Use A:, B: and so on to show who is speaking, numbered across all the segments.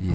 A: 以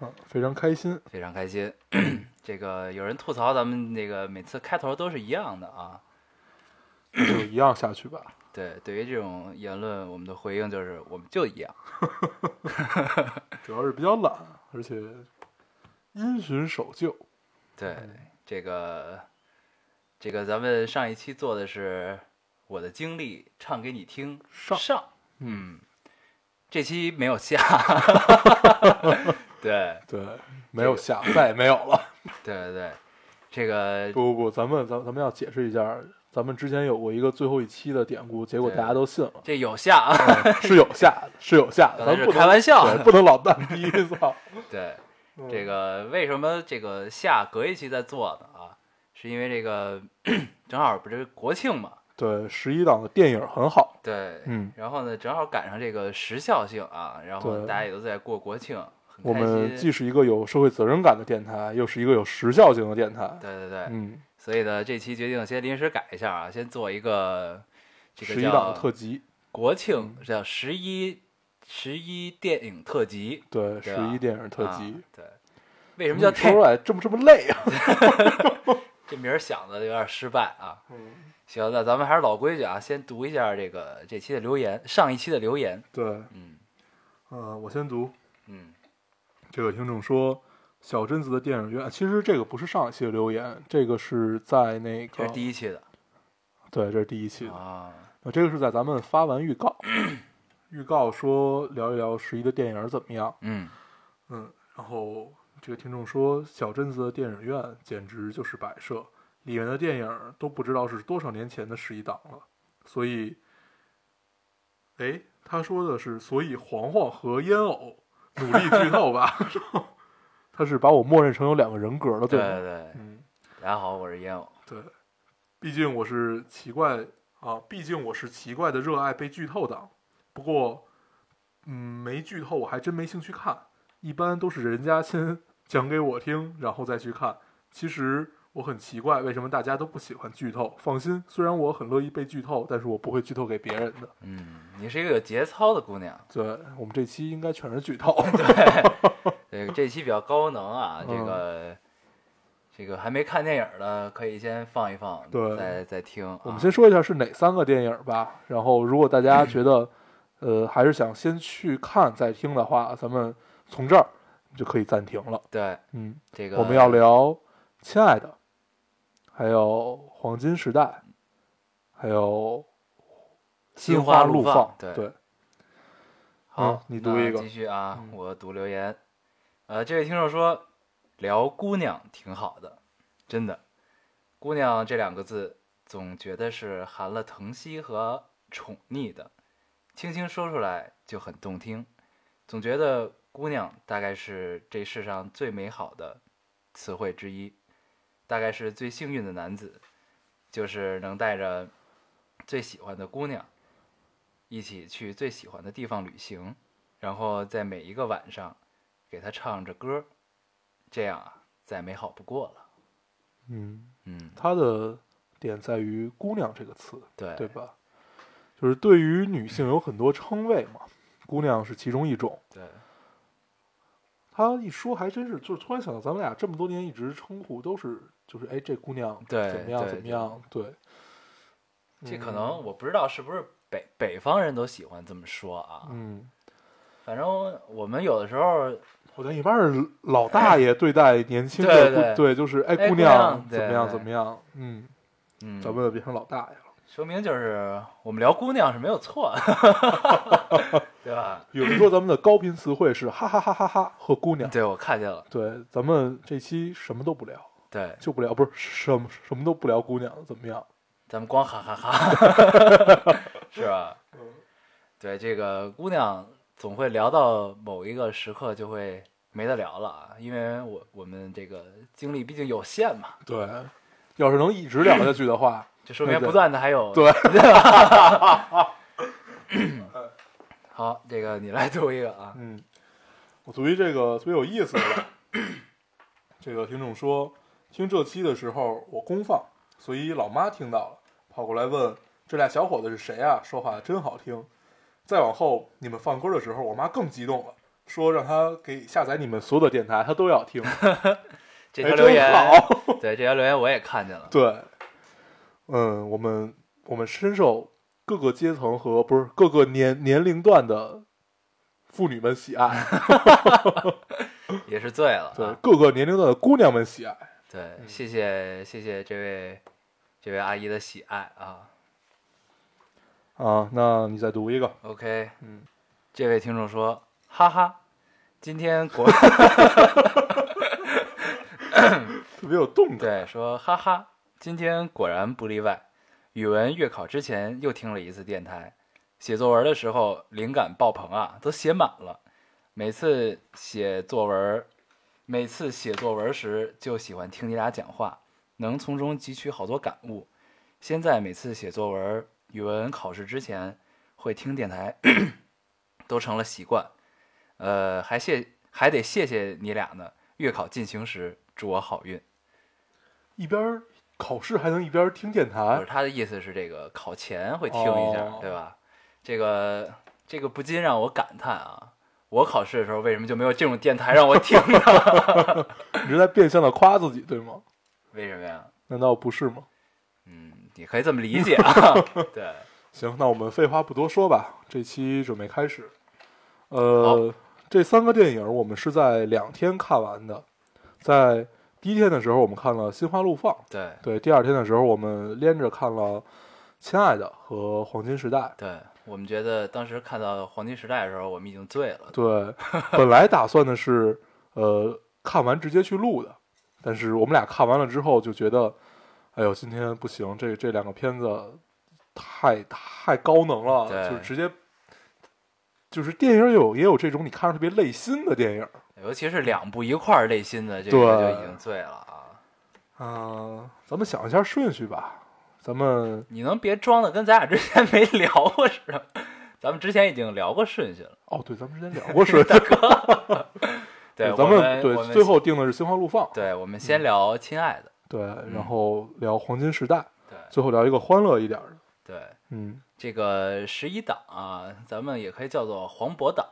B: 啊，非常开心。
A: 非常开心。 这个有人吐槽咱们那个每次开头都是一样的啊。
B: 就一样下去吧。
A: 对，对于这种言论，我们的回应就是我们就一样。
B: 主要是比较懒，而且因循守旧。
A: 对，
B: 嗯
A: 这个这个咱们上一期做的是我的经历，唱给你听。
B: 上
A: 嗯，这期没有下。 对
B: 对，没有下，再也没有了。
A: 对对对，这个
B: 不不不，咱们咱咱们要解释一下，咱们之前有过一个最后一期的典故，结果
A: 对
B: 大家都信 了，
A: 这有下啊。
B: 是有下的，是有下的，
A: 刚才
B: 咱
A: 是
B: 不能
A: 开玩笑
B: 对不能老蛋逼，操！
A: 对，
B: 嗯
A: 这个为什么这个下隔一期再做呢？啊，是因为这个 正好不是国庆嘛，
B: 对十一档的电影很好，
A: 对，
B: 嗯，
A: 然后呢正好赶上这个时效性啊，然后
B: 对
A: 大家也都在过国庆，很
B: 我
A: 开心。
B: 们既是一个有社会责任感的电台，又是一个有时效性的电台。
A: 对对对，
B: 嗯，
A: 所以呢这期决定先临时改一下啊，先做一个这
B: 十
A: 个
B: 一档
A: 叫
B: 的特辑，
A: 国庆叫十一十一电影特辑
B: 对，
A: 对
B: 十
A: 吧
B: 一电影特辑
A: 啊，对。为什么叫
B: 说
A: 电
B: 出来这么这么累啊？
A: 这名儿想的有点失败啊。
B: 嗯，
A: 行，那咱们还是老规矩啊，先读一下这个这期的留言，上一期的留言。
B: 对，
A: 嗯
B: 呃，我先读
A: 嗯，
B: 这个听众说，小贞子的电影院，其实这个不是上一期的留言，这个是在那
A: 这
B: 个
A: 是第一期的
B: 对，这是第一期的，
A: 啊，
B: 呃这个是在咱们发完预 告，预告说聊一聊十一的电影怎么样，
A: 嗯，
B: 嗯，然后这个听众说，小镇子的电影院简直就是摆设，里面的电影都不知道是多少年前的十一档了。所以，哎，他说的是，所以黄黄和烟偶努力剧透吧，他是把我默认成有两个人格了，
A: 对
B: 吗？
A: 对对，
B: 嗯，
A: 大家好，我是烟偶，
B: 对，毕竟我是奇怪啊，毕竟我是奇怪的热爱被剧透党。不过，嗯，没剧透我还真没兴趣看，一般都是人家先 讲给我听，然后再去看。其实我很奇怪，为什么大家都不喜欢剧透？放心，虽然我很乐意被剧透，但是我不会剧透给别人的。
A: 嗯，你是一个有节操的姑娘，
B: 对我们这期应该全是剧透，
A: 这个这期比较高能啊，
B: 嗯
A: 这个这个还没看电影的可以先放一放，
B: 对
A: 再再听啊，
B: 我们先说一下是哪三个电影吧。然后，如果大家觉 得，呃，还是想先去看再听的话，咱们从这儿就可以暂停了。
A: 对
B: 嗯，
A: 这个
B: 我们要聊《亲爱的》，还有《黄金时代》，还有《心
A: 心花
B: 怒
A: 怒
B: 放》
A: 放对
B: 对。
A: 好
B: 嗯，你读
A: 那
B: 一个
A: 继续啊，
B: 嗯
A: 我读留言。呃，这位听众说，聊姑娘挺好的，真的，姑娘这两个字总觉得是含了疼惜和宠溺的，轻轻说出来就很动听，总觉得姑娘大概是这世上最美好的词汇之一，大概是最幸运的男子，就是能带着最喜欢的姑娘。一起去最喜欢的地方旅行，然后在每一个晚上给他唱着歌，这样啊，再美好不过了。
B: 嗯，
A: 嗯，
B: 它的点在于“姑娘”这个词，
A: 对
B: 对吧？就是对于女性有很多称谓嘛，姑娘是其中一种。
A: 对
B: 他一说还真是，就是突然想到咱们俩这么多年一直称呼都是，就是哎，这姑娘
A: 对
B: 怎么样
A: 对
B: 怎么样，对，
A: 这
B: 嗯
A: 可能我不知道是不是北北方人都喜欢这么说啊，
B: 嗯，
A: 反正我们有的时候，
B: 好像一般是老大爷对待年
A: 哎
B: 轻
A: 对
B: 的
A: 对
B: 姑，对，就是哎，
A: 哎
B: 姑
A: 姑娘
B: 怎么
A: 对
B: 样
A: 对
B: 怎么样，嗯，
A: 嗯，
B: 咱们变成老大爷了，
A: 说明就是我们聊姑娘是没有错的， 对 吧？
B: 有人说咱们的高频词汇是哈哈哈哈哈和姑娘，
A: 对，我看见了，
B: 对，咱们这期什么都不聊，
A: 对，
B: 就不聊，不是什么什么都不聊姑娘怎么样，
A: 咱们光哈哈哈， 是吧？
B: 嗯
A: 对，这个姑娘总会聊到某一个时刻，就会没得聊了啊，因为我我们这个精力毕竟有限嘛，
B: 对，要是能一直聊下去的话，
A: 就说明
B: 对对
A: 不断的还有 嗯
B: 对
A: 好，这个你来读一个啊，
B: 嗯，我读一这个特别有意思的，这个听众说，听这期的时候我公放，所以老妈听到了，跑过来问这俩小伙子是谁啊？说话真好听。再往后你们放歌的时候，我妈更激动了，说让她给下载你们所有的电台，她都要听。
A: 这
B: 哎
A: 条
B: 真
A: 留言，
B: 好
A: 对这条留言我也看见了，
B: 对，嗯，我们我们深受各个阶层和不是各个年年龄段的妇女们喜爱，
A: 也是醉了、啊，
B: 对各个年龄段的姑娘们喜爱。
A: 对，谢谢谢谢这位这位阿姨的喜爱啊。
B: 啊，那你再读一个。
A: OK，
B: 嗯，
A: 这位听众说，哈哈，今天国
B: 特别有动感。
A: 对说哈哈，今天果然不例外。语文月考之前又听了一次电台，写作文的时候灵感爆棚啊，都写满了。每次写作文，每次写作文时就喜欢听你俩讲话，能从中汲取好多感悟。现在每次写作文，语文考试之前会听电台，都成了习惯。呃，还谢还得谢谢你俩呢。月考进行时，祝我好运。
B: 一边儿考试还能一边儿听电
A: 不是
B: 台，
A: 他的意思是这个考前会听一下，
B: 啊哦
A: 对吧？这个这个不禁让我感叹啊，我考试的时候为什么就没有这种电台让我听呢？
B: 你是在变相的夸自己，对吗？
A: 为什么呀？
B: 难道不是吗？
A: 嗯，你可以这么理解啊。 对，
B: 行，那我们废话不多说吧，这期准备开始。呃，这三个电影我们是在两天看完的，在第一天的时候我们看了《心花怒放》，
A: 对，
B: 对，第二天的时候我们连着看了《亲爱的》和《黄金时代》。
A: 对，我们觉得当时看到黄金时代的时候，我们已经醉了。
B: 对，本来打算的是，呃，看完直接去录的，但是我们俩看完了之后就觉得，哎呦，今天不行，这这两个片子太太高能了，
A: 对
B: 就是直接，就是电影有也有这种你看着特别累心的电影，
A: 尤其是两部一块儿内心的，这个
B: 对
A: 就已经醉了啊！
B: 嗯、咱们想一下顺序吧，咱们
A: 你能别装的跟咱俩之前没聊过似的？咱们之前已经聊过顺序了，
B: 哦，对，咱们之前聊过顺序，
A: 对，
B: 咱
A: 我们
B: 对
A: 我们
B: 最后定的是心花怒放，
A: 对，我们先聊亲爱的，
B: 对，然后聊黄金时代，
A: 嗯对
B: 最后聊一个欢乐一点儿的，
A: 对。
B: 嗯。
A: 这个十一档啊，咱们也可以叫做黄渤档，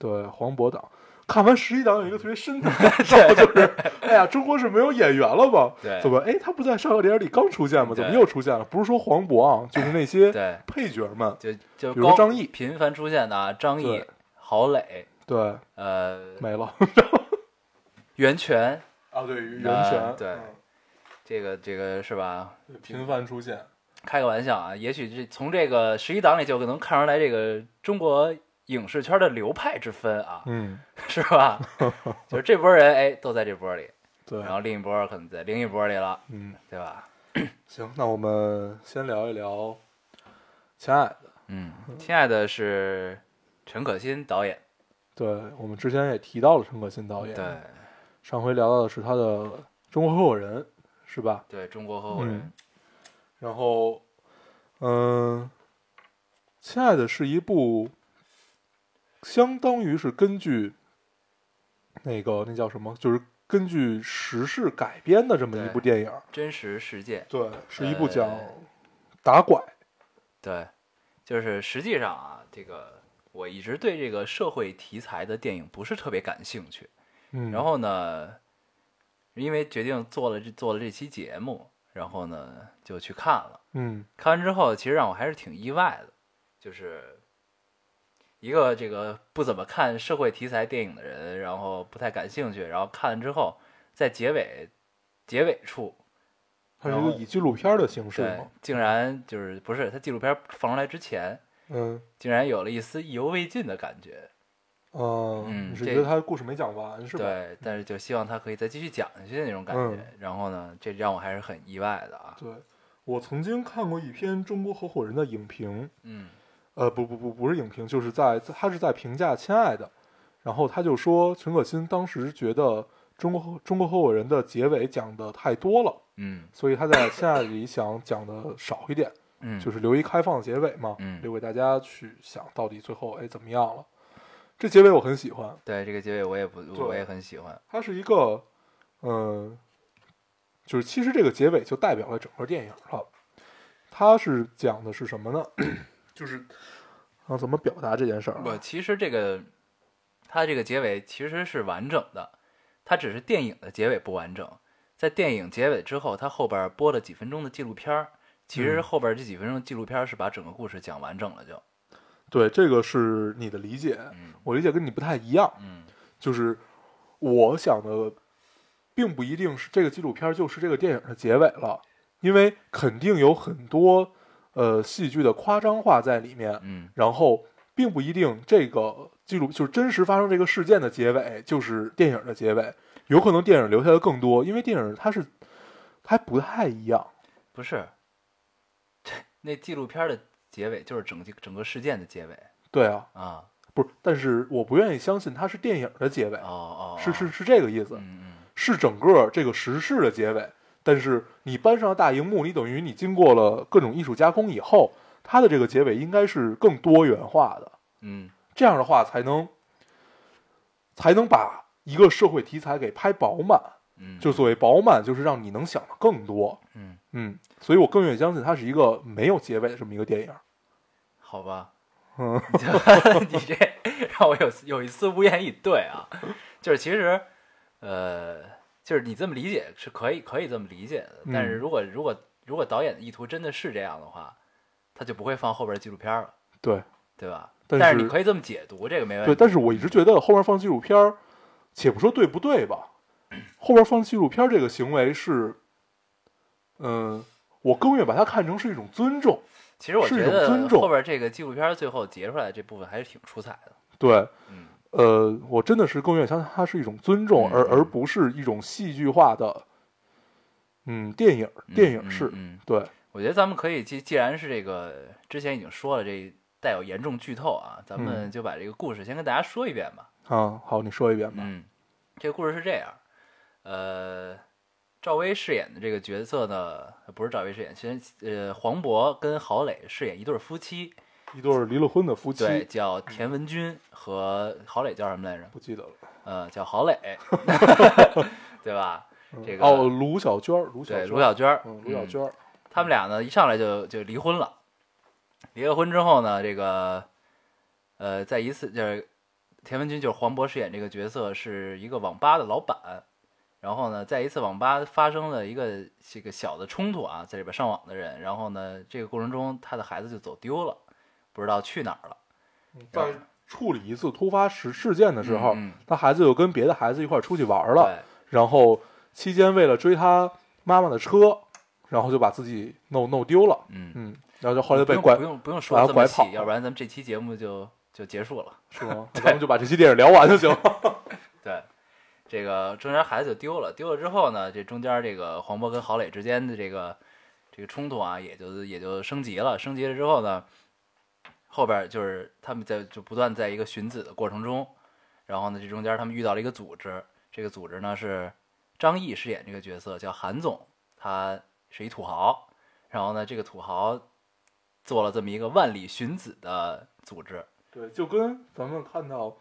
B: 对，黄渤档。看完十一档有一个特 别深的感受，就是，哎呀，中国是没有演员了吧？
A: 对
B: 怎么，哎，他不在上个电影里刚出现吗？怎么
A: 对
B: 又出现了？不是说黄渤啊，就是那些
A: 对
B: 配角们，
A: 就就
B: 比如说
A: 高
B: 张译
A: 频繁出现的啊，张译
B: 对、
A: 郝蕾、
B: 对，
A: 呃
B: 没了
A: 袁泉，
B: 啊，对，袁
A: 呃
B: 泉，
A: 对
B: 嗯
A: 这个这个是吧？
B: 对频繁出现，
A: 开个玩笑啊，也许这从这个十一档里就能看出来这个中国影视圈的流派之分啊，
B: 嗯，
A: 是 吧？就是这波人哎都在这波里，
B: 对
A: 然，后另一波可能在另一波里了，
B: 嗯，
A: 对吧？
B: 行，那我们先聊一聊《亲爱的》。
A: 嗯，亲爱的是陈可辛导演，
B: 对我们之前也提到了陈可辛导演，
A: 对
B: 上回聊到的是他的《中国合伙人》，是吧？
A: 对，中国合伙人
B: 嗯，然后，嗯、亲爱的是一部，相当于是根据那个那叫什么，就是根据时事改编的这么一部电影儿。
A: 真实事件。
B: 对，是一部
A: 呃
B: 讲打拐。
A: 对，就是实际上啊，这个我一直对这个社会题材的电影不是特别感兴趣。
B: 嗯，
A: 然后呢，因为决定做了这做了这期节目，然后呢就去看了。
B: 嗯，
A: 看完之后，其实让我还是挺意外的，就是一个这个不怎么看社会题材电影的人，然后不太感兴趣，然后看了之后，在结尾结尾处，
B: 它是
A: 然
B: 一
A: 后
B: 个以纪录片儿的形式
A: 对
B: 嘛。，
A: 竟然就是不是他纪录片放出来之前。
B: 嗯
A: 竟然有了一丝意犹未尽的感觉。
B: 呃
A: 嗯
B: 你是
A: 这
B: 觉得他的故事没讲完是吧？
A: 对，但是就希望他可以再继续讲下去的那种感觉。
B: 嗯
A: 然后呢，这让我还是很意外的啊。
B: 对我曾经看过一篇《中国合伙人》的影评，
A: 嗯，
B: 呃，不不不，不是影评，就是在他是在评价《亲爱的》，然后他就说，陈可辛当时觉得中国中国合伙人的结尾讲的太多了，
A: 嗯
B: 所以他在《亲爱的理想》讲的少一点，
A: 嗯，
B: 就是是留一开放结尾嘛，
A: 嗯
B: 留给大家去想到底最后哎怎么样了。这结尾我很喜欢，
A: 对这个结尾我也不
B: 对
A: 我也很喜欢，
B: 它是一个，嗯，就是其实这个结尾就代表了整个电影了。它是讲的是什么呢？ 就是啊，怎么表达这件事儿啊？
A: 我其实这个它这个结尾其实是完整的，它只是电影的结尾不完整。在电影结尾之后，它后边播了几分钟的纪录片儿，其实
B: 嗯
A: 后边这几分钟的纪录片儿是把整个故事讲完整了就，
B: 对，这个是你的理解，
A: 嗯
B: 我理解跟你不太一样。
A: 嗯
B: 就是我想的，并不一定是这个纪录片就是这个电影的结尾了，因为肯定有很多呃戏剧的夸张化在里面，
A: 嗯
B: 然后并不一定这个记录就是真实发生这个事件的结尾就是电影的结尾，有可能电影留下的更多，因为电影它是它还不太一样。
A: 不是，那纪录片儿的结尾就是整整个事件的结尾
B: 对啊，
A: 啊，
B: 不是，但是我不愿意相信它是电影的结尾
A: 哦，哦，
B: 是是
A: 哦，
B: 是这个意思，
A: 嗯
B: 是整个这个时事的结尾。但是你搬上了大荧幕，你等于你经过了各种艺术加工以后，它的这个结尾应该是更多元化的。
A: 嗯
B: 这样的话才能才能把一个社会题材给拍饱满。
A: 嗯嗯，
B: 就所谓饱满，就是让你能想的更多。
A: 嗯
B: 嗯，所以我更愿意相信它是一个没有结尾的这么一个电影。
A: 好吧，
B: 嗯，
A: 你这让我有有一丝无言以对啊。就是其实，呃，就是你这么理解是可以可以这么理解的，但是
B: 嗯
A: 如果如果如果导演的意图真的是这样的话，他就不会放后边纪录片了，
B: 对
A: 对吧？
B: 但
A: 但
B: 是
A: 你可以这么解读，这个没问题。
B: 对，但是我一直觉得后面放纪录片儿，且不说对不对吧，后面放纪录片儿这个行为是，嗯、我更愿意把它看成是一种尊重。
A: 其实我
B: 是一
A: 觉
B: 种
A: 得
B: 尊重
A: 后边这个纪录片最后截出来的这部分还是挺出彩的。
B: 对，
A: 嗯
B: 呃，我真的是更愿意相信它是一种尊重，
A: 嗯
B: 而而
A: 嗯
B: 不是一种戏剧化的，嗯，电影
A: 嗯
B: 电影
A: 嗯
B: 式，
A: 嗯
B: 对，
A: 我觉得咱们可以，既既然是这个之前已经说了这带有严重剧透啊，咱们
B: 嗯
A: 就把这个故事先跟大家说一遍吧。
B: 啊，好，你说一遍吧，
A: 嗯，这个故事是这样，呃，赵薇饰演的这个角色呢，呃不是赵薇饰演，先呃黄渤跟郝蕾饰演一对儿夫妻，
B: 一对儿离了婚的夫妻，
A: 对，叫田文军和郝蕾叫什么来着？
B: 不记得了，
A: 呃，叫郝 蕾，对吧？
B: 嗯
A: 这个
B: 哦，卢小娟儿，卢小
A: 对，
B: 娟
A: 卢
B: 儿，
A: 小娟儿，
B: 嗯，卢小
A: 嗯
B: 娟儿，
A: 他们俩呢一上来就就离婚了。离了婚之后呢，这个呃，在一次就是呃田文军就是黄渤饰演这个角色是一个网吧的老板，然后呢，在一次网吧发生了一个这个小的冲突啊，在里边上网的人，然后呢，这个过程中他的孩子就走丢了，不知道去哪儿了。
B: 嗯在处理一次突发事事件的时候，
A: 嗯嗯
B: 他孩子又跟别的孩子一块儿出去玩儿了，
A: 对，
B: 然后期间为了追他妈妈的车，然后就把自己弄弄丢了，
A: 嗯，
B: 嗯，然后就后来就
A: 不
B: 被
A: 用
B: 拐
A: 不用不用说
B: 把
A: 得
B: 他
A: 这么
B: 拐跑
A: 细，要不然咱们这期节目就就结束了。
B: 是吗？那咱们就把这期电影聊完就行了。
A: 对，这个中间孩子就丢了，丢了之后呢，这中间这个黄渤跟郝蕾之间的这个这个冲突啊，也就也就升级了。升级了之后呢，后边就是他们在就不断在一个寻子的过程中，然后呢，这中间他们遇到了一个组织，这个组织呢是张译饰演这个角色叫韩总，他是一土豪，然后呢，这个土豪做了这么一个万里寻子的组织，
B: 对，就跟咱们看到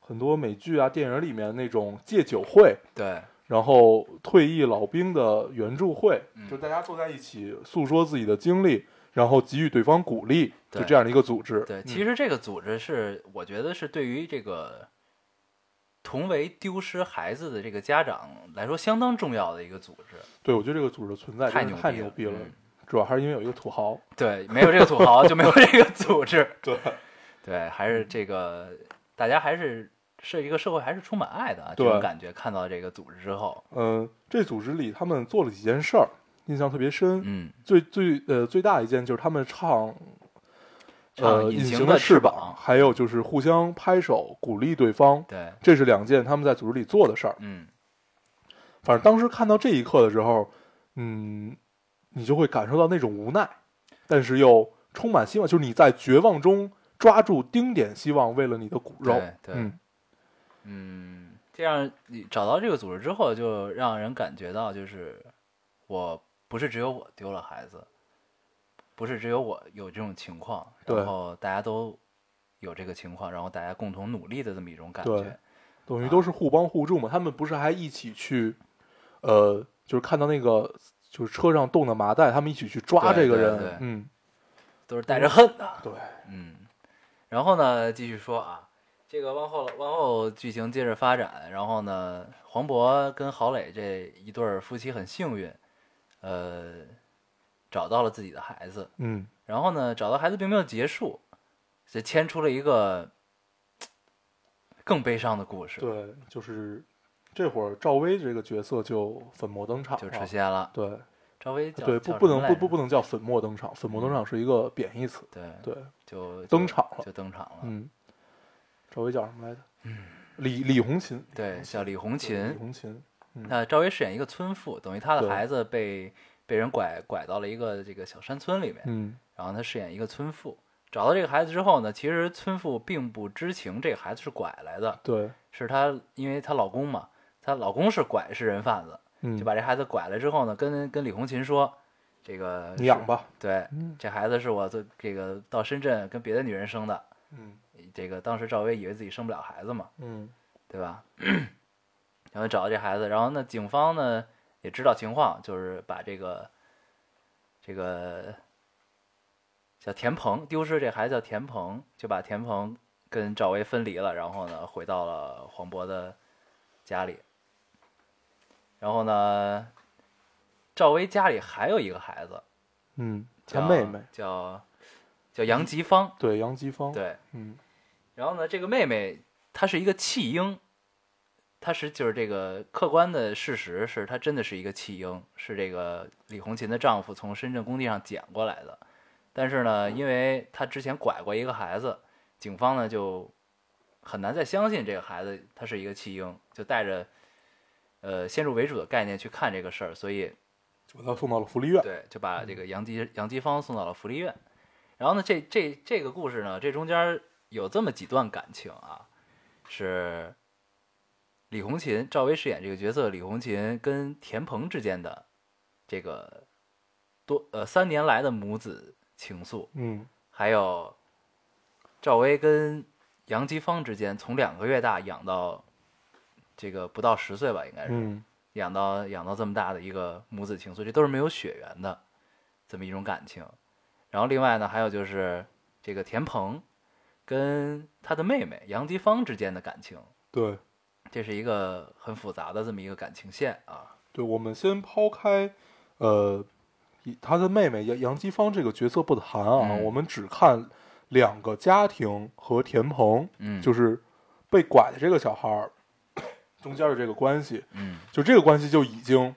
B: 很多美剧啊、电影里面那种戒酒会，
A: 对，
B: 然后退役老兵的援助会，
A: 嗯
B: 就大家坐在一起诉说自己的经历，然后给予对方鼓励，
A: 对
B: 就这样的一个组织。
A: 对，
B: 嗯
A: 其实这个组织是，我觉得是对于这个同为丢失孩子的这个家长来说相当重要的一个组 织，
B: 对我觉得这个组织的存在
A: 太
B: 真
A: 牛
B: 是太
A: 逼
B: 牛
A: 了
B: 逼了，
A: 嗯
B: 主要还是因为有一个土豪。
A: 对，没有这个土豪就没有这个组织，
B: 对，
A: 对，还是这个大家还是是一个社会还是充满爱的啊，这
B: 对
A: 种感觉。看到这个组织之后，
B: 嗯，这组织里他们做了几件事儿，印象特别深。
A: 嗯，
B: 最最呃最大一件就是他们唱
A: 唱
B: 呃，
A: 隐
B: 隐
A: 形
B: 形
A: 的
B: 翅
A: 翅
B: 膀，
A: 膀
B: 还有就是互相拍手鼓励对方，
A: 对，
B: 这是两件他们在组织里做的事儿。
A: 嗯
B: 反正当时看到这一刻的时候，嗯，你就会感受到那种无奈，但是又充满希望，就是你在绝望中抓住丁点希望，为了你的骨肉
A: 对。对
B: 嗯，
A: 嗯，这样你找到这个组织之后，就让人感觉到，就是我不是只有我丢了孩子，不是只有我有这种情况，
B: 对
A: 然后大家都有这个情况，然后大家共同努力的这么一种感
B: 对
A: 觉。
B: 等于都是互帮互助嘛。他们不是还一起去，呃，就是看到那个就是车上动的麻袋，他们一起去抓
A: 对
B: 这个
A: 对
B: 人。
A: 对
B: 嗯，
A: 都是带着恨的。
B: 对，
A: 嗯，然后呢，继续说啊，这个往后往后剧情接着发展，然后呢，黄渤跟郝蕾这一对儿夫妻很幸运，呃，找到了自己的孩子，
B: 嗯，
A: 然后呢，找到孩子并没有结束，这牵出了一个嘖更悲伤的故事，
B: 对，就是这会儿赵薇这个角色就粉墨登场
A: 就
B: 了。
A: 出现了。
B: 对
A: 赵薇叫
B: 对，
A: 叫什
B: 不不
A: 么
B: 能
A: 来
B: 不
A: 着
B: 不不能叫粉墨登场，粉墨登场是一个贬义词。
A: 对，
B: 对，
A: 就就
B: 登场了
A: 就登场了。
B: 嗯，赵薇叫什么来着？李李红琴，
A: 对，叫嗯李红
B: 对
A: 琴
B: 李，红琴，
A: 那赵薇饰演一个村妇，等于她的
B: 对
A: 孩子被被人拐拐到了一个这个小山村里面，
B: 嗯，
A: 然后她饰演一个村妇。找到这个孩子之后呢，其实村妇并不知情这个孩子是拐来的，
B: 对，
A: 是她因为她老公嘛，她老公是拐是人贩子，
B: 嗯，
A: 就把这孩子拐来之后呢，跟跟李红琴说，这个是
B: 你养，吧，
A: 对，
B: 嗯
A: 这孩子是我做这个到深圳跟别的女人生的，
B: 嗯
A: 这个当时赵薇以为自己生不了孩子嘛，
B: 嗯，
A: 对吧？ 然后找到这孩子，然后呢，警方呢也知道情况，就是把这个这个叫田鹏丢失这孩子叫田鹏，就把田鹏跟赵薇分离了，然后呢回到了黄渤的家里，然后呢，赵薇家里还有一个孩子，
B: 嗯，
A: 叫
B: 他妹妹，
A: 叫叫杨吉芳，
B: 对，杨吉芳，，
A: 对，
B: 嗯
A: 然后呢，这个妹妹她是一个弃婴，她是就是这个客观的事实是她真的是一个弃婴，是这个李红琴的丈夫从深圳工地上捡过来的。但是呢，因为她之前拐过一个孩子，警方呢就很难再相信这个孩子他是一个弃婴，就带着呃先入为主的概念去看这个事儿，所以
B: 就把他送到了福 利院，
A: 对，就把这个杨吉杨吉芳送到了福利院。然后呢，这这这个故事呢，这中间有这么几段感情啊，是李红琴赵薇饰演这个角色，李红琴跟田鹏之间的这个多呃三年来的母子情愫，
B: 嗯
A: 还有赵薇跟杨吉芳之间从两个月大养到这个不到十岁吧，应该是。
B: 嗯，
A: 养到养到这么大的一个母子情愫，这都是没有血缘的这么一种感情。然后另外呢，还有就是这个田鹏跟他的妹妹杨吉芳之间的感情，
B: 对
A: 这是一个很复杂的这么一个感情线啊。
B: 对，我们先抛开，呃，以他的妹妹杨杨吉芳这个角色不谈啊，
A: 嗯
B: 我们只看两个家庭和田鹏，
A: 嗯，
B: 就是是被拐的这个小孩儿中间的这个关系，
A: 嗯
B: 就这个关系就已经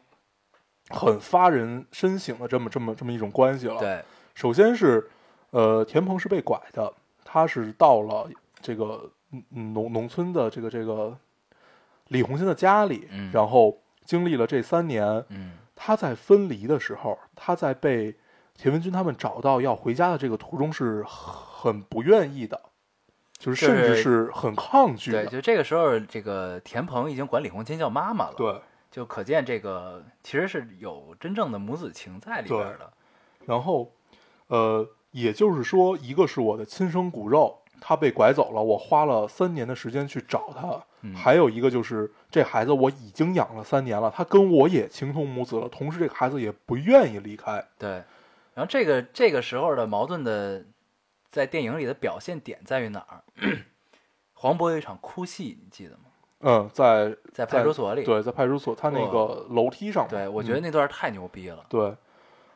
B: 很发人深省的这么这么这么一种关系了。，
A: 对
B: 首先是呃，田鹏是被拐的，他是到了这个嗯嗯农农村的这个这个李红心的家里，
A: 嗯
B: 然后经历了这三年，
A: 嗯
B: 他在分离的时候，他在被田文军他们找到要回家的这个途中是很不愿意的。就是
A: 就
B: 甚
A: 是
B: 至是很抗拒的，
A: 对，就这个时候，这个田鹏已经管李红琴叫妈妈了，，
B: 对
A: 就可见这个其实是有真正的母子情在里边
B: 对
A: 的，
B: 然后，呃，也就是说，一个是我的亲生骨肉，他被拐走了，我花了三年的时间去找他；
A: 嗯
B: 还有一个就是这孩子我已经养了三年了，他跟我也情同母子了，同时这个孩子也不愿意离开。
A: 对，然后这个这个时候的矛盾的，在电影里的表现点在于哪儿？ 黄渤有一场哭戏，你记得吗？
B: 嗯，在
A: 在派出所里。
B: 对，在派出所他那个楼梯上嘛，
A: 对，我觉得
B: 嗯
A: 那段太牛逼了。
B: 对。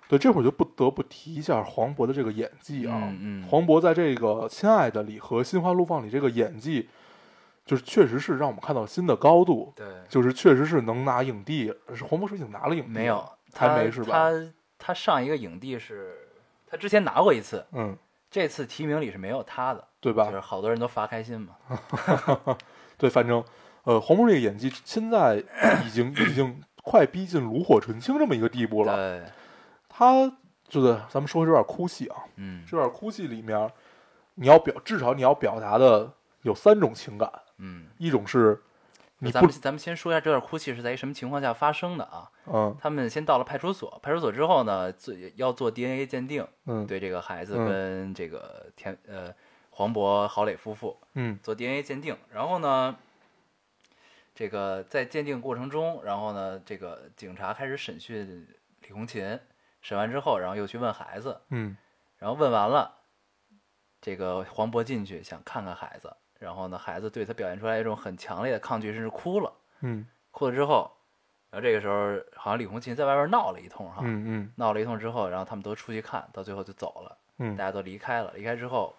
B: 对，这会儿就不得不提一下黄渤的这个演技啊。
A: 嗯嗯
B: 黄渤在这个《亲爱的你》和《心花怒放》里这个演技，就是确实是让我们看到新的高度。
A: 对，
B: 就是确实是能拿影帝，是黄渤是已经拿了影帝了
A: 没有，
B: 嗯还
A: 他
B: 没是吧？
A: 他他上一个影帝是，他之前拿过一次，
B: 嗯，
A: 这次提名里是没有他的，
B: 对
A: 就是
B: 吧？
A: 好多人都发开心嘛。
B: 对，反正呃，黄渤这个演技现在已经已经快逼近炉火纯青这么一个地步了。
A: 对，
B: 他就是咱们说这段哭戏啊，
A: 嗯
B: 这段哭戏里面，你要表至少你要表达的有三种情感，
A: 嗯，
B: 一种是你
A: 咱
B: 不
A: 们咱们先说一下这段哭泣是在一什么情况下发生的啊？
B: 啊
A: 他们先到了派出所，派出所之后呢，做要做 DNA 鉴定，
B: 嗯
A: 对这个孩子
B: 嗯
A: 跟这个田呃黄渤、郝蕾夫妇
B: 嗯
A: 做 DNA 鉴定，然后呢，这个在鉴定过程中，然后呢，这个警察开始审讯李红琴，审完之后，然后又去问孩子，
B: 嗯
A: 然后问完了，这个黄渤进去想看看孩子，然后呢，孩子对他表现出来一种很强烈的抗拒，甚至哭了。
B: 嗯
A: 哭了之后，然后这个时候好像李红琴在外边闹了一通哈，
B: 嗯
A: 闹了一通之后，然后他们都出去看，到最后就走了，
B: 嗯
A: 大
B: 嗯，
A: 家都离开了。离开之后，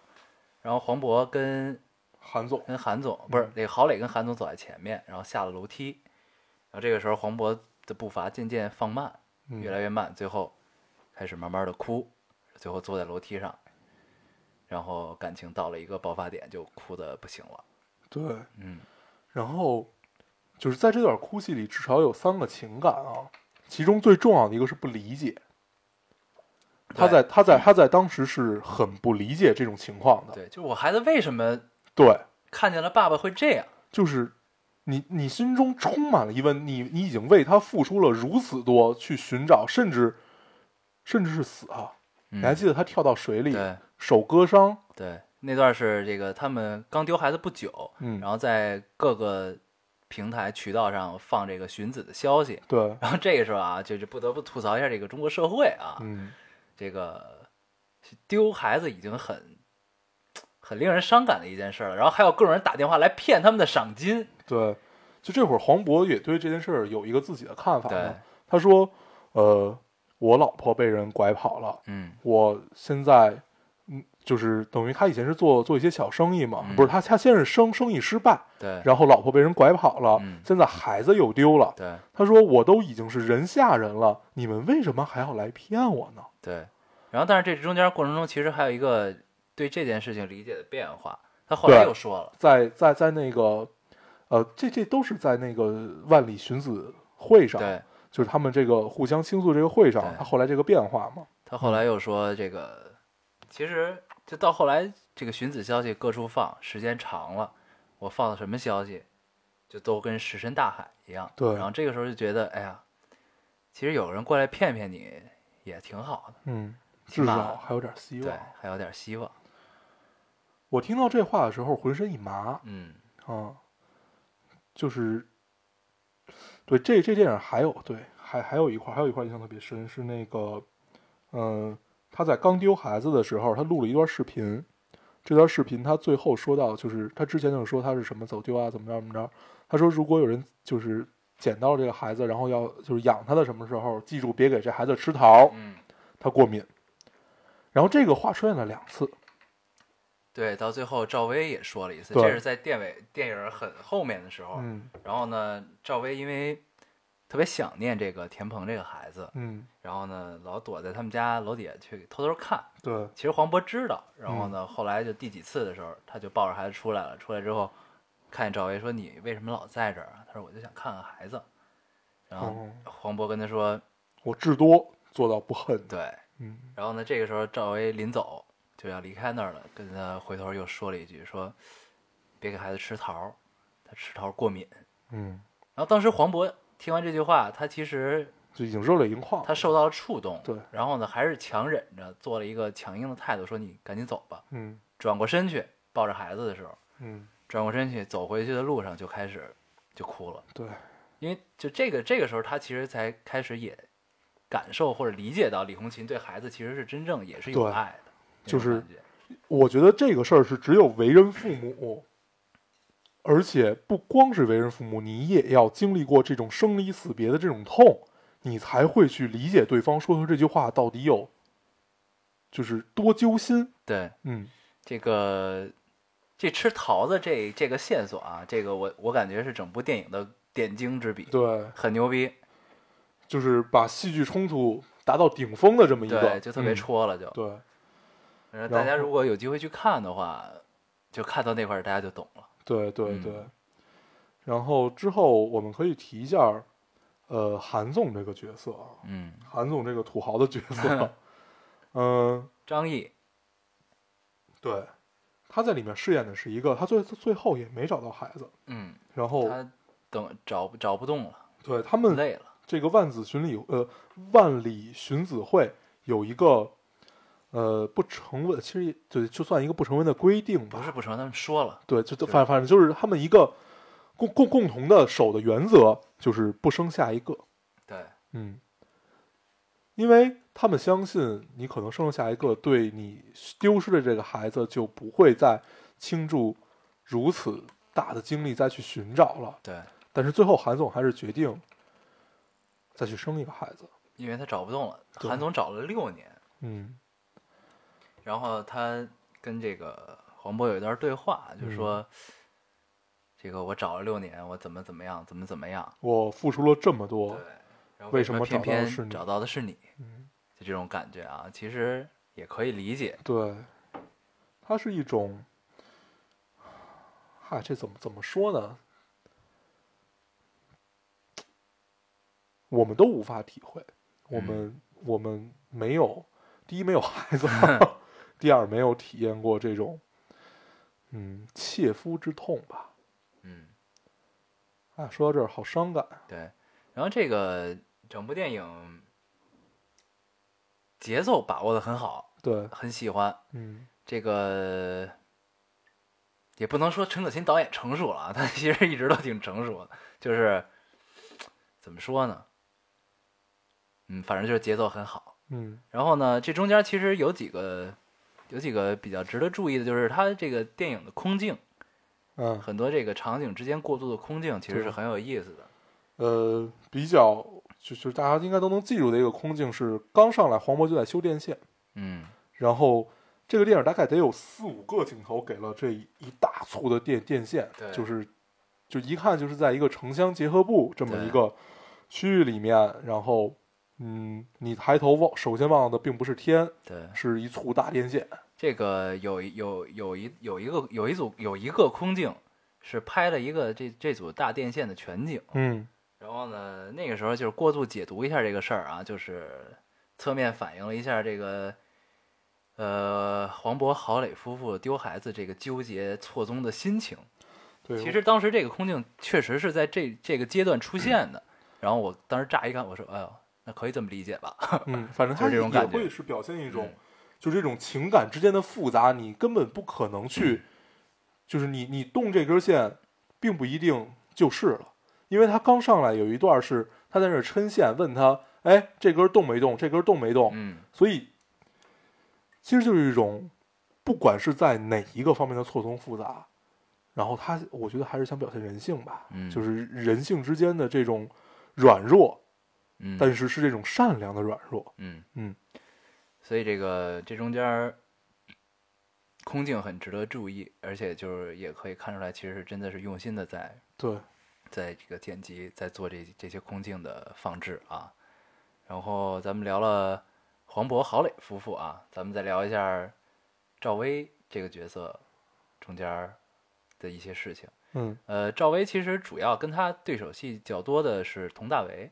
A: 然后黄渤跟
B: 韩总
A: 跟韩总不是那个郝磊跟韩总走在前面，然后下了楼梯，然后这个时候黄渤的步伐渐渐放慢，
B: 嗯
A: 越来越慢，最后开始慢慢的哭，最后坐在楼梯上，然后感情到了一个爆发点，就哭的不行了。
B: 对，
A: 嗯
B: 然后就是在这段哭戏里，至少有三个情感啊，其中最重要的一个是不理解。他在
A: 对
B: 他在他在当时是很不理解这种情况的，
A: 对，就是我孩子为什么
B: 对，
A: 看见了爸爸会这样？
B: 就是你你心中充满了疑问，你你已经为他付出了如此多，去寻找，甚至甚至是死啊！
A: 嗯
B: 你还记得他跳到水里，
A: 对
B: 手割伤，
A: 对，那段是这个他们刚丢孩子不久，
B: 嗯
A: 然后在各个平台渠道上放这个寻子的消息。
B: 对，
A: 然后这个时候啊，就是不得不吐槽一下这个中国社会啊，
B: 嗯，
A: 这个丢孩子已经很很令人伤感的一件事了，然后还有各种人打电话来骗他们的赏金。
B: 对，就这会儿黄渤也对这件事儿有一个自己的看法
A: 对
B: 呢，他说，呃，我老婆被人拐跑了，
A: 嗯
B: 我现在。嗯，就是等于他以前是做做一些小生意嘛，
A: 嗯
B: 不是他他先是生生意失败，
A: 对
B: 然后老婆被人拐跑了，
A: 嗯
B: 现在孩子又丢了，
A: 对
B: 他说：“我都已经是人下人了，你们为什么还要来骗我呢
A: 对，然后但是这中间过程中，其实还有一个对这件事情理解的变化。他后来
B: 对
A: 又说了？”，
B: 在在在那个，呃，这这都是在那个万里寻子会上，
A: 对
B: 就是啊他们这个互相倾诉这个会上
A: 对，
B: 他后来这个变化嘛，
A: 他后来又说这个，其实就到后来这个寻子消息各处放，时间长了，我放的什么消息，就都跟石沉大海一样。
B: 对
A: 然后这个时候就觉得，哎呀，其实有人过来骗骗你也挺好的，
B: 嗯，
A: 起
B: 至
A: 码
B: 少还有点希
A: 对
B: 望。，
A: 还有点希望。
B: 我听到这话的时候，浑身一麻
A: 嗯，
B: 啊，就是，对，这这电影还有对，还还有一块，还有一块印象特别深是那个，嗯、他在刚丢孩子的时候，他录了一段视频。这段视频他最后说到，就是他之前就是说他是什么走丢啊，怎么着怎么着。他说如果有人就是捡到了这个孩子，然后要就是养他的什么时候，记住别给这孩子吃桃，
A: 嗯，
B: 他过敏。然后这个话出现了两次，
A: 对，到最后赵薇也说了一次，
B: 对
A: 这是在电尾电影很后面的时候。
B: 嗯
A: 然后呢，赵薇因为特别想念这个田鹏这个孩子，
B: 嗯，
A: 然后呢老躲在他们家楼底下去偷偷看。
B: 对，
A: 其实黄渤知道，然后
B: 嗯
A: 呢，后来就第几次的时候，他就抱着孩子出来了。出来之后，看见赵薇说：“你为什么老在这儿啊？”他说：“我就想看看孩子。”然后
B: 哦
A: 黄渤跟他说
B: 我至多做到不恨：“。
A: 对。
B: 嗯”
A: 然后呢，这个时候赵薇临走就要离开那儿了，跟他回头又说了一句：“说别给孩子吃桃，他吃桃过敏。
B: 嗯，”
A: 然后当时黄渤听完这句话，他其实
B: 就已经热泪盈眶了。
A: 他受到了触动，
B: 哦对
A: 然后呢，还是强忍着做了一个强硬的态度，说：“你赶紧走吧。”
B: 嗯
A: 转过身去抱着孩子的时候，
B: 嗯，
A: 转过身去走回去的路上就开始就哭了，
B: 对
A: 因为就这个这个时候他其实才开始也感受或者理解到李红琴对孩子其实是真正也是有
B: 对
A: 爱的那种
B: 就是
A: 感觉，
B: 我觉得这个事儿是只有为人父母，而且不光是为人父母，你也要经历过这种生离死别的这种痛，你才会去理解对方说出这句话到底有，就是多揪心。
A: 对
B: 嗯
A: 这个这吃桃子这这个线索啊，这个我我感觉是整部电影的点睛之笔，
B: 对，
A: 很牛逼，
B: 就是把戏剧冲突达到顶峰的这么一个，
A: 对，就特别
B: 嗯。
A: 戳了就，
B: 对
A: 然后
B: 然
A: 大家
B: 后
A: 如果有机会去看的话，就看到那块儿大家就懂了，
B: 对对
A: 嗯
B: 对。然后之后我们可以提一下，呃，韩总这个角色啊，
A: 嗯，
B: 韩总这个 土啊豪的角色，嗯、
A: 张译
B: 对，他在里面饰演的是一个，他最最后也没找到孩子，
A: 嗯，
B: 然后
A: 他等找不找不动了，
B: 对他们
A: 累了，
B: 这个万子巡礼呃万里巡子会有一个呃不成文，其实也对就算一个不成文的规定
A: 不
B: 吧，
A: 是不成，他们说了，
B: 对，就就
A: 对
B: 反反正就是他们一个共共共同的守的原则就是不生下一个，
A: 对，
B: 嗯，因为他们相信你可能生了下一个，对你丢失的这个孩子就不会再倾注如此大的精力再去寻找了。
A: 对，
B: 但是最后韩总还是决定再去生一个孩子，
A: 因为他找不动了，
B: 对
A: 韩总找了六年，
B: 嗯
A: 然后他跟这个黄渤有一段对话，就
B: 嗯
A: 说、这个我找了六年，我怎么怎么样，怎么怎么样，
B: 我付出了这么多
A: 对，，然后
B: 哦为什么
A: 偏
B: 找到的
A: 偏
B: 是你
A: 找到的是你，
B: 嗯，
A: 就这种感觉啊，其实也可以理解，
B: 对，它是一种，嗨，这怎么怎么说呢？我们都无法体会，我们、我们没有，第一没有孩子，第二没有体验过这种，嗯，切肤之痛吧。
A: 嗯，
B: 啊，说到这儿好伤感啊，
A: 对。然后这个整部电影节奏把握的很好，
B: 对，
A: 很喜欢。
B: 嗯，
A: 这个也不能说陈可辛导演成熟了啊，他其实一直都挺成熟的，就是怎么说呢？嗯，反正就是节奏很好。
B: 嗯，
A: 然后呢，这中间其实有几个有几个比较值得注意的，就是它这个电影的空镜，
B: 嗯，
A: 很多这个场景之间过渡的空镜，其实是
B: 对
A: 很有意思的。
B: 呃，比较就就是大家应该都能记住的一个空镜是，刚上来黄渤就在修电线，
A: 嗯，
B: 然后这个电影大概得有四五个镜头给了这一大簇的电电线
A: 对，
B: 就是就一看就是在一个城乡结合部这么
A: 对
B: 一个区域里面，然后嗯，你抬头望，首先望到的并不是天，
A: 对，
B: 是一簇大电线，
A: 这个有一有有一有一个有一组有一个空镜是拍了一个这这组大电线的全景。
B: 嗯
A: 然后呢，那个时候就是过度解读一下这个事儿啊，就是侧面反映了一下这个，呃，黄渤、郝蕾夫妇丢孩子这个纠结错综的心情。
B: 对，
A: 其实当时这个空镜确实是在这这个阶段出现的。然后我当时乍一看，我说：“哎呦，那可以这么理解吧
B: 嗯，反正
A: 就
B: 它
A: 是这种
B: 也
A: 感觉
B: 会是表现一种
A: 嗯，
B: 就这种情感之间的复杂，你根本不可能
A: 嗯
B: 去，就是你你动这根线，并不一定就是了，因为他刚上来有一段是他在那儿抻线，问他，哎，这根动没动？这根动没？”动？
A: 嗯，
B: 所以，其实就是一种，不管是在哪一个方面的错综复杂，然后他我觉得还是想表现人性吧，
A: 嗯
B: 就是人性之间的这种软弱，
A: 嗯，
B: 但是是这种善良的软弱，
A: 嗯
B: 嗯。
A: 所以这个这中间儿空镜很值得注意，而且就是也可以看出来，其实是真的是用心的在
B: 对，
A: 在这个剪辑，在做这这些空镜的放置啊。然后咱们聊了黄渤、郝蕾夫妇啊，咱们再聊一下赵薇这个角色中间儿的一些事情。
B: 嗯，
A: 呃，赵薇其实主要跟她对手戏较多的是佟大为，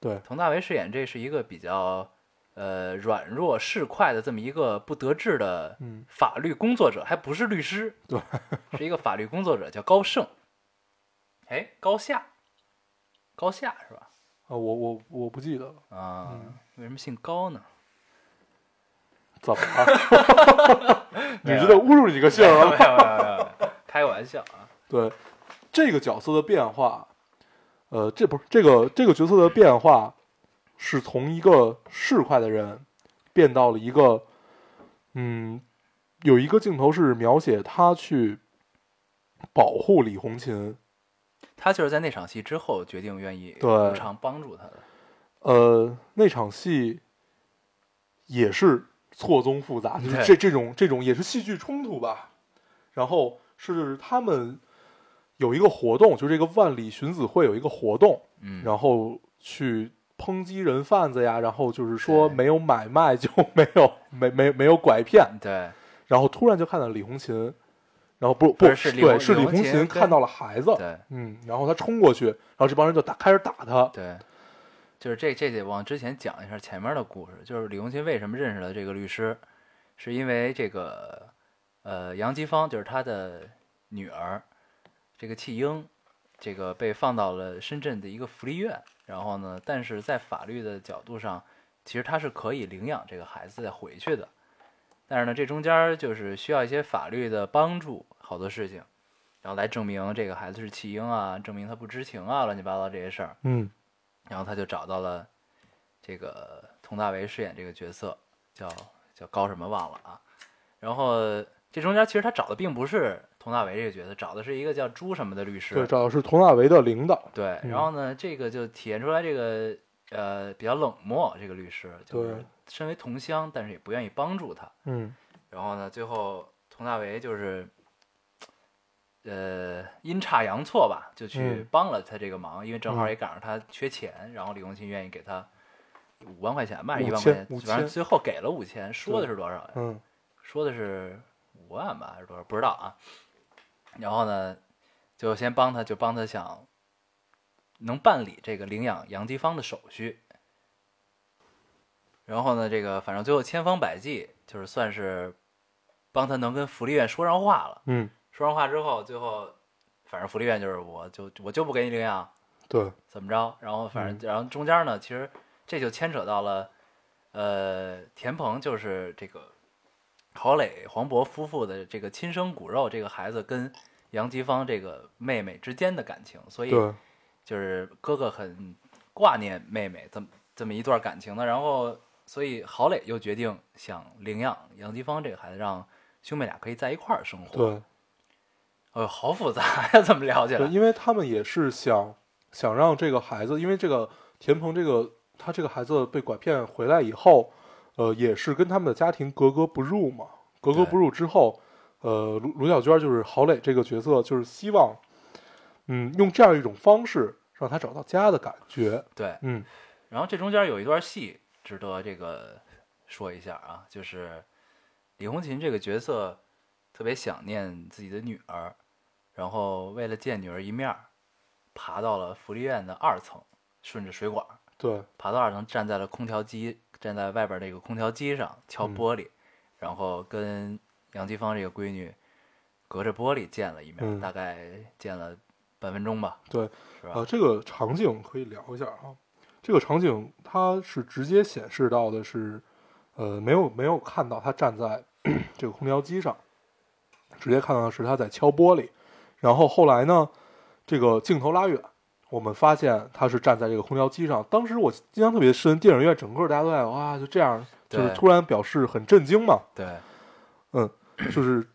B: 对，
A: 佟大为饰演这是一个比较呃软弱市侩的这么一个不得志的
B: 嗯
A: 法律工作者，还不是律师，
B: 对，
A: 是一个法律工作者叫高盛，哎，高夏，高夏是吧？
B: 啊，我我我不记得了，
A: 啊，
B: 嗯
A: 为什么姓高呢？
B: 怎么了？ 你是在侮辱你个姓儿啊？
A: 没有没有没有，没有开个玩笑啊，
B: 对，这个角色的变化，呃，这不是这个这个角色的变化，是从一个市侩的人变到了一个，嗯，有一个镜头是描写他去保护李红琴，
A: 他就是在那场戏之后决定愿意
B: 对
A: 无偿帮助他的，
B: 呃，那场戏也是错综复杂，就是
A: 对
B: 这这种这种也是戏剧冲突吧。然后是他们有一个活动，就是这个万里巡子会有一个活动，
A: 嗯，
B: 然后去抨击人贩子呀，然后就是说
A: 对
B: 没有买卖就没有没没没有拐骗，
A: 对，
B: 然后突然就看到李红琴，然后不不
A: 是李
B: 对
A: 红
B: 是
A: 李
B: 李
A: 红
B: 红
A: 琴
B: 琴
A: 跟
B: 看到了孩子，
A: 对
B: 嗯，然后他冲过去，然后这帮人就打开始打他，
A: 对，就是这这得往之前讲一下前面的故事，就是李红琴为什么认识了这个律师，是因为这个呃，杨吉芳就是他的女儿，这个弃婴，这个被放到了深圳的一个福利院。然后呢，但是在法律的角度上，其实他是可以领养这个孩子再回去的。但是呢，这中间儿就是需要一些法律的帮助，好多事情，然后来证明这个孩子是弃婴啊，证明他不知情啊，乱七八糟这些事儿。
B: 嗯
A: 然后他就找到了这个佟大为饰演这个角色，叫叫高什么忘了啊。然后这中间其实他找的并不是佟大为这个角色，找的是一个叫朱什么的律师。
B: 对，找的是佟大为的领导，
A: 对，
B: 嗯
A: 然后呢，这个就体现出来这个呃比较冷漠这个律师，就是
B: 对
A: 身为同乡，但是也不愿意帮助他。
B: 嗯
A: 然后呢，最后佟大为就是，呃，阴差阳错吧，就去
B: 嗯
A: 帮了他这个忙，因为正好
B: 嗯
A: 也赶上他缺钱，然后李红琴愿意给他五万块钱吧，还是
B: 五
A: 一万块钱，
B: 千五
A: 反正
B: 千
A: 最后给了五千，说的
B: 对
A: 是多少呀？
B: 嗯
A: 说的是五万吧，还是多少？不知道啊。然后呢，就先帮他，就帮他想能办理这个领养杨吉芳的手续。然后呢，这个反正最后千方百计，就是算是帮他能跟福利院说上话了。
B: 嗯，
A: 说上话之后，最后反正福利院就是我就我就不给你领养，
B: 对，
A: 怎么着？然后反
B: 嗯
A: 正，然后中间呢，其实这就牵扯到了，呃，田鹏就是这个郝磊、黄渤夫妇的这个亲生骨肉，这个孩子跟杨吉芳这个妹妹之间的感情，所以
B: 对，
A: 就是哥哥很挂念妹妹，这么这么一段感情呢。然后，所以郝磊又决定想领养杨吉芳这个孩子，让兄妹俩可以在一块儿生活。，
B: 对，
A: 哦，好复杂呀，怎么聊起
B: 对，
A: 来？
B: 因为他们也是想想让这个孩子，因为这个田鹏这个他这个孩子被拐骗回来以后，呃，也是跟他们的家庭格格不入嘛。格格不入之后，呃，卢卢小娟就是郝磊这个角色，就是希望，嗯，用这样一种方式让他找到家的感觉。
A: 对，
B: 嗯
A: 然后这中间有一段戏值得这个说一下啊，就是李红琴这个角色特别想念自己的女儿，然后为了见女儿一面儿，爬到了福利院的二层，顺着水管儿
B: 对，
A: 爬到二层，站在了空调机，站在外边那个空调机上敲
B: 嗯
A: 玻璃，然后跟杨继芳这个闺女隔着玻璃见了一面儿，
B: 嗯
A: 大概见了半分钟吧，
B: 对，
A: 是吧？
B: 啊，这个场景可以聊一下啊。这个场景它是直接显示到的是，呃，没有没有看到他站在 这个空调机上，直接看到的是他在敲玻璃。然后后来呢，这个镜头拉远，我们发现他是站在这个空调机上。当时我印象特别深，电影院整个大家都在哇，就这样，就是
A: 对
B: 突然表示很震惊嘛。
A: 对，
B: 嗯，就是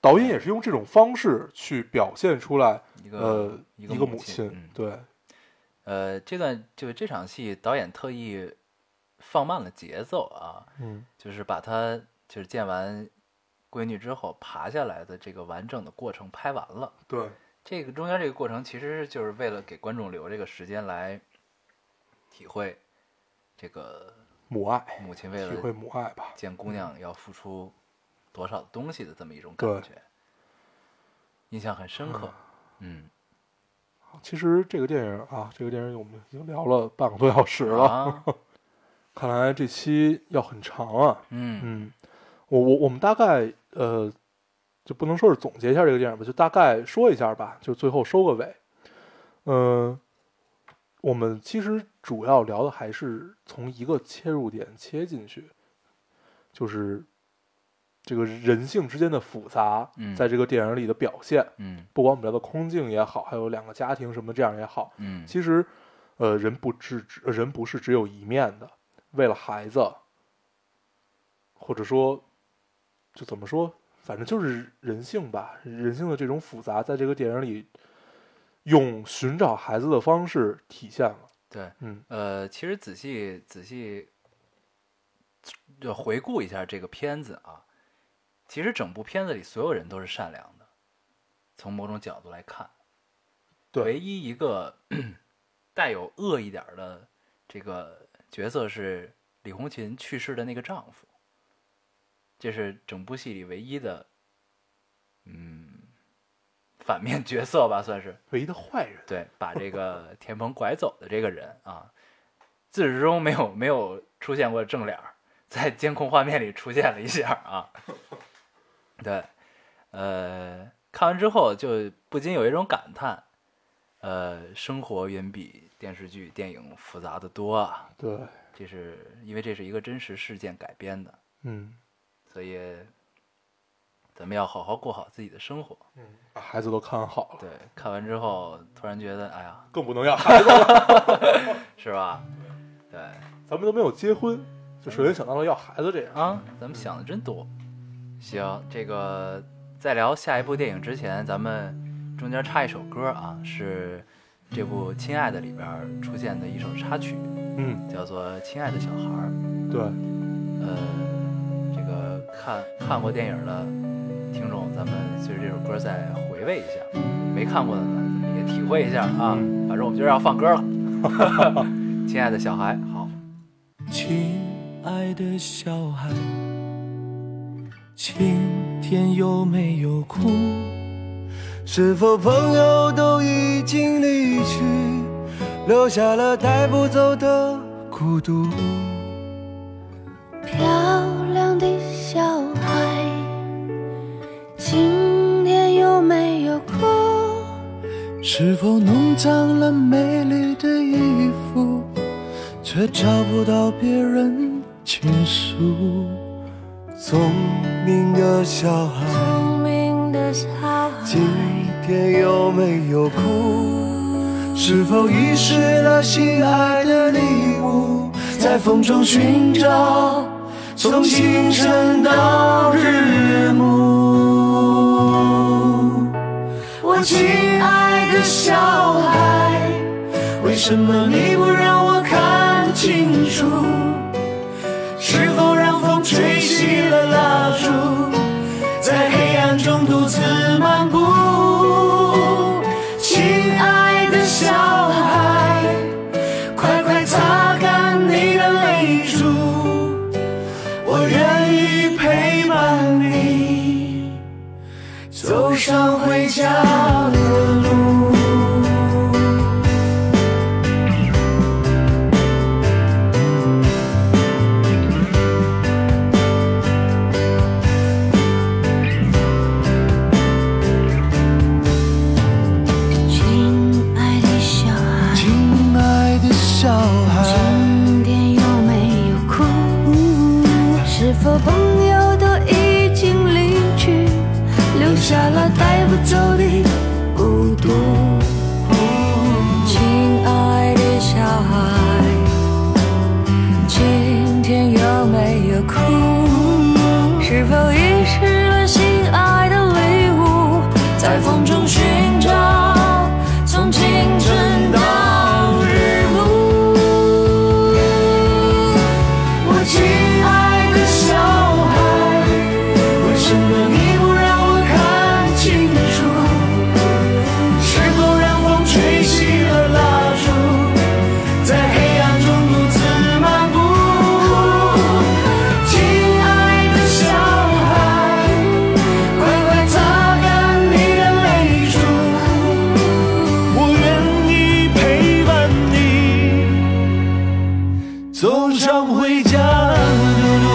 B: 导演也是用这种方式去表现出来，
A: 一个、
B: 呃，
A: 一
B: 一
A: 个
B: 个母
A: 亲，嗯
B: 亲，对。
A: 呃，这段就是这场戏，导演特意放慢了节奏啊，
B: 嗯
A: 就是把她就是见完闺女之后爬下来的这个完整的过程拍完了。，
B: 对，
A: 这个中间这个过程其实就是为了给观众留这个时间来体会这个
B: 母爱，
A: 母亲为
B: 体会
A: 了
B: 母爱吧。
A: 见姑娘要付出多少东西的这么一种
B: 对
A: 感觉，印象很深刻。嗯，
B: 其实这个电影啊，这个电影我们已经聊了半个多小时了，
A: 啊，
B: 看来这期要很长啊。
A: 嗯，
B: 嗯，我我我们大概呃，就不能说是总结一下这个电影吧，就大概说一下吧，就最后收个尾。嗯、我们其实主要聊的还是从一个切入点切进去，就是这个人性之间的复杂
A: 嗯，
B: 在这个电影里的表现。
A: 嗯，
B: 不管我们聊的空境也好，还有两个家庭什么这样也好，
A: 嗯，
B: 其实，呃，人不只只呃人不是只有一面的。为了孩子，或者说，就怎么说，反正就是人性吧，人性的这种复杂，在这个电影里，用寻找孩子的方式体现了。
A: 对。
B: 嗯
A: 呃，其实仔细仔细就回顾一下这个片子啊，其实整部片子里所有人都是善良的，从某种角度来看，
B: 对
A: 唯一一个 带有恶一点儿的这个角色是李红琴去世的那个丈夫，这是整部戏里唯一的，嗯，反面角色吧，算是。
B: 唯一的坏人，
A: 对，把这个田鹏拐走的这个人啊，自始至终没有没有出现过正脸儿，在监控画面里出现了一下儿啊。对，呃，看完之后就不禁有一种感叹，呃，生活远比电视剧、电影复杂的多啊。
B: 对，
A: 这是因为这是一个真实事件改编的，
B: 嗯，
A: 所以咱们要好好过好自己的生活。
B: 把孩子都看好了，
A: 对，看完之后突然觉得，哎呀，
B: 更不能 要孩子，
A: 是吧？对
B: 咱们都没有结婚，就首先想到了要孩子这样。
A: 啊，咱们想的真多。行，这个在聊下一部电影之前，咱们中间插一首歌啊，是这部《亲爱的》里边儿出现的一首插曲，
B: 嗯，
A: 叫做《亲爱的小孩儿》。
B: 对，
A: 呃，这个看看过电影的听众，咱们随着这首歌再回味一下；没看过的呢，咱们也体会一下啊。反正我们就是要放歌了。 亲爱的小孩，好，
C: 亲爱的小孩，今天有没有哭？是否朋友都已经离去，留下了带不走的孤独？
D: 漂亮的小孩，今天有没有哭？
C: 是否弄脏了美丽的衣服，却找不到别人倾诉？聪明的小孩。
D: 聪明的小
C: 今
D: 孩，
C: 天有没有哭？是否遗失了心爱的礼物？在风中寻找，从清晨到日暮。我亲爱的小孩，为什么你不让我看清楚？是否让风吹熄了蜡烛？在黑暗中独自漫步。亲爱的小孩，快快擦干你的泪珠，我愿意陪伴你走上回家的路。
D: 亲爱的小孩，
C: 亲爱的小孩，
D: 今天有没有哭？是否朋友都已经离去，留下了带不走的孤独？亲爱的小孩，今天有没有哭？是否遗失了心爱的礼物，在风中寻找，从清晨到日暮。我亲爱的小孩，为什么你不让我看清楚？是否让风吹熄了蜡烛，在黑暗中独自漫步？亲爱的小孩，快快擦干你的泪珠，我愿意陪伴你走上回家的路。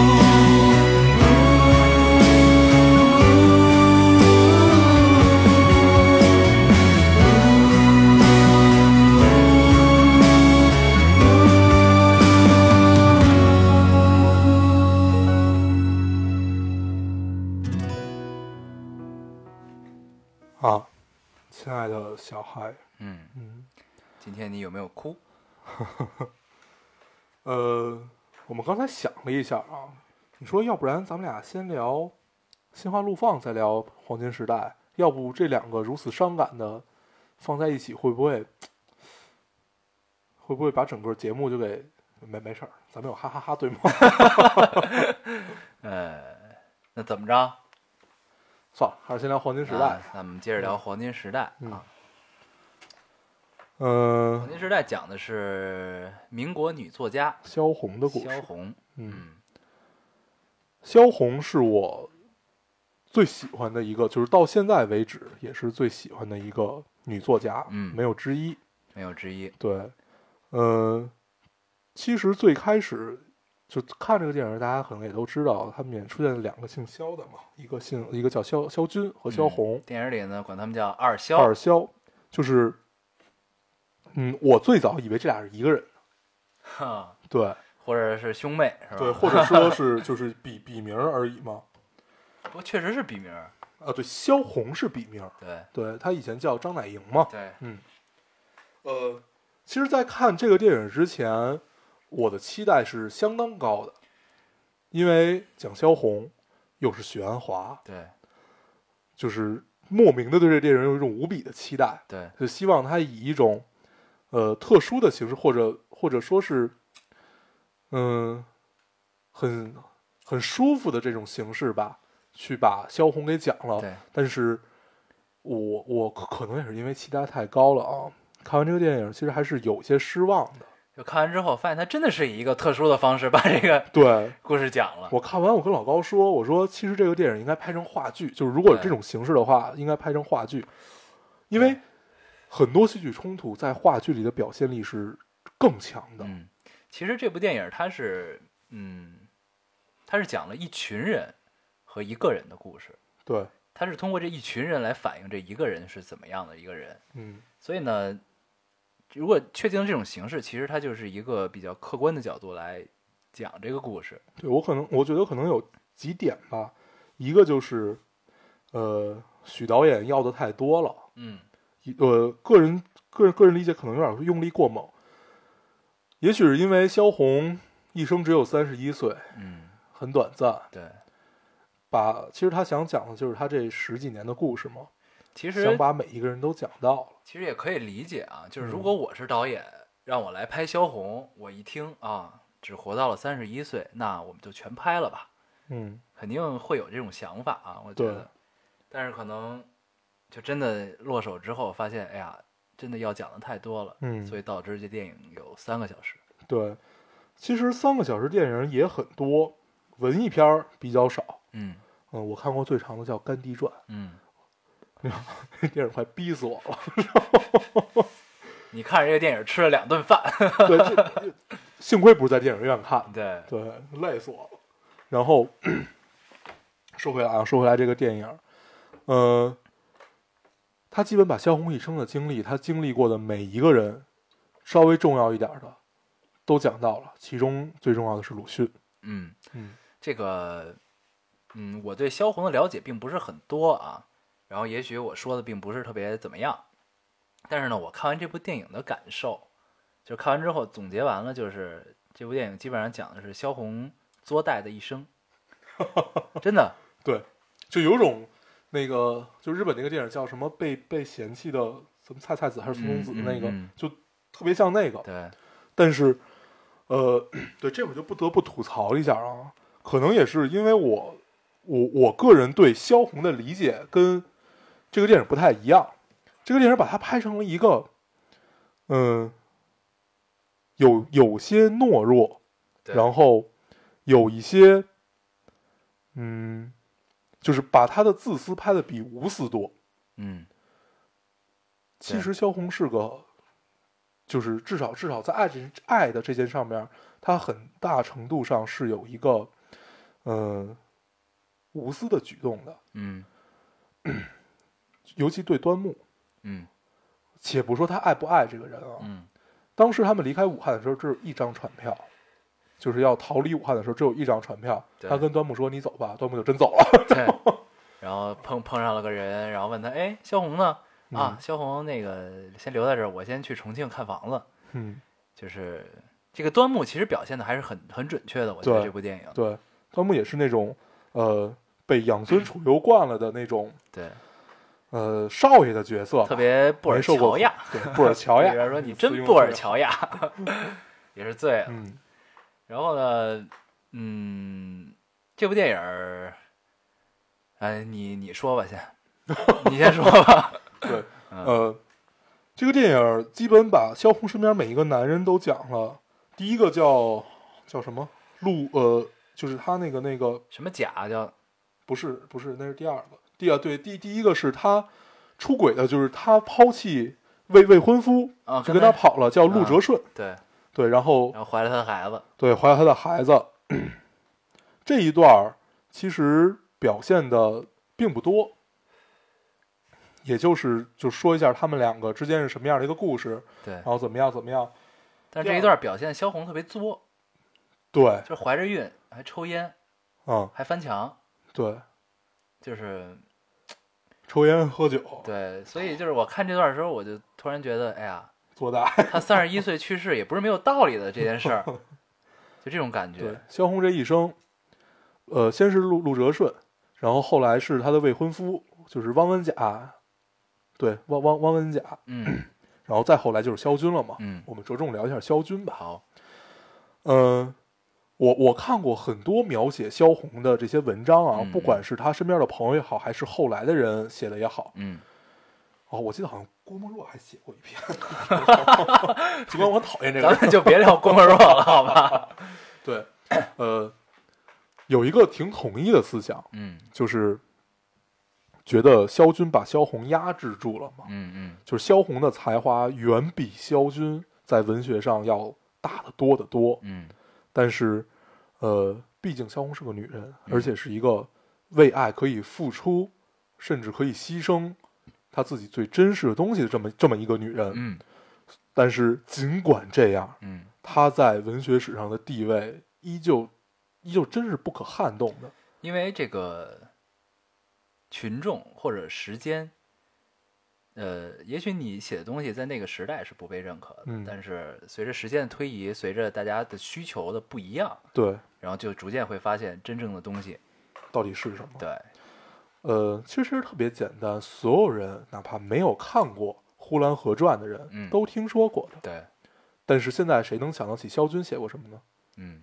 B: 啊，亲爱的小孩，
A: 嗯今天你有没有哭？
B: 呃，我们刚才想了一下啊，你说要不然咱们俩先聊《心花怒放》，再聊《黄金时代》，要不这两个如此伤感的放在一起，会不会会不会把整个节目就给没没事儿？咱们有哈哈哈对吗？
A: 呃，那怎么着？
B: 算了，还是先聊《黄金时代》
A: 啊咱们接着聊黄金时代
B: 嗯
A: 啊。
B: 嗯、
A: 黄金时代讲的是民国女作家
B: 萧红的故
A: 萧
B: 事。
A: 红，
B: 嗯，
A: 嗯
B: 萧红是我最喜欢的一个，就是到现在为止也是最喜欢的一个女作家，
A: 嗯
B: 没有之一。
A: 没有之一。
B: 对，呃，其实最开始就看这个电影，大家可能也都知道，他们里面出现了两个姓肖的嘛，一个姓一个叫肖肖军和肖红，
A: 嗯电影里呢，管他们叫二肖。
B: 二肖就是，嗯，我最早以为这俩是一个人，
A: 哈，
B: 对
A: 或者是兄妹是吧？
B: 对，或者说是就是笔笔名而已嘛，
A: 不过确实是笔名儿，
B: 啊，对，肖红是笔名，
A: 对
B: 对他以前叫张乃莹嘛，
A: 对，
B: 嗯，呃，其实，在看这个电影之前，我的期待是相当高的，因为蒋萧红又是许鞍华，
A: 对
B: 就是莫名的对这电影有一种无比的期待，
A: 对
B: 就希望他以一种呃特殊的形式，或者或者说是嗯、很很舒服的这种形式吧，去把萧红给讲了。
A: 对，
B: 但是我我可可能也是因为期待太高了啊，看完这个电影其实还是有些失望的。
A: 就看完之后发现他真的是以一个特殊的方式把这个
B: 对
A: 故事讲了。
B: 我看完，我跟老高说，我说其实这个电影应该拍成话剧，就是如果有
A: 对
B: 这种形式的话，应该拍成话剧，因为很多戏剧冲突在话剧里的表现力是更强的。
A: 嗯，其实这部电影它是，嗯，它是讲了一群人和一个人的故事，
B: 对，
A: 它是通过这一群人来反映这一个人是怎么样的一个人。
B: 嗯，
A: 所以呢，如果确定这种形式，其实它就是一个比较客观的角度来讲这个故事。
B: 对我可能我觉得可能有几点吧，一个就是，呃，许导演要的太多了。
A: 嗯，
B: 一呃，个人个个人理解可能有点用力过猛，也许是因为萧红一生只有三十一岁，
A: 嗯，
B: 很短暂。
A: 对。
B: 把其实他想讲的就是他这十几年的故事嘛，
A: 其实
B: 想把每一个人都讲到了。
A: 其实也可以理解啊，就是如果我是导演，让我来拍萧红，我一听啊，只活到了三十一岁，那我们就全拍了吧，
B: 嗯，
A: 肯定会有这种想法啊，我觉
B: 对
A: 得。但是可能就真的落手之后，发现哎呀，真的要讲的太多了，
B: 嗯
A: 所以导致这电影有三个小时。
B: 对。其实三个小时电影也很多，文艺片儿比较少。
A: 嗯
B: 嗯，我看过最长的叫《甘地传》，
A: 嗯，
B: 那电影快逼死我了。
A: 你看着这个电影吃了两顿饭，
B: 对，这幸亏不是在电影院看的。
A: 对，
B: 对，累死我了。然后说回来啊，说回来这个电影，呃，他基本把萧红一生的经历，他经历过的每一个人，稍微重要一点的都讲到了，其中最重要的是鲁迅。
A: 嗯
B: 嗯，
A: 这个，嗯，我对萧红的了解并不是很多啊，然后也许我说的并不是特别怎么样，但是呢，我看完这部电影的感受，就是看完之后总结完了，就是这部电影基本上讲的是萧红作带的一生， 真的，
B: 对，就有种那个，就日本那个电影叫什么被被嫌弃的什么菜菜子还是松松子的那个，
A: 嗯嗯嗯
B: 就特别像那个。
A: 对，
B: 但是，呃， 对，这我就不得不吐槽一下啊，可能也是因为我我我个人对萧红的理解跟这个电影不太一样，这个电影把它拍成了一个，嗯、有有些懦弱，
A: 对
B: 然后有一些，嗯，就是把他的自私拍的比无私多。
A: 嗯，
B: 其
A: 对
B: 实萧红是个，就是至少至少在爱这爱的这件上面，她很大程度上是有一个，呃，无私的举动的，
A: 嗯，
B: 尤其对端木。
A: 嗯，
B: 且不说他爱不爱这个人啊，
A: 嗯，
B: 当时他们离开武汉的时候只有一张船票，就是要逃离武汉的时候只有一张船票。
A: 对
B: 他跟端木说：“你走吧。”端木就真走了。
A: 对， 然后碰碰上了个人，然后问他，哎，萧红呢？啊，萧红那个先留在这儿，我先去重庆看房子。
B: 嗯，
A: 就是这个端木其实表现的还是很很准确的，我觉得
B: 对
A: 这部电影
B: 对，端木也是那种呃被养尊处优惯了的那种
A: 对
B: 呃少爷的角色吧，
A: 特别布尔
B: 没受
A: 乔
B: 过
A: 亚，
B: 对，布尔 乔
A: 里
B: 亚
A: 边说你真
B: 用
A: 布
B: 特
A: 尔
B: 别
A: 乔亚， 也是醉了。
B: 嗯，
A: 然后呢，嗯，这部电影儿，哎，你你说吧先，你先说吧。
B: 对，呃，这个电影基本把萧红身边每一个男人都讲了。第一个叫叫什么陆呃，就是他那个那个
A: 什么甲叫
B: 不是不是，那是第二个。第啊对，第第一个是他出轨的，就是他抛弃未未婚夫，
A: 啊？
B: 就
A: 跟
B: 跟他跑了，叫陆
A: 啊
B: 哲顺。
A: 对，
B: 对，然后
A: 然后怀了他的孩子，
B: 对怀了他的孩子，这一段儿其实表现的并不多，也就是就说一下他们两个之间是什么样的一个故事，
A: 对
B: 然，后怎么样怎么样。
A: 但这一段表现萧红特别作，
B: 对，
A: 就是怀着孕，还抽烟，
B: 嗯，
A: 还翻墙，
B: 对，
A: 就是
B: 抽烟喝酒
A: 对，所以就是我看这段的时候，我就突然觉得，哎呀，
B: 做大。
A: 他三十一岁去世也不是没有道理的这件事儿，就这种感
B: 对
A: 觉。，
B: 萧红这一生，呃，先是陆陆哲顺，然后后来是她的未婚夫，就是汪文甲，对，汪汪汪文甲，
A: 嗯
B: 然后再后来就是萧军了嘛。
A: 嗯，
B: 我们着重聊一下萧军吧。
A: 好，
B: 嗯，我我看过很多描写萧红的这些文章啊，
A: 嗯
B: 不管是她身边的朋友也好，还是后来的人写的也好。
A: 嗯，
B: 哦，我记得好像郭沫若还写过一篇， 尽管我讨厌这个人
A: 咱，们就别聊郭沫若了，好吧？
B: 对，呃，有一个挺统一的思想，
A: 嗯
B: 就是觉得萧军把萧红压制住了嘛，
A: 嗯嗯，
B: 就是萧红的才华远比萧军在文学上要大得多得多。
A: 嗯，
B: 但是，呃，毕竟萧红是个女人，
A: 嗯
B: 而且是一个为爱可以付出，甚至可以牺牲她自己最珍视的东西的这么这么一个女人。
A: 嗯
B: 但是，尽管这样，
A: 嗯，
B: 她在文学史上的地位依旧依旧真是不可撼动的。
A: 因为这个群众或者时间，呃，也许你写的东西在那个时代是不被认可的，
B: 嗯
A: 但是随着时间的推移，随着大家的需求的不一样，
B: 对，
A: 然后就逐渐会发现真正的东西。
B: 到底是什么？
A: 对，
B: 呃，其实特别简单，所有人哪怕没有看过《呼兰河传》的人、
A: 嗯
B: 都听说过的。
A: 对，
B: 但是现在谁能想得起萧军写过什么呢？
A: 嗯，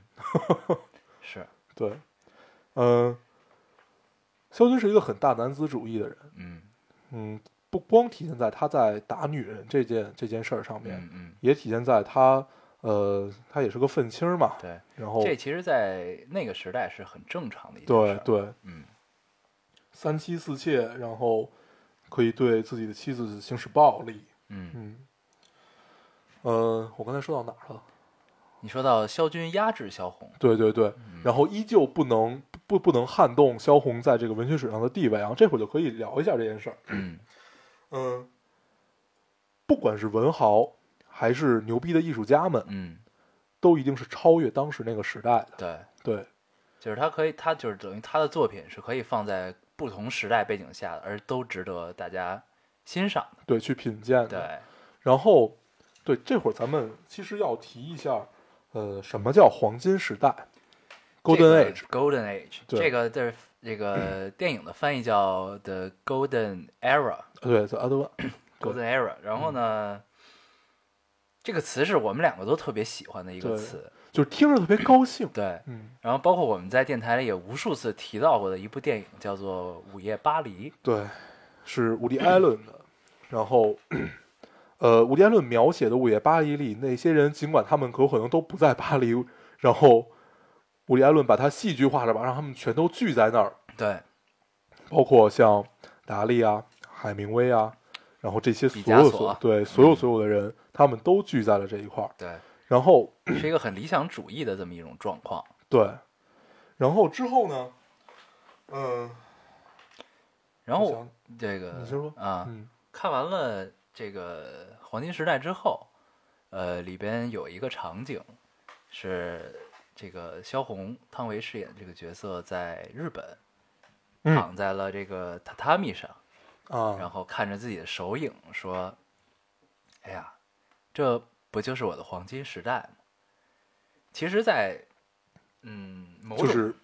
A: 是，
B: 对，呃，萧军是一个很大男子主义的人，
A: 嗯
B: 嗯，不光体现在他在打女人这件这件事儿上面，
A: 嗯嗯，
B: 也体现在他呃，他也是个愤青儿嘛，
A: 对，
B: 然后
A: 这其实，在那个时代是很正常的一件
B: 哦对
A: 事。，
B: 对
A: 嗯
B: 三妻四妾，然后可以对自己的妻子行使暴力，
A: 嗯，
B: 嗯，呃，我刚才说到哪儿了？
A: 你说到萧军压制萧红，
B: 对对对，
A: 嗯
B: 然后依旧不能不不能撼动萧红在这个文学史上的地位啊。这会儿就可以聊一下这件事儿。
A: 嗯
B: 嗯，不管是文豪还是牛逼的艺术家们，
A: 嗯，
B: 都一定是超越当时那个时代的。
A: 对，
B: 对
A: 就是他可以，他就是等于他的作品是可以放在不同时代背景下的，而都值得大家欣赏的。
B: 对，去品鉴的。
A: 对，
B: 然后，对，这会儿咱们其实要提一下，呃，什么叫黄金时代？Golden Age，
A: Golden Age，
B: 对
A: 这个这这 个电影的翻译叫 The Golden Era。
B: 对，The 呃 Other One，对嗯
A: Golden Era。然后呢，这个词是我们两个都特别喜欢的一个
B: 对
A: 词，
B: 就是听着特别高兴。
A: 对。
B: 嗯，
A: 然后包括我们在电台里也无数次提到过的一部电影，叫做《午夜巴黎》。
B: 对，是伍迪·艾伦的。然后，呃，伍迪·艾伦描写的《午夜巴黎》里那些人，尽管他们有可能都不在巴黎，然后伍迪·艾伦把它戏剧化了吧，让他们全都聚在那儿，
A: 对，
B: 包括像达利啊、海明威啊，然后这些所有
A: 毕加
B: 所
A: 索啊
B: 对所有所有的人，他们都聚在了这一块儿。
A: 对，
B: 然后
A: 是一个很理想主义的这么一种状况。
B: 对，然后之后呢，嗯、
A: 然
B: 我
A: 后
B: 想
A: 这个
B: 你先说
A: 啊，
B: 嗯
A: 看完了这个黄金时代之后，呃，里边有一个场景是这个萧红汤唯饰演的这个角色在日本
B: 嗯
A: 躺在了这个榻榻米上，然
B: 啊，
A: 后看着自己的手影说：“哎呀，这不就是我的黄金时代吗？”其实在，嗯，某种
B: 就是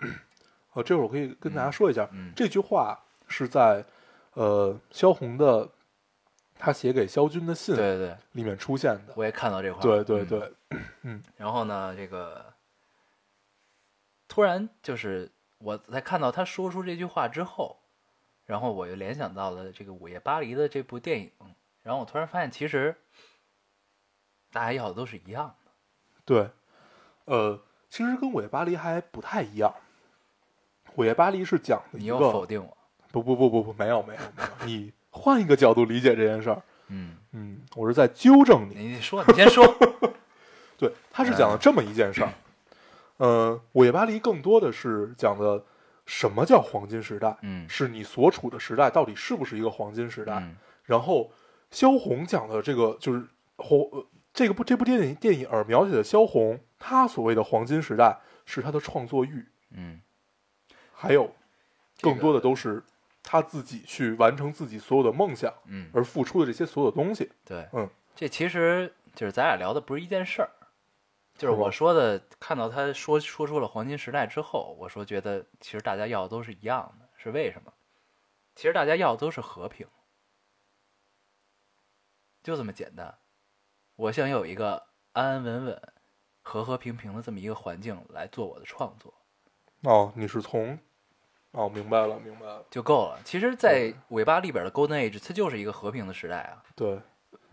B: 呃，这会儿我可以跟大家说一下，
A: 嗯
B: 这句话是在呃萧红的他写给萧军的信
A: 对对对，
B: 里面出现的。
A: 我也看到这块儿，
B: 对对
A: 嗯
B: 对，
A: 然后呢，这个突然就是我在看到他说出这句话之后，然后我又联想到了这个《午夜巴黎》的这部电影，然后我突然发现，其实大家要的都是一样的。
B: 对，呃，其实跟《午夜巴黎》还不太一样，《午夜巴黎》是讲的
A: 你
B: 一
A: 又否
B: 个
A: 定我，
B: 不不不不不，没有没有没有，你换一个角度理解这件事儿。
A: 嗯，
B: 嗯，我是在纠正你。
A: 你说，你先说，
B: 对，他是讲了这么一件事儿，
A: 嗯
B: 呃，《午夜巴黎》更多的是讲的什么叫黄金时代，
A: 嗯
B: 是你所处的时代到底是不是一个黄金时代。
A: 嗯
B: 然后萧红讲的这个就是黄、呃这个部这部电影电影儿描写的萧红，她所谓的黄金时代是她的创作欲，
A: 嗯
B: 还有
A: 这
B: 更
A: 个
B: 多的都是她自己去完成自己所有的梦想
A: 嗯，
B: 而付出的这些所有东西。
A: 对，
B: 嗯，
A: 这其实就是咱俩聊的不是一件事儿，就是
B: 是吗
A: 我说的，看到他说说出了黄金时代之后，我说觉得其实大家要的都是一样的，是为什么？其实大家要的都是和平，就这么简单。我想有一个安安稳稳、和和平平的这么一个环境来做我的创作
B: 哦，你是从哦，明白了，明白了，
A: 就够了。其实，在尾巴里边的 Golden Age，它就是一个和平的时代啊。
B: 对，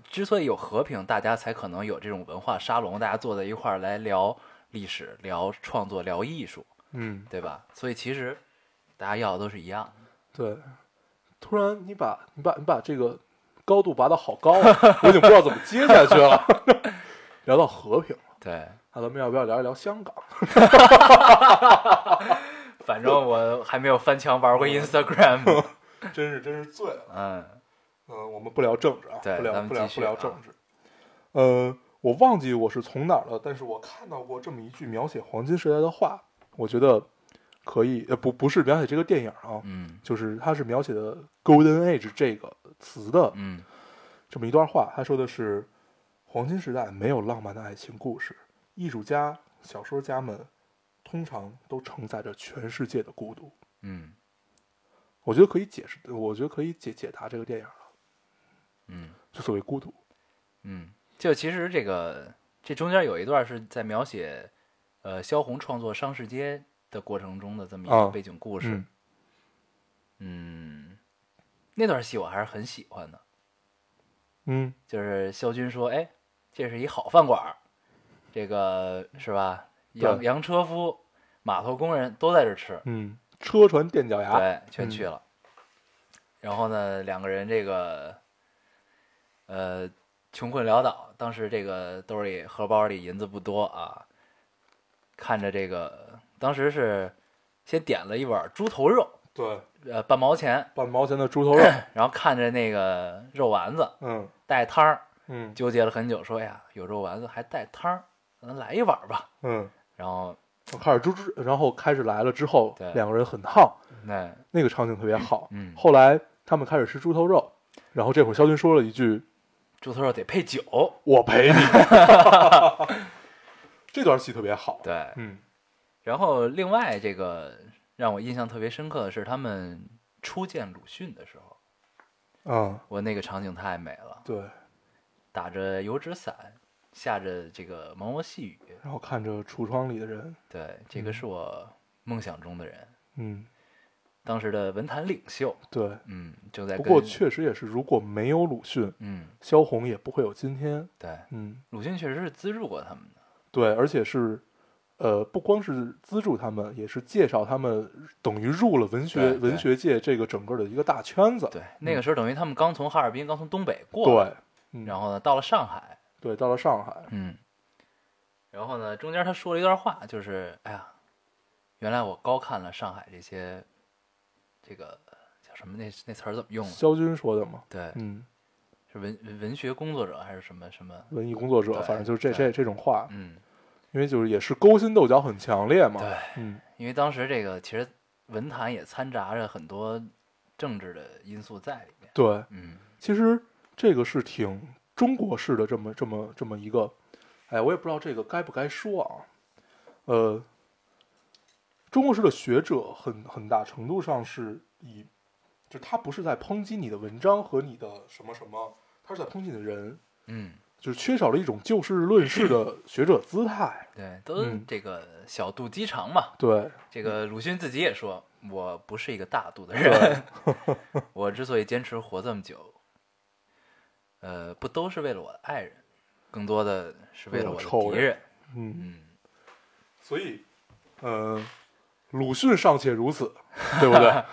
A: 之所以有和平，大家才可能有这种文化沙龙，大家坐在一块儿来聊历史、聊创作、聊艺术，
B: 嗯，
A: 对吧？所以其实大家要的都是一样的。
B: 对。突然，你把你把你把这个高度拔到好高啊，我已经不知道怎么接下去了。 聊到和平了，
A: 对，
B: 那咱们要不要聊一聊香港？
A: 反正我还没有翻墙玩过 Instagram。
B: 真是真是醉了。
A: 嗯
B: 嗯，我们不聊政治啊，
A: 对咱
B: 不聊
A: 们
B: 不聊
A: 继
B: 不
A: 续
B: 聊
A: 啊
B: 政治。呃，我忘记我是从哪儿了，但是我看到过这么一句描写黄金时代的话，我觉得可以，呃，不不是描写这个电影啊，
A: 嗯
B: 就是它是描写的 “golden age” 这个词的
A: 嗯
B: 这么一段话，他说的是：黄金时代没有浪漫的爱情故事，艺术家、小说家们通常都承载着全世界的孤独。
A: 嗯
B: 我觉得可以解释，我觉得可以解解答这个电影了，
A: 嗯
B: 就所谓孤独。
A: 嗯，就其实这个这中间有一段是在描写呃萧红创作《商市街》的过程中的这么一
B: 啊
A: 个背景故事。
B: 嗯
A: 嗯，那段戏我还是很喜欢的。
B: 嗯，
A: 就是肖军说：“哎，这是一好饭馆儿，这个是吧？洋
B: 对
A: 洋车夫、码头工人都在这儿吃，
B: 嗯，车船垫脚牙，
A: 对，全去
B: 嗯
A: 了。然后呢，两个人这个呃穷困潦倒，当时这个兜里荷包里银子不多啊，看着这个当时是先点了一碗猪头肉，
B: 对，
A: 呃半毛钱，
B: 半毛钱的猪头肉，
A: 然后看着那个肉丸子
B: 嗯
A: 带汤儿。”
B: 嗯
A: 纠结了很久，说：“哎呀，有肉丸子还带汤儿，咱来一碗儿吧。
B: 嗯，”
A: 然后
B: 我开始猪猪，然后开始来了之后
A: 对，
B: 两个人很烫，
A: 那
B: 那个场景特别好。
A: 嗯
B: 后来他们开始吃猪头肉，然后这会儿肖军说了一句
A: 猪头肉得配酒，：“
B: 我陪 你。”这段戏特别好，
A: 对。
B: 嗯
A: 然后另外这个让我印象特别深刻的是，他们初见鲁迅的时候，
B: 嗯，
A: 我那个场景太美了，
B: 对，
A: 打着油纸伞，下着这个毛毛细雨，
B: 然后看着橱窗里的人，
A: 对，这个是我梦想中的人，
B: 嗯，
A: 当时的文坛领袖，
B: 对。
A: 嗯，正在
B: 不
A: 跟
B: 过确实也是，如果没有鲁迅，
A: 嗯，
B: 萧红也不会有今天。
A: 对，
B: 嗯，
A: 鲁迅确实是资助过他们的，
B: 对，而且是，呃，不光是资助他们，也是介绍他们，等于入了文学
A: 对对
B: 文学界这个整个的一个大圈子。
A: 对，那个时候等于他们刚从哈尔滨，刚从东北过来，
B: 对，嗯
A: 然后呢，到了上海，
B: 对，到了上海，
A: 嗯，然后呢，中间他说了一段话，就是哎呀，原来我高看了上海这些，这个叫什么那那词儿怎么用的？
B: 肖军说的嘛，
A: 嗯对，
B: 嗯，
A: 是文文文学工作者还是什么什么？
B: 文艺工作者，
A: 对
B: 反正就是这
A: 对
B: 这这种话，
A: 嗯，
B: 因为就是也是勾心斗角很强烈嘛。
A: 对，
B: 嗯，
A: 因为当时这个其实文坛也掺杂着很多政治的因素在里面。
B: 对，
A: 嗯
B: 其实这个是挺中国式的这么这么这么一个，哎，我也不知道这个该不该说啊，呃，中国式的学者很很大程度上是以，就他不是在抨击你的文章和你的什么什么，他是在抨击你的人，
A: 嗯，
B: 就是缺少了一种就事论事的学者姿态。
A: 对，都
B: 嗯
A: 这个小肚鸡肠嘛。
B: 对，
A: 这个鲁迅自己也说，我不是一个大度的
B: 嗯对
A: 人。 我之所以坚持活这么久，呃，不都是为了我的爱人，更多的是为了我
B: 为了仇
A: 的敌
B: 人
A: 人。
B: 嗯，
A: 嗯，
B: 所以，呃，鲁迅尚且如此，对不对？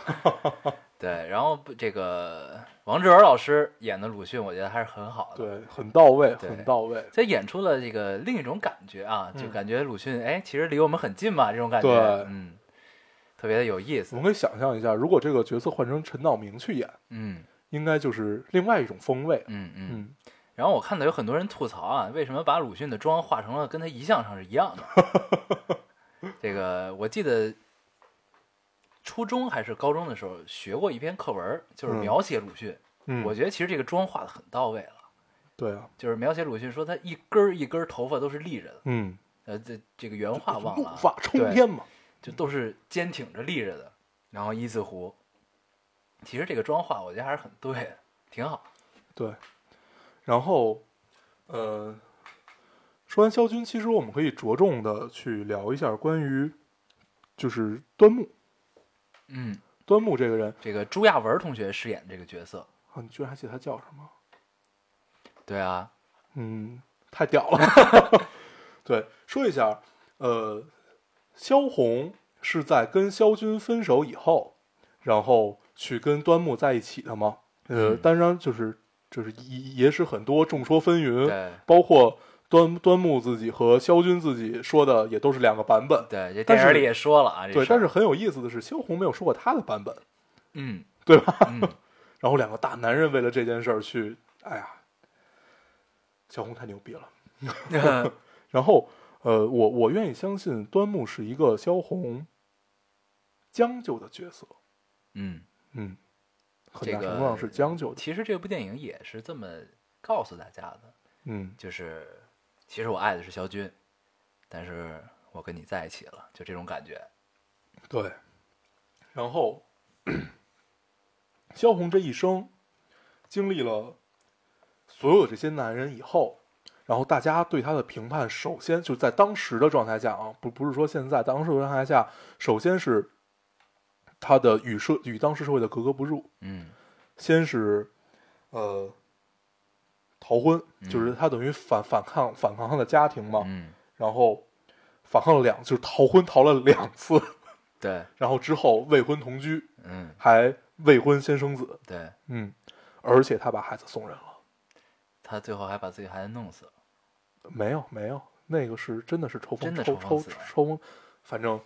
A: 对，然后不这个王志文老师演的鲁迅，我觉得还是很好的。
B: 对，很到位，
A: 对
B: 很到位。
A: 这演出了这个另一种感觉啊，就感觉鲁迅哎，其实离我们很近嘛，这种感觉，
B: 嗯对
A: 嗯，特别的有意
B: 我
A: 思
B: 们，可以想象一下，如果这个角色换成陈道明去演，
A: 嗯
B: 应该就是另外一种风味。
A: 嗯嗯。
B: 嗯，
A: 然后我看到有很多人吐槽啊，为什么把鲁迅的妆画成了跟他遗像上是一样的？ 这个我记得初中还是高中的时候学过一篇课文，就是
B: 嗯
A: 描写鲁迅。
B: 嗯
A: 我觉得其实这个妆画的很到位了，
B: 对啊，
A: 就是描写鲁迅说他一根儿一根儿头发都是立着的，
B: 嗯，
A: 呃，这这个原话忘
B: 怒
A: 了啊，
B: 发冲
A: 对
B: 天嘛，
A: 就都是坚挺着立着的。然后一字胡，其实这个妆化我觉得还是很对的，挺好。
B: 对。然后，呃，说完萧军，其实我们可以着重的去聊一下关于就是端木，
A: 嗯，
B: 端木这个人
A: 这个朱亚文同学饰演这个角色，
B: 啊，你居然还记得他叫什么？
A: 对啊，
B: 嗯，太屌了。 对，说一下，呃，萧红是在跟萧军分手以后，然后去跟端木在一起的嘛。呃，
A: 嗯
B: 当然就是就是也也是很多众说纷纭，
A: 对
B: 包括端端木自己和萧军自己说的也都是两个版本。
A: 对，这
B: 但
A: 电影
B: 是
A: 里也说了啊，这
B: 对，
A: 事儿
B: 但是很有意思的是，萧红没有说过她的版本，
A: 嗯，
B: 对吧？
A: 嗯
B: 然后两个大男人为了这件事儿去，哎呀，萧红太牛逼了。
A: 嗯
B: 然后，呃，我我愿意相信端木是一个萧红将就的角色，
A: 嗯，
B: 嗯，很
A: 这
B: 大
A: 个
B: 程度上是将就的，
A: 其实这部电影也是这么告诉大家的，
B: 嗯，
A: 就是其实我爱的是萧军，但是我跟你在一起了，就这种感觉。
B: 对。然后，萧红这一生经历了所有这些男人以后，然后大家对她的评判，首先就在当时的状态下啊，不不是说现在，当时的状态下，首先是她的与社与当时社会的格格不入，
A: 嗯
B: 先是呃逃婚，就是他等于反反抗反抗他的家庭嘛，
A: 嗯，
B: 然后反抗了两就是逃婚逃了两次，
A: 对，
B: 然后之后未婚同居，
A: 嗯
B: 还未婚先生子，
A: 对，
B: 嗯，而且他把孩子送人了，
A: 他最后还把自己孩子弄死了。
B: 没有没有，那个是真的是抽风
A: 真的
B: 抽
A: 抽
B: 抽
A: 风死
B: 抽风，反正。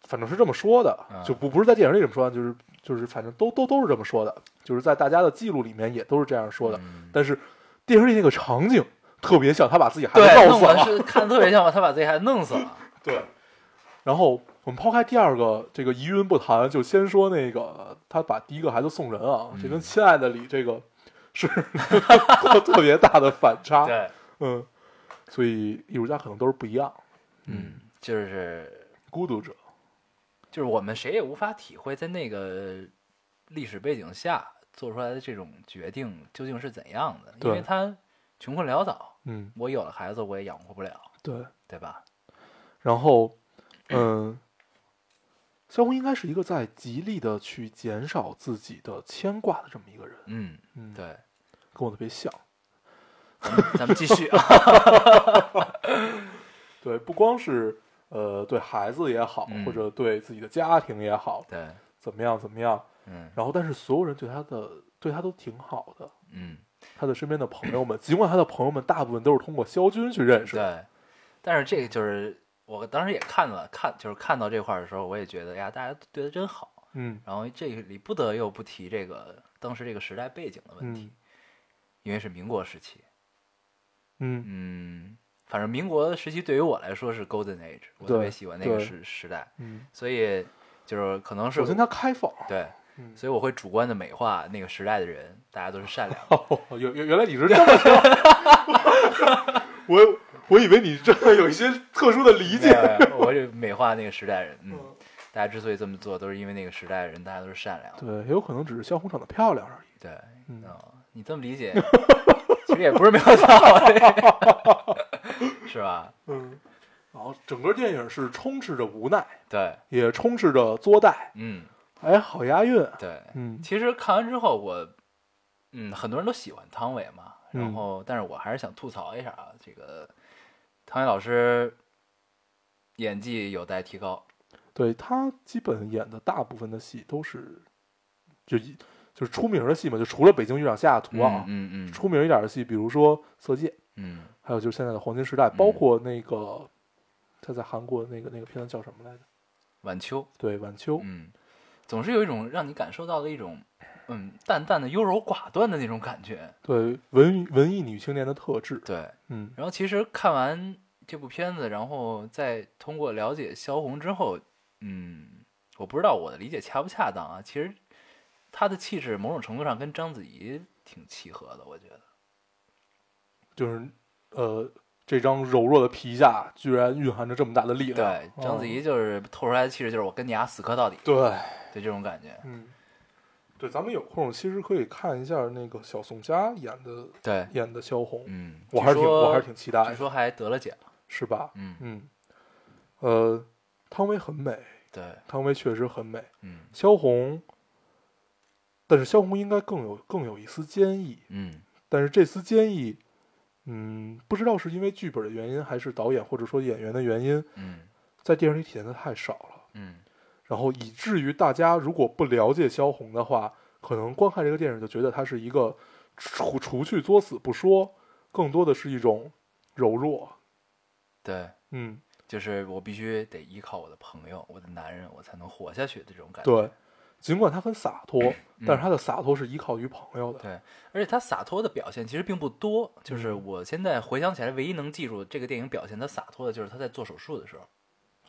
B: 反正是这么说的，
A: 嗯
B: 就不不是在电影里这么说，啊就是就是反正都都都是这么说的，就是在大家的记录里面也都是这样说的。
A: 嗯
B: 但是电影里那个场景特别像他把自己孩子
A: 对，弄
B: 弄死
A: 我
B: 了。
A: 是看得特别像，他把自己孩子弄死 了。
B: 对。然后我们抛开第二个这个疑云不谈，就先说那个他把第一个孩子送人啊，
A: 嗯
B: 这跟《亲爱的你》这个是 特别大的反差。
A: 对，
B: 嗯，所以艺术家可能都是不一样，
A: 嗯，就是
B: 孤独者。
A: 就是我们谁也无法体会在那个历史背景下做出来的这种决定究竟是怎样的，因
B: 对
A: 为他穷困潦倒，
B: 嗯，
A: 我有了孩子我也养活不了，
B: 对。
A: 对吧？
B: 然后，嗯，萧红应该是一个在极力的去减少自己的牵挂的这么一个人，
A: 嗯，
B: 嗯
A: 对，
B: 跟我特别像。
A: 咱们继续啊，
B: 对，不光是呃对孩子也好，
A: 嗯
B: 或者对自己的家庭也好，
A: 对，
B: 怎么样怎么样，
A: 嗯
B: 然后但是所有人对他的对他都挺好的，
A: 嗯，
B: 他的身边的朋 友们，尽管他的朋友们大部分都是通过萧军去认识的，
A: 对，但是这个就是我当时也看了看，就是看到这块儿的时候，我也觉得哎呀，大家都对他真好，
B: 嗯
A: 然后这个里不得又不提这个当时这个时代背景的问题，
B: 嗯
A: 因为是民国时期。
B: 嗯，
A: 嗯，反正民国时期对于我来说是 Golden Age，我特
B: 对
A: 别喜欢那个
B: 对
A: 时时代，
B: 嗯，
A: 所以就是可能是
B: 首先他开放，
A: 对，
B: 嗯
A: 所以我会主观的美化那个时代的人，大家都是善良的。
B: 哦原原原来你是这么说， 我我以为你真的有一些特殊的理
A: 没
B: 解
A: 有，没有我就美化那个时代人，嗯，大家之所以这么做，都是因为那个时代的人大家都是善良的。
B: 对，也有可能只是萧红长得漂亮而已，
A: 对，
B: 嗯
A: 哦你这么理解，其实也不是没有道 理，是吧？
B: 嗯，然后整个电影是充斥着无奈，
A: 对，
B: 也充斥着作带，
A: 嗯，
B: 哎，好押韵啊，
A: 对，
B: 嗯
A: 其实看完之后我，嗯，很多人都喜欢汤唯嘛，然
B: 嗯
A: 后，但是我还是想吐槽一下啊，这个汤唯老师演技有待提高。
B: 对他基本演的大部分的戏都是就一就是出名的戏嘛，就除了《北京遇上西雅图》啊，
A: 嗯嗯
B: 出名一点的戏，比如说《色戒》，
A: 嗯
B: 还有就是现在的《黄金时代》，包括那个、他在韩国那个那个片子叫什么来着？
A: 晚秋，
B: 对，《晚秋》
A: 嗯，总是有一种让你感受到了一种嗯淡淡的优柔寡断的那种感觉。
B: 对文文艺女青年的特质，
A: 对，
B: 嗯，
A: 然后其实看完这部片子，然后再通过了解萧红之后，嗯，我不知道我的理解恰不恰当啊。其实她的气质某种程度上跟章子怡挺契合的，我觉得。
B: 就是呃，这张柔弱的皮下居然蕴含着这么大的力量，哦
A: 对，章子怡就是透出来的气质，就是我跟你俩啊死磕到底，
B: 对，
A: 就这种感觉。
B: 嗯，对，咱们有空其实可以看一下那个小宋佳演的
A: 对，
B: 演的萧红，
A: 嗯，
B: 我还是
A: 据
B: 挺
A: 说
B: 我还是挺期待
A: 据
B: 的，
A: 说还得了奖。
B: 是吧？
A: 嗯，
B: 嗯，呃，汤唯很美，
A: 对，
B: 汤唯确实很美，
A: 嗯
B: 萧红，但是萧红应该更有更有一丝坚毅，
A: 嗯
B: 但是这丝坚毅，嗯，不知道是因为剧本的原因，还是导演或者说演员的原因，
A: 嗯
B: 在电影里体现的太少了，
A: 嗯
B: 然后以至于大家如果不了解萧红的话，可能观看这个电影就觉得她是一个除除去作死不说，更多的是一种柔弱，
A: 对，
B: 嗯，
A: 就是我必须得依靠我的朋友，我的男人，我才能活下去的这种感觉。
B: 对。尽管她很洒脱，
A: 嗯
B: 但是她的洒脱是依靠于朋友的。嗯
A: 对，而且他洒脱的表现其实并不多，就是
B: 嗯
A: 我现在回想起来，唯一能记住这个电影表现他洒脱的，就是他在做手术的时候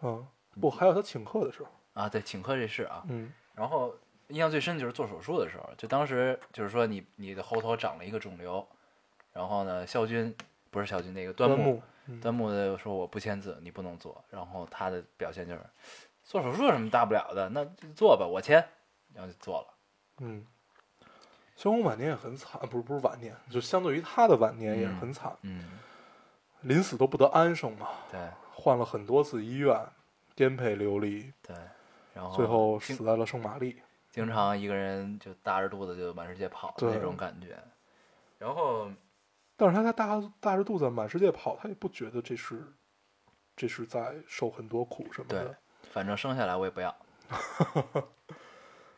B: 嗯，不，还有她请客的时候，
A: 啊，对，请客这事啊，
B: 嗯，
A: 然后印象最深的就是做手术的时候，就当时就是说你你的喉头长了一个肿瘤，然后呢，肖军不是肖军那个端
B: 端
A: 木
B: 木，嗯
A: 端木的说我不签字，你不能做，然后他的表现就是做手术有什么大不了的，那就做吧，我签，然后就做了，
B: 嗯，萧红晚年也很惨，不是不是晚年，就相对于她的晚年也是很惨，
A: 嗯，
B: 临死都不得安生嘛，
A: 对
B: 换了很多次医院，颠沛流离，
A: 对，然后
B: 最后
A: 经
B: 死在了圣玛丽。
A: 经常一个人就大着肚子就满世界跑的
B: 对
A: 那种感觉。然后，
B: 但是她在大大着肚子满世界跑，她也不觉得这是这是在受很多苦什么
A: 对
B: 的。，
A: 反正生下来我也不要。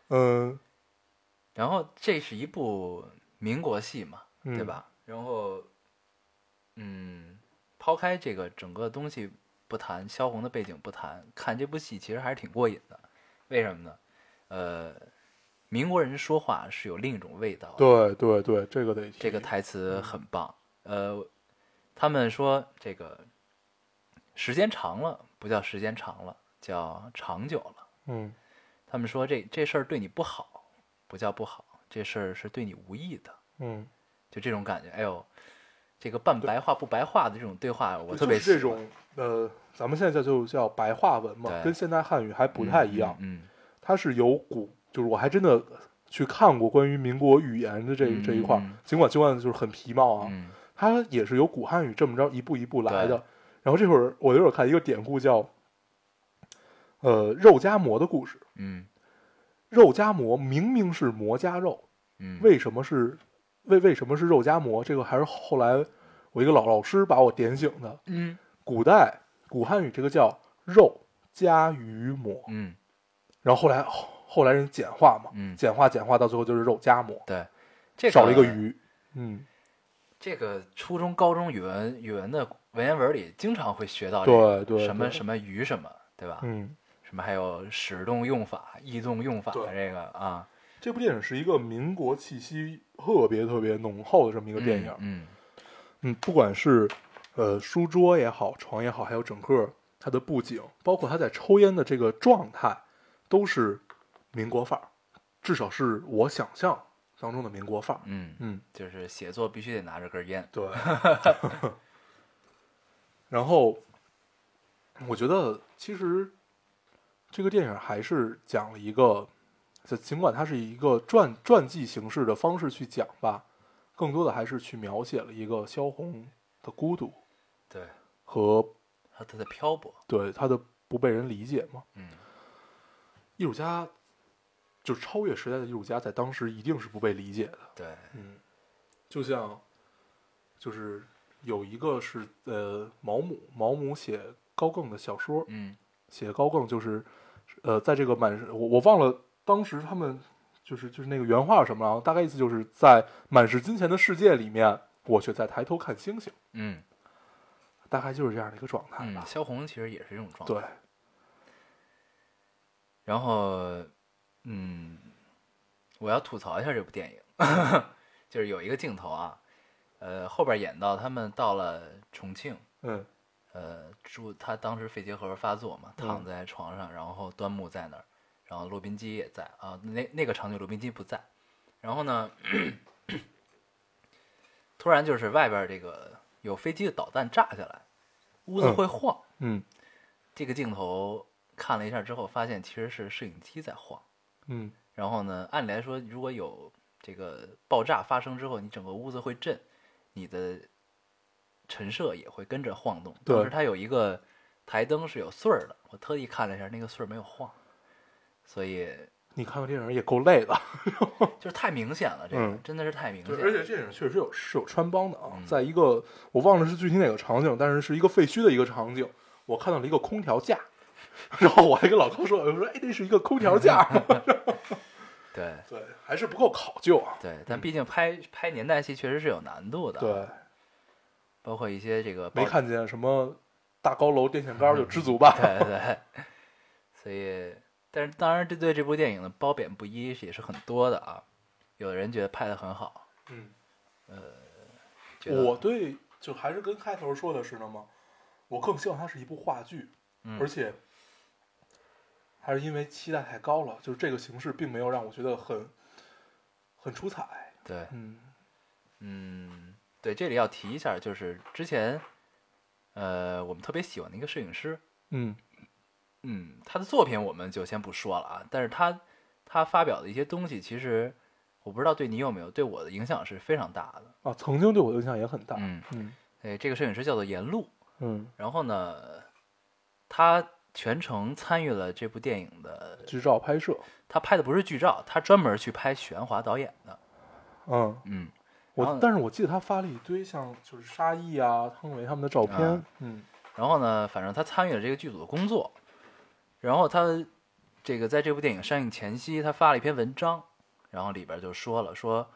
B: 嗯
A: 然后这是一部民国戏嘛，
B: 嗯
A: 对吧？然后，嗯，抛开这个整个东西不谈，萧红的背景不谈，看这部戏其实还是挺过瘾的。为什么呢？呃，民国人说话是有另一种味道的。
B: 对对对，这个得提
A: 这个台词
B: 嗯
A: 很棒。呃，他们说这个时间长了不叫时间长了，叫长久了。
B: 嗯
A: 他们说这这事儿对你不好，不叫不好，这事儿是对你无益的，
B: 嗯，
A: 就这种感觉。哎呦，这个半白话不白话的这种对话，我特别
B: 就是这
A: 喜欢
B: 种呃，咱们现在叫就叫白话文嘛，
A: 对
B: 跟现代汉语还不太一样。
A: 嗯，
B: 它是有古，就是我还真的去看过关于民国语言的这、
A: 嗯
B: 这一块儿
A: 嗯，
B: 尽管尽管就是很皮毛啊，
A: 嗯
B: 它也是由古汉语这么着一步一步来的
A: 对。
B: 然后这会儿我一会儿看一个典故叫，呃，肉夹馍的故事。
A: 嗯
B: 肉夹馍明明是馍夹肉，
A: 嗯，
B: 为什么是为为什么是肉夹馍？这个还是后来我一个老老师把我点醒的。
A: 嗯
B: 古代古汉语这个叫肉夹鱼馍，
A: 嗯
B: 然后后来后后来人简化嘛，
A: 嗯
B: 简化简化到最后就是肉夹馍，
A: 对，这
B: 少了一个鱼，嗯，
A: 这个初中、高中语文语文的文言文里经常会学到这个
B: 对对，
A: 什么
B: 对
A: 什么鱼什么，对吧？
B: 嗯，
A: 什么还有使动用法、异动用法
B: 对
A: 这个啊，
B: 这部电影是一个民国气息特别特别浓厚的这么一
A: 这
B: 个电影，
A: 嗯
B: 嗯，不管是呃书桌也好，床也好，还有整个它的布景，包括他在抽烟的这个状态，都是民国范儿，至少是我想象当中的民国范儿，
A: 嗯嗯，
B: 嗯。
A: 就是写作必须得拿着根烟，
B: 对， 然后我觉得其实这个电影还是讲了一个，就尽管它是一个传传记形式的方式去讲吧，更多的还是去描写了一个萧红的孤独
A: 对，
B: 和
A: 和它的漂泊，
B: 对她的不被人理解嘛。
A: 嗯，
B: 艺术家就是超越时代的艺术家，在当时一定是不被理解的。
A: 对，
B: 嗯，就像，就是有一个是呃毛姆，毛姆写高更的小说，
A: 嗯
B: 写高更就是，呃，在这个满我我忘了当时他们就是就是那个原话是什么然后大概意思就是在满是金钱的世界里面，我却在抬头看星星，
A: 嗯
B: 大概就是这样的一个状态
A: 嗯，
B: 吧。
A: 萧红其实也是这种状态。
B: 对，
A: 然后，嗯，我要吐槽一下这部电影， 就是有一个镜头啊，呃，后边演到他们到了重庆，
B: 嗯
A: 呃，住他当时肺结核发作嘛，
B: 嗯
A: 躺在床上，然后端木在那儿，然后罗宾基也在啊，那那个场景罗宾基不在，然后呢，突然就是外边这个有飞机的导弹炸下来，屋子
B: 嗯
A: 会晃，
B: 嗯
A: 这个镜头看了一下之后，发现其实是摄影机在晃。
B: 嗯
A: 然后呢，按理来说，如果有这个爆炸发生之后，你整个屋子会震，你的陈设也会跟着晃动。
B: 对
A: 当时它有一个台灯是有穗儿的，我特意看了一下，那个穗儿没有晃，所以
B: 你看过电影也够累的，
A: 就是太明显了，这个、
B: 嗯
A: 真的是太明显了。
B: 对，而且这影确实有是有穿帮的啊，
A: 嗯
B: 在一个我忘了是具体哪个场景，但是是一个废墟的一个场景，我看到了一个空调架， 然后我还跟老高说，我说哎，那是一个空调架，
A: 对
B: 对，还是不够考究啊，
A: 对，但毕竟拍拍年代戏确实是有难度的，，
B: 对，
A: 包括一些这个
B: 没
A: 爆
B: 看见什么大高楼、电线杆儿就知足吧，
A: 对对，所以，但是当然，这对这部电影的褒贬不一也是很多的啊。有的人觉得拍的很好，
B: 嗯，
A: 觉得
B: 我对就还是跟开头说的似的嘛，我更希望它是一部话剧，
A: 嗯
B: 而且还是因为期待太高了，就是这个形式并没有让我觉得很很出彩。
A: 对，
B: 嗯
A: 嗯，对，这里要提一下，就是之前，呃，我们特别喜欢的一个摄影师，
B: 嗯
A: 嗯，他的作品我们就先不说了啊，但是他他发表的一些东西，其实我不知道对你有没有，对我的影响是非常大的。
B: 啊，曾经对我的影响也很大。
A: 嗯，
B: 嗯
A: 哎，这个摄影师叫做严路，
B: 嗯，
A: 然后呢，他全程参与了这部电影的
B: 剧照拍摄，
A: 他拍的不是剧照，他专门去拍许鞍华导演的。
B: 嗯，
A: 嗯，然
B: 我
A: 后
B: 但是我记得他发了一堆像就是沙溢啊、汤唯他们的照片
A: 啊，
B: 嗯
A: 然后呢，反正他参与了这个剧组的工作，然后他这个在这部电影上映前夕，他发了一篇文章，然后里边就说了，说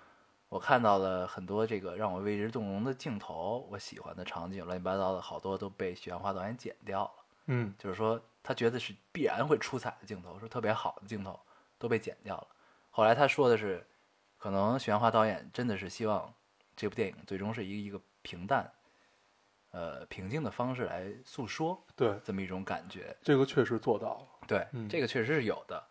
A: 我看到了很多这个让我为之动容的镜头，我喜欢的场景，乱七八糟的好多都被许鞍华导演剪掉了，
B: 嗯
A: 就是说他觉得是必然会出彩的镜头，说特别好的镜头都被剪掉了。后来他说的是，可能许鞍华导演真的是希望这部电影最终是以一个平淡、呃平静的方式来诉说
B: 对，
A: 这么一种感觉。
B: 这个确实做到了。
A: 对，
B: 嗯
A: 这个确实是有的。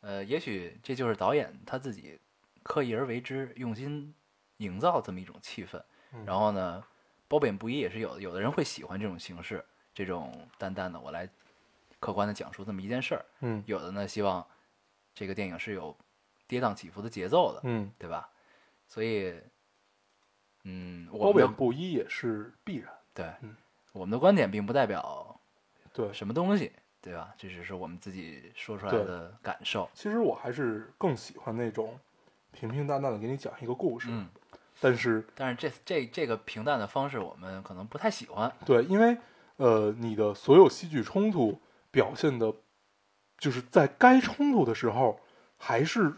A: 呃，也许这就是导演他自己刻意而为之，用心营造这么一种气氛。
B: 嗯
A: 然后呢，褒贬不一也是有的，有的人会喜欢这种形式，这种淡淡的我来客观的讲述这么一件事儿。
B: 嗯
A: 有的呢希望这个电影是有跌宕起伏的节奏的，
B: 嗯，
A: 对吧？所以，嗯，我
B: 褒
A: 们
B: 贬
A: 的
B: 不一也是必然。
A: 对、
B: 嗯
A: 我们的观点并不代表
B: 对，
A: 什么东西，对吧？这只是我们自己说出来
B: 对
A: 的感受。
B: 其实我还是更喜欢那种平平淡淡的给你讲一个故事，
A: 嗯，
B: 但是
A: 但是这这这个平淡的方式，我们可能不太喜欢。
B: 对，因为呃，你的所有戏剧冲突表现的，就是在该冲突的时候，还是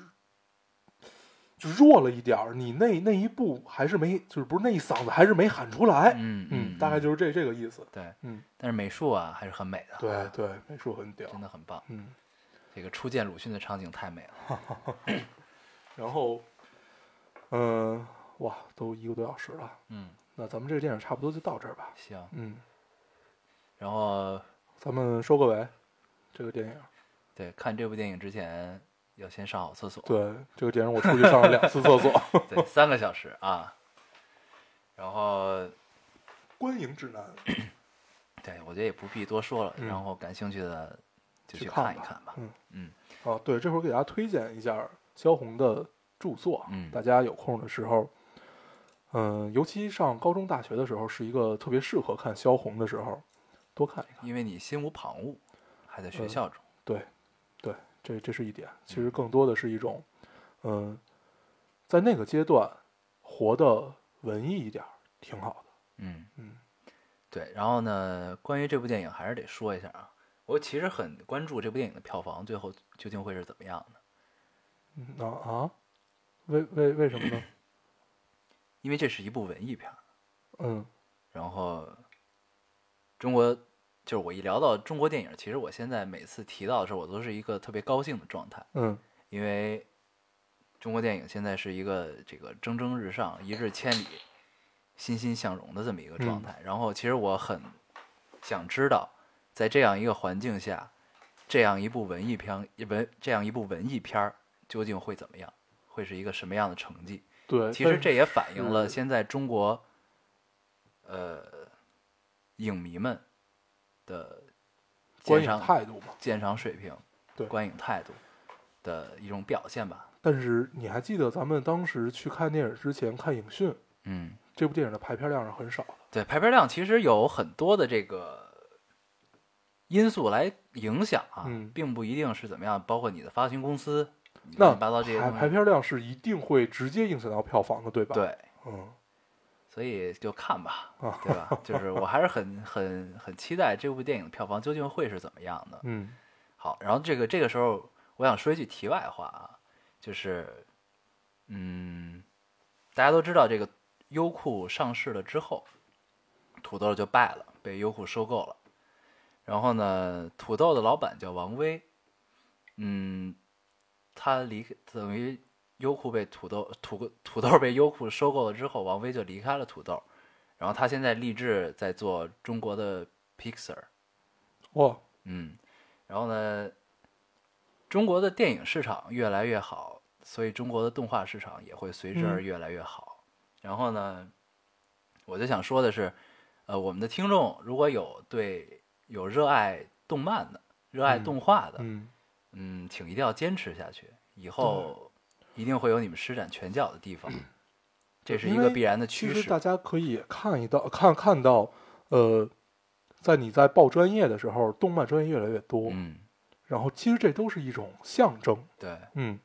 B: 就弱了一点儿，你那那一步还是没，就是不是那一嗓子还是没喊出来，
A: 嗯
B: 哎大概就是这这个意思。
A: 对。
B: 嗯，
A: 但是美术啊，还是很美的，
B: 对，对，美术很屌，
A: 真的很棒。
B: 嗯。
A: 这个初见鲁迅的场景太美了。
B: 然后，嗯、哇，都一个多小时了，
A: 嗯，
B: 那咱们这个电影差不多就到这儿吧。
A: 行。
B: 嗯，
A: 然后
B: 咱们收个尾，这个电影。
A: 对，看这部电影之前要先上好厕所。
B: 对，这个电影我出去上了两次厕所。
A: 对，三个小时啊。然后，
B: 观影指南，
A: 对我觉得也不必多说了。
B: 嗯
A: 然后感兴趣的就
B: 去
A: 去
B: 看
A: 看一
B: 吧
A: 看吧。
B: 嗯
A: 嗯
B: 啊，对，这会儿给大家推荐一下萧红的著作，啊
A: 嗯
B: 大家有空的时候，嗯、尤其上高中、大学的时候，是一个特别适合看萧红的时候，多看一看。
A: 因为你心无旁骛，还在学
B: 嗯
A: 校中。
B: 对，对，这这是一点。其实更多的是一种，嗯、在那个阶段活的文艺一点儿挺好的。
A: 嗯
B: 嗯，
A: 对。然后呢，关于这部电影还是得说一下啊，我其实很关注这部电影的票房最后究竟会是怎么样的。
B: 嗯啊啊，为为为什么 呢？
A: 因为这是一部文艺片儿。
B: 嗯
A: 然后，中国就是我一聊到中国电影，其实我现在每次提到的时候，我都是一个特别高兴的状态，
B: 嗯
A: 因为中国电影现在是一个这个蒸蒸日上、一日千里、欣欣向荣的这么一个
B: 嗯
A: 状态。然后，其实我很想知道，在这样一个环境下，这样一部文艺片文这样一部文艺片儿究竟会怎么样，会是一个什么样的成绩？
B: 对，
A: 其
B: 但
A: 实这也反映了
B: 是
A: 现在中国，呃，影迷们的鉴
B: 观影
A: 赏
B: 态度嘛。
A: 鉴赏水平、
B: 对
A: 观影态度的一种表现吧。
B: 但是你还记得咱们当时去看电影之前看影讯，
A: 嗯，
B: 这部电影的排片量是很少的。
A: 对，排片量其实有很多的这个因素来影响啊，
B: 嗯
A: 并不一定是怎么样，包括你的发行公司，你
B: 那
A: 乱七八糟这些
B: 排
A: 东西。
B: 排片量是一定会直接影响到票房的，对吧？，
A: 对，
B: 嗯
A: 所以就看吧，
B: 啊
A: 对吧？就是我还是很很很期待这部电影的票房究竟会是怎么样的。
B: 嗯
A: 好，然后这个这个时候，我想说一句题外话啊，就是，嗯，大家都知道这个优酷上市了之后，土豆就败了，被优酷收购了。然后呢，土豆的老板叫王威，嗯，他离等于优酷被土豆土土豆被优酷收购了之后，王威就离开了土豆。然后他现在立志在做中国的 Pixar，
B: 哇，
A: 嗯，然后呢，中国的电影市场越来越好，所以中国的动画市场也会随之
B: 嗯
A: 而越来越好。然后呢，我就想说的是，呃，我们的听众如果有对有热爱动漫的、热爱
B: 嗯
A: 动画的，
B: 嗯，
A: 嗯请一定要坚持下去，以后一定会有你们施展拳脚的地方，这是一
B: 嗯因
A: 个
B: 为
A: 必然的
B: 其
A: 趋
B: 实
A: 势
B: 大。家可以看一到看看到，呃，在你在报专业的时候，动漫专业越来越多，
A: 嗯，
B: 然后其实这都是一种象征，
A: 对
B: 嗯，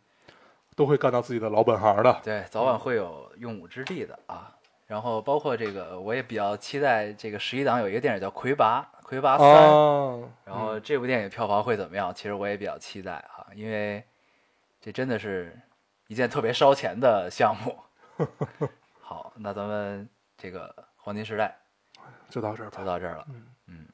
B: 都会干到自己的老本行的，
A: 对，早晚会有用武之地的啊。然后包括这个，我也比较期待这个十一档有一个电影叫《魁拔》，《魁拔三》
B: 啊，
A: 然后这部电影票房会怎么样？其实我也比较期待啊，因为这真的是一件特别烧钱的项 目。好，那咱们这个黄金时代
B: 就到这儿吧
A: 就。到这儿
B: 嗯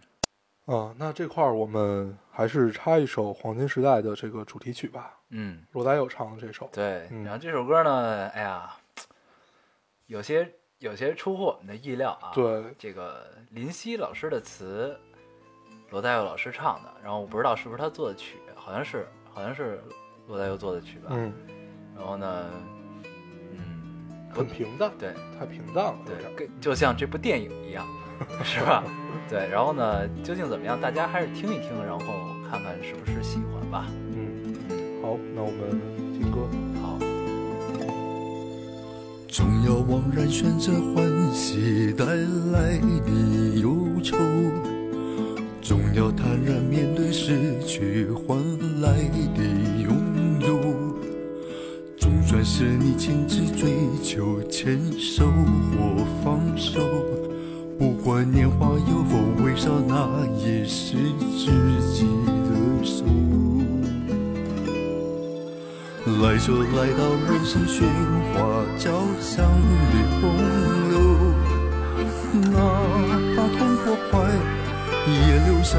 A: 了。
B: 啊，那这块儿我们还是插一首黄金时代的这个主题曲吧，
A: 嗯，
B: 罗大佑唱的这首。
A: 对。
B: 嗯
A: 然后这首歌呢，哎呀，有些有些出乎我们的意料啊。
B: 对，
A: 这个林夕老师的词，罗大佑老师唱的，然后我不知道是不是他做的曲，好像是，好像是罗大佑做的曲吧。
B: 嗯，
A: 然后呢，嗯，不
B: 很，平淡，
A: 对
B: 太平淡了，有点
A: 对，
B: 儿。
A: 跟就像这部电影 一样，是吧？对，然后呢，究竟怎么样，大家还是听一听，然后看看是不是喜欢吧。
B: 嗯，好，那我们听歌。
A: 好，
C: 总要枉然选择欢喜带来的忧愁，总要坦然面对失去换来的拥有。总算是你亲自追求，牵手或放手，不管年华有否微笑，那也是自己的手。来就来到人生喧哗交响的洪流，哪怕痛或快，也留下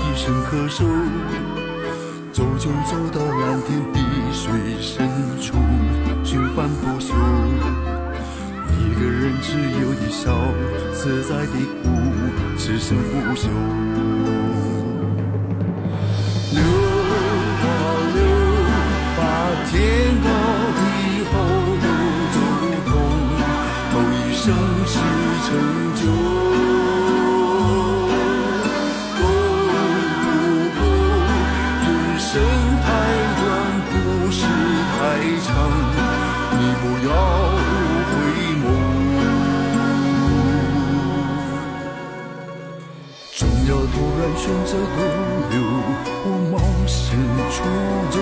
C: 一身咳嗽。走就走到蓝天碧水深处，循环不休。一个人自由地笑，自在地哭，此生不朽。流啊流，把天高地厚都走空，某一生是成就。够不够？人生太短，故事太长，你不要回眸。总要突然选择逗留或冒险出走，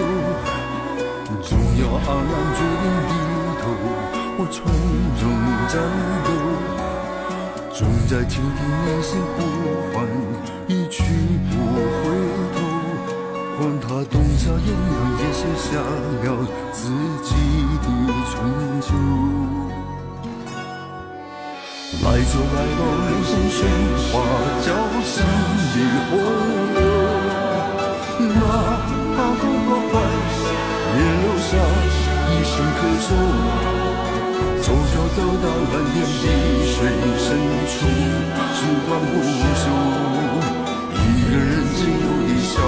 C: 总要昂然决定低头或从容战斗，总在倾听内心呼唤，一去不回头。管它冬夏阴阳，也写下了自己的春秋。来者来到流星喧哗交响的河流，哪怕不过快，也留下一声咳嗽。走着走到蓝天碧水深处，时光不朽。一个人自由地笑，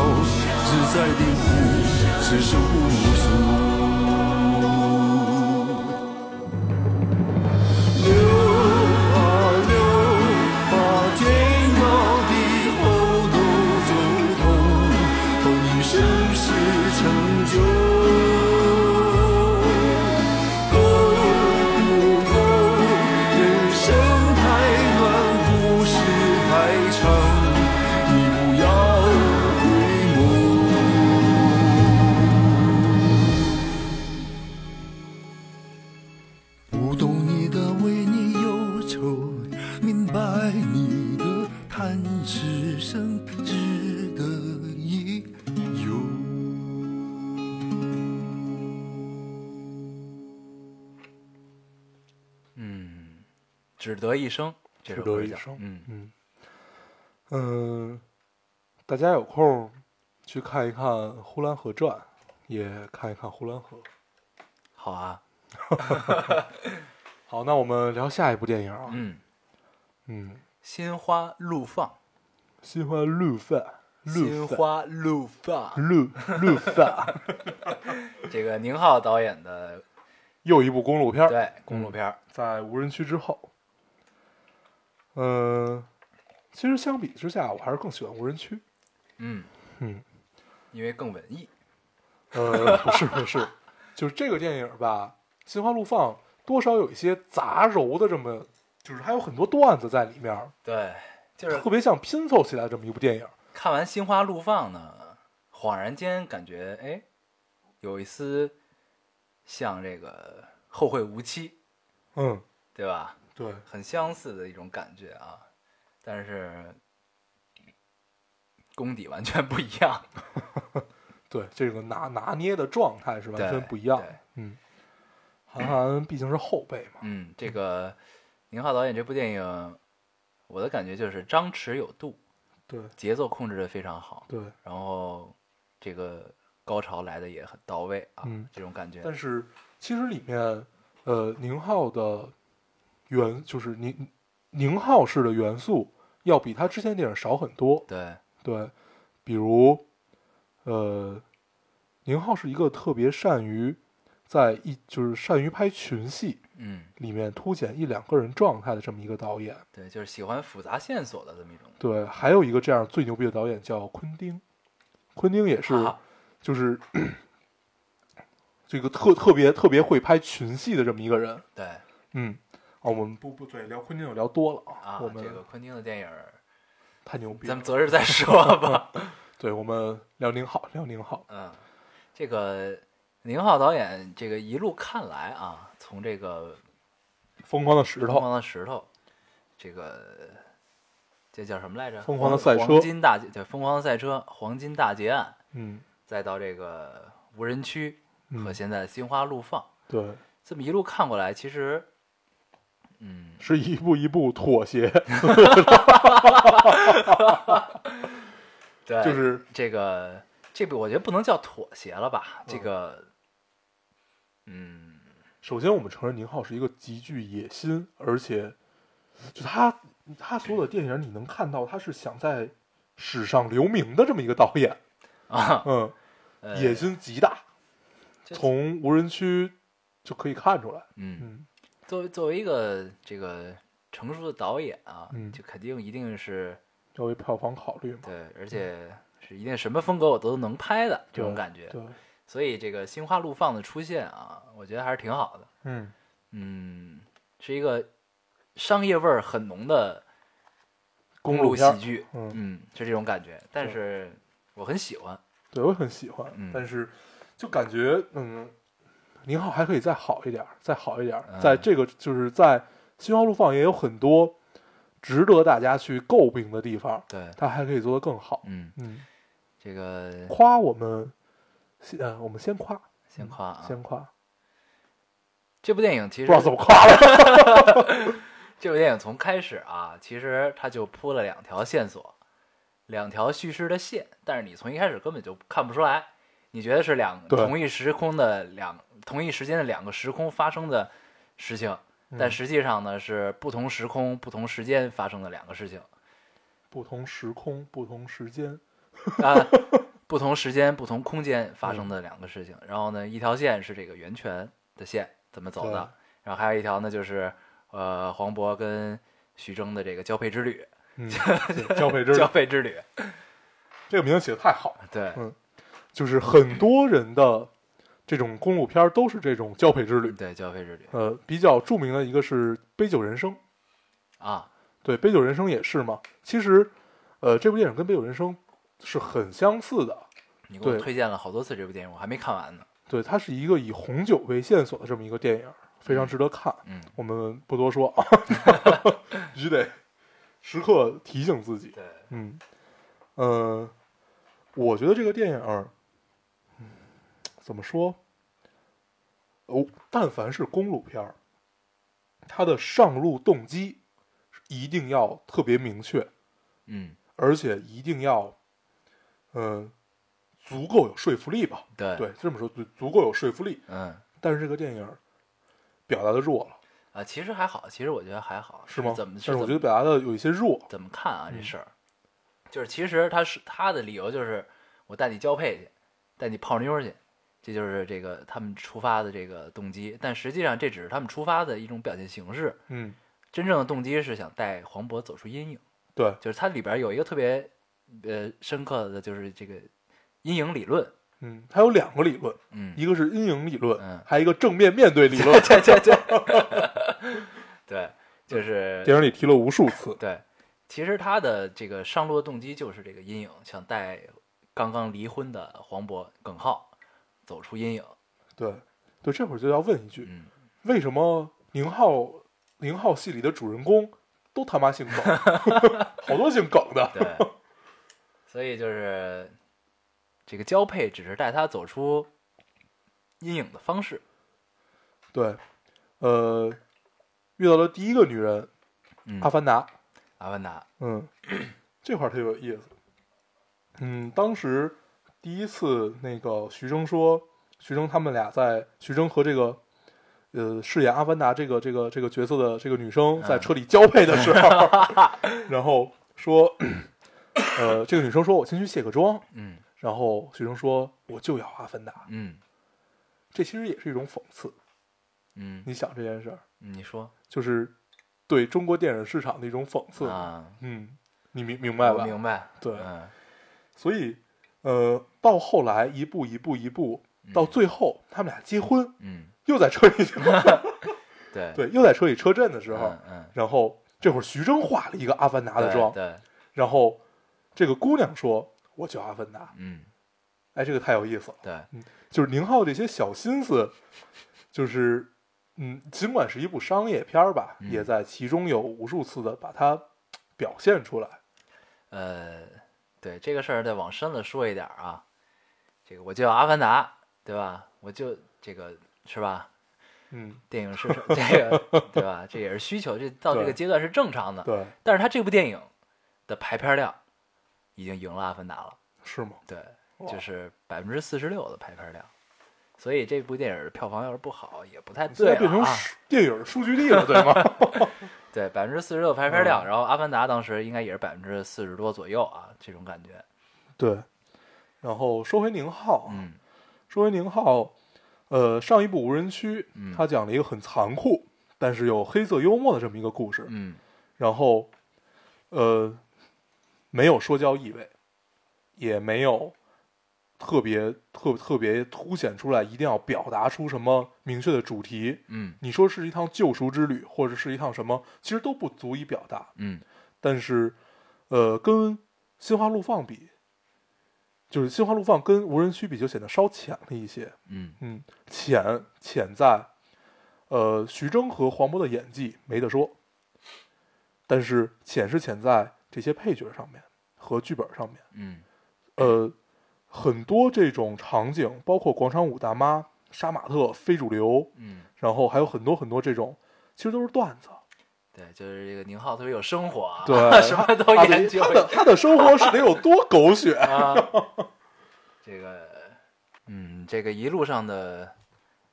C: 自在地哭，此生不朽。流啊流啊，天高地厚都走透，同一生是成就。够不够？人生太短，故事太长，你不要回眸。不懂你的为你忧愁，明白你的叹世生值得一游。
A: 嗯，只得一生，这首
B: 值得
A: 歌
B: 一
A: 叫
B: 生
A: 嗯，
B: 嗯嗯，大家有空去看一看《呼兰河传》，也看一看《呼兰河》。
A: 好啊，
B: 好，那我们聊下一部电影啊。
A: 嗯，
B: 嗯，
A: 心花怒放，
B: 心花怒放，
A: 心
B: 怒放，
A: 花怒放，
B: 怒怒放，
A: 这个宁浩导演的
B: 又一部公路片儿。
A: 对公路片儿，
B: 在无人区之后。嗯，其实相比之下，我还是更喜欢无人区。
A: 嗯
B: 嗯，
A: 因为更文艺，
B: 呃，不是不是，就是这个电影吧，《心花怒放》多少有一些杂糅的这么，就是还有很多段子在里面儿，
A: 对，就是
B: 特别像拼凑起来这么一部电影。
A: 看完《心花怒放》呢，恍然间感觉哎，有一丝像这个《后会无期》，
B: 嗯，
A: 对吧？
B: 对，
A: 很相似的一种感觉啊，但是功底完全不一样，
B: 对，这个拿拿捏的状态是完全
A: 对
B: 不一样
A: 对
B: 的。嗯，韩寒毕竟是后辈嘛，
A: 嗯，这个宁浩导演这部电影，我的感觉就是张弛有度，
B: 对
A: 节奏控制的非常好，
B: 对，
A: 然后这个高潮来的也很到位啊，
B: 嗯
A: 这种感觉。
B: 但是其实里面，呃，宁浩的元就是宁宁浩式的元素要比他之前电影少很多。
A: 对，
B: 对，比如，呃，宁浩是一个特别善于在一就是善于拍群戏
A: 嗯，
B: 里面凸显一两个人状态的这么一个导演。
A: 对，就是喜欢复杂线索的这么一种。
B: 对，还有一个这样最牛逼的导演叫昆汀，昆汀也是，
A: 啊
B: 就是。 这个特特别特别会拍群戏的这么一个人，
A: 对
B: 嗯，啊，我们不不对，聊昆汀就聊多了
A: 啊，
B: 我们、
A: 这个昆汀的电影儿，
B: 太牛逼了，
A: 咱们择日再说 吧。
B: 对我们辽宁好，辽宁好，
A: 嗯，这个宁浩导演这个一路看来啊，从这个
B: 疯狂的石
A: 《疯
B: 头，
A: 狂的石头》，这个这叫什么来着？
B: 疯狂的赛车
A: 黄金大劫对，疯狂的赛车，黄金大劫案，
B: 嗯，
A: 再到这个无人区
B: 嗯
A: 和现在的心花怒放，
B: 对，
A: 这么一路看过来，其实，嗯，
B: 是一步一步妥协，
A: 对，
B: 就是
A: 这个这部我觉得不能叫妥协了吧？这个，嗯，
B: 首先我们承认宁浩是一个极具野心，而且就他他所有的电影你能看到他是想在史上留名的这么一个导演，
A: 啊，
B: 嗯，
A: 呃
B: 野心极大，
A: 这
B: 从无人区就可以看出来，
A: 嗯，
B: 嗯，
A: 作为作为一个这个成熟的导演啊，
B: 嗯
A: 就肯定一定是
B: 要为票房考虑嘛，
A: 对，而且是一定什么风格我都能拍的这种
B: 嗯对
A: 感觉。
B: 对，
A: 所以这个心花怒放的出现啊，我觉得还是挺好的。
B: 嗯，
A: 嗯，是一个商业味儿很浓的公
B: 路
A: 路
B: 片儿
A: 喜剧，
B: 嗯
A: 嗯，是这种感觉。但
B: 对
A: 是我很喜欢，
B: 对我很喜欢，
A: 嗯
B: 但是就感觉嗯，宁浩还可以再好一点儿，再好一点儿，
A: 嗯
B: 在这个就是在《新花路放》也有很多值得大家去诟病的地方，
A: 对，
B: 他还可以做得更好。
A: 嗯，
B: 嗯，
A: 这个
B: 夸我们，先呃我们先夸，
A: 先夸啊，
B: 先夸，
A: 这部电影其
B: 不
A: 实
B: 知道怎么夸了。
A: 这部电影从开始啊，其实它就铺了两条线索，两条叙事的线，但是你从一开始根本就看不出来，你觉得是两
B: 对
A: 同一时空的两同一时间的两个时空发生的事情，
B: 嗯
A: 但实际上呢是不同时空、不同时间发生的两个事情
B: 不同时空，不同时 间，
A: 啊。不同时间、不同空间发
B: 嗯
A: 生的两个事情，然后呢，一条线是这个源泉的线怎么走
B: 对
A: 的，然后还有一条呢就是呃黄渤跟徐峥的这个交配之旅，
B: 嗯，对交配之
A: 交配之旅，
B: 这个名字起的太好了，
A: 对，
B: 就是很多人的这种公路片儿都是这种交配之旅。
A: 对，交配之旅
B: 呃，比较著名的一个是《杯酒人生》，
A: 啊，
B: 对，《杯酒人生》也是嘛。其实，呃，这部电影跟《杯酒人生》是很相似的。
A: 你给我
B: 对
A: 推荐了好多次这部电影，我还没看完呢。
B: 对，它是一个以红酒为线索的这么一个电影，非常值得看。
A: 嗯，
B: 我们不 多说，必须得时刻提醒自己。
A: 对，
B: 嗯，呃，我觉得这个电影儿，嗯怎么说？哦，但凡是公路片儿，它的上路动机是一定要特别明确，
A: 嗯，
B: 而且一定要，嗯、足够有说服力吧？
A: 对，
B: 对，这么说足足够有说服力。
A: 嗯
B: 但是这个电影儿表达的弱了，
A: 啊，其实还好，其实我觉得还好，
B: 是吗？
A: 怎么
B: 但
A: 是
B: 是
A: 怎
B: 我
A: 么
B: 觉得表达的有一些弱。
A: 怎么看啊这事儿？就是其实他是他的理由就是我带你交配去，带你泡妞去，这就是这个他们出发的这个动机。但实际上这只是他们出发的一种表现形式，
B: 嗯，
A: 真正的动机是想带黄渤走出阴影。
B: 对，
A: 就是它里边有一个特别呃深刻的就是这个阴影理论。
B: 嗯，它有两个理论，
A: 嗯，
B: 一个是阴影理论，
A: 嗯。
B: 还有一个正面面对理论
A: 对对对， 对，就是
B: 电影里提了无数次，
A: 对。其实他的这个上路的动机就是这个阴影，想带刚刚离婚的黄渤耿浩走出阴影。
B: 对对，这会儿就要问一句，
A: 嗯，
B: 为什么宁浩宁浩戏里的主人公都他妈姓耿， 好多姓耿的，
A: 对。所以就是这个交配只是带他走出阴影的方式。
B: 对，呃，遇到了第一个女人
A: 嗯，
B: 阿凡达，
A: 阿凡达，
B: 嗯，这块儿特有意思。嗯，当时第一次那个徐峥说，徐峥他们俩在徐峥和这个呃饰演阿凡达这个这个这个角色的这个女生
A: 嗯
B: 在车里交配的时候， 然后说，呃，这个女生说我先去卸个妆，
A: 嗯
B: 然后徐峥说我就要阿凡达，
A: 嗯
B: 这其实也是一种讽刺。
A: 嗯，
B: 你想这件事儿，
A: 你说
B: 就是对中国电影市场的一种讽刺。
A: 啊？
B: 嗯，你明明白
A: 我
B: 吧？
A: 明白。
B: 对
A: 嗯
B: 所以，呃，到后来一步一步一步，到最后他们俩结婚，
A: 嗯，
B: 又在车里
A: 对
B: 对，又在车里车震的时候
A: 嗯，嗯，
B: 然后这会儿徐峥化了一个阿凡达的
A: 对
B: 妆，
A: 对，
B: 然后这个姑娘说：“我叫阿凡达。
A: 嗯”
B: 哎，这个太有意思了，
A: 对。
B: 就是宁浩这些小心思，就是。嗯，尽管是一部商业片儿吧，
A: 嗯
B: 也在其中有无数次的把它表现出来。
A: 呃，对这个事儿再往深了说一点儿啊，这个我就叫阿凡达，对吧？我就这个是吧？
B: 嗯，
A: 电影市场这个对吧？这也是需求，这到这个
B: 对
A: 阶段是正常的。
B: 对，
A: 但是他这部电影的排片量已经赢了《阿凡达》了，
B: 是吗？
A: 对，就是百分之四十六的排片量。所以这部电影的票房要是不好，也不太
B: 现在
A: 对了
B: 变成
A: 啊。
B: 数电影数据力了，对吗？
A: 对，百分之四十六排片
B: 嗯
A: 量，然后《阿凡达》当时应该也是百分之四十多左右啊，这种感觉。
B: 对，然后说回宁浩，
A: 嗯
B: 说回宁浩，呃，上一部《无人区》
A: 嗯
B: 他讲了一个很残酷，但是有黑色幽默的这么一个故事，
A: 嗯
B: 然后，呃，没有说教意味，也没有特别特特别凸显出来，一定要表达出什么明确的主题。
A: 嗯
B: 你说是一趟救赎之旅，或者是一趟什么，其实都不足以表达。
A: 嗯
B: 但是，呃，跟《心花怒放》比，就是《心花怒放》跟《无人区》比，就显得稍浅了一些。
A: 嗯
B: 嗯，浅浅在，呃，徐峥和黄渤的演技没得说，但是浅是浅在这些配角上面和剧本上面。
A: 嗯
B: 呃，很多这种场景，包括广场舞大妈、杀马特、非主流，
A: 嗯，
B: 然后还有很多很多这种，其实都是段子。
A: 对，就是这个宁浩特别有生活啊，
B: 对
A: 什么都
B: 他
A: 研
B: 的
A: 究？
B: 他的他的生活是得有多狗血
A: 啊。这个，嗯，这个一路上的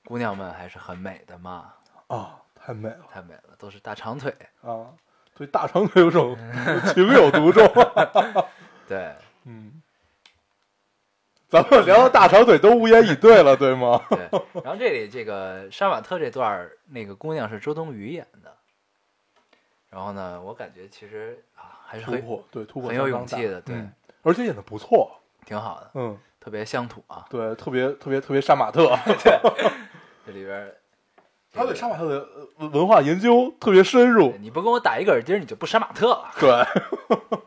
A: 姑娘们还是很美的嘛，
B: 啊，太美了
A: 太美了，都是大长腿。
B: 啊！对大长腿 有种情有独钟。啊
A: 对，
B: 嗯，咱们聊到大长腿都无言以对了，对吗？
A: 对，然后这里这个杀马特这段儿，那个姑娘是周冬雨演的。然后呢，我感觉其实啊，还是
B: 突
A: 很
B: 破，对突破
A: 很有
B: 相当
A: 勇
B: 大
A: 气的，对，
B: 嗯而且演的不错，
A: 挺好的，
B: 嗯，
A: 特别乡土啊。
B: 对，特别特别特别杀马特，啊
A: 这里边儿
B: 他对杀马特的呃文文化研究特别深入
A: 对，你不跟我打一个耳钉，你就不杀马特了。
B: 对。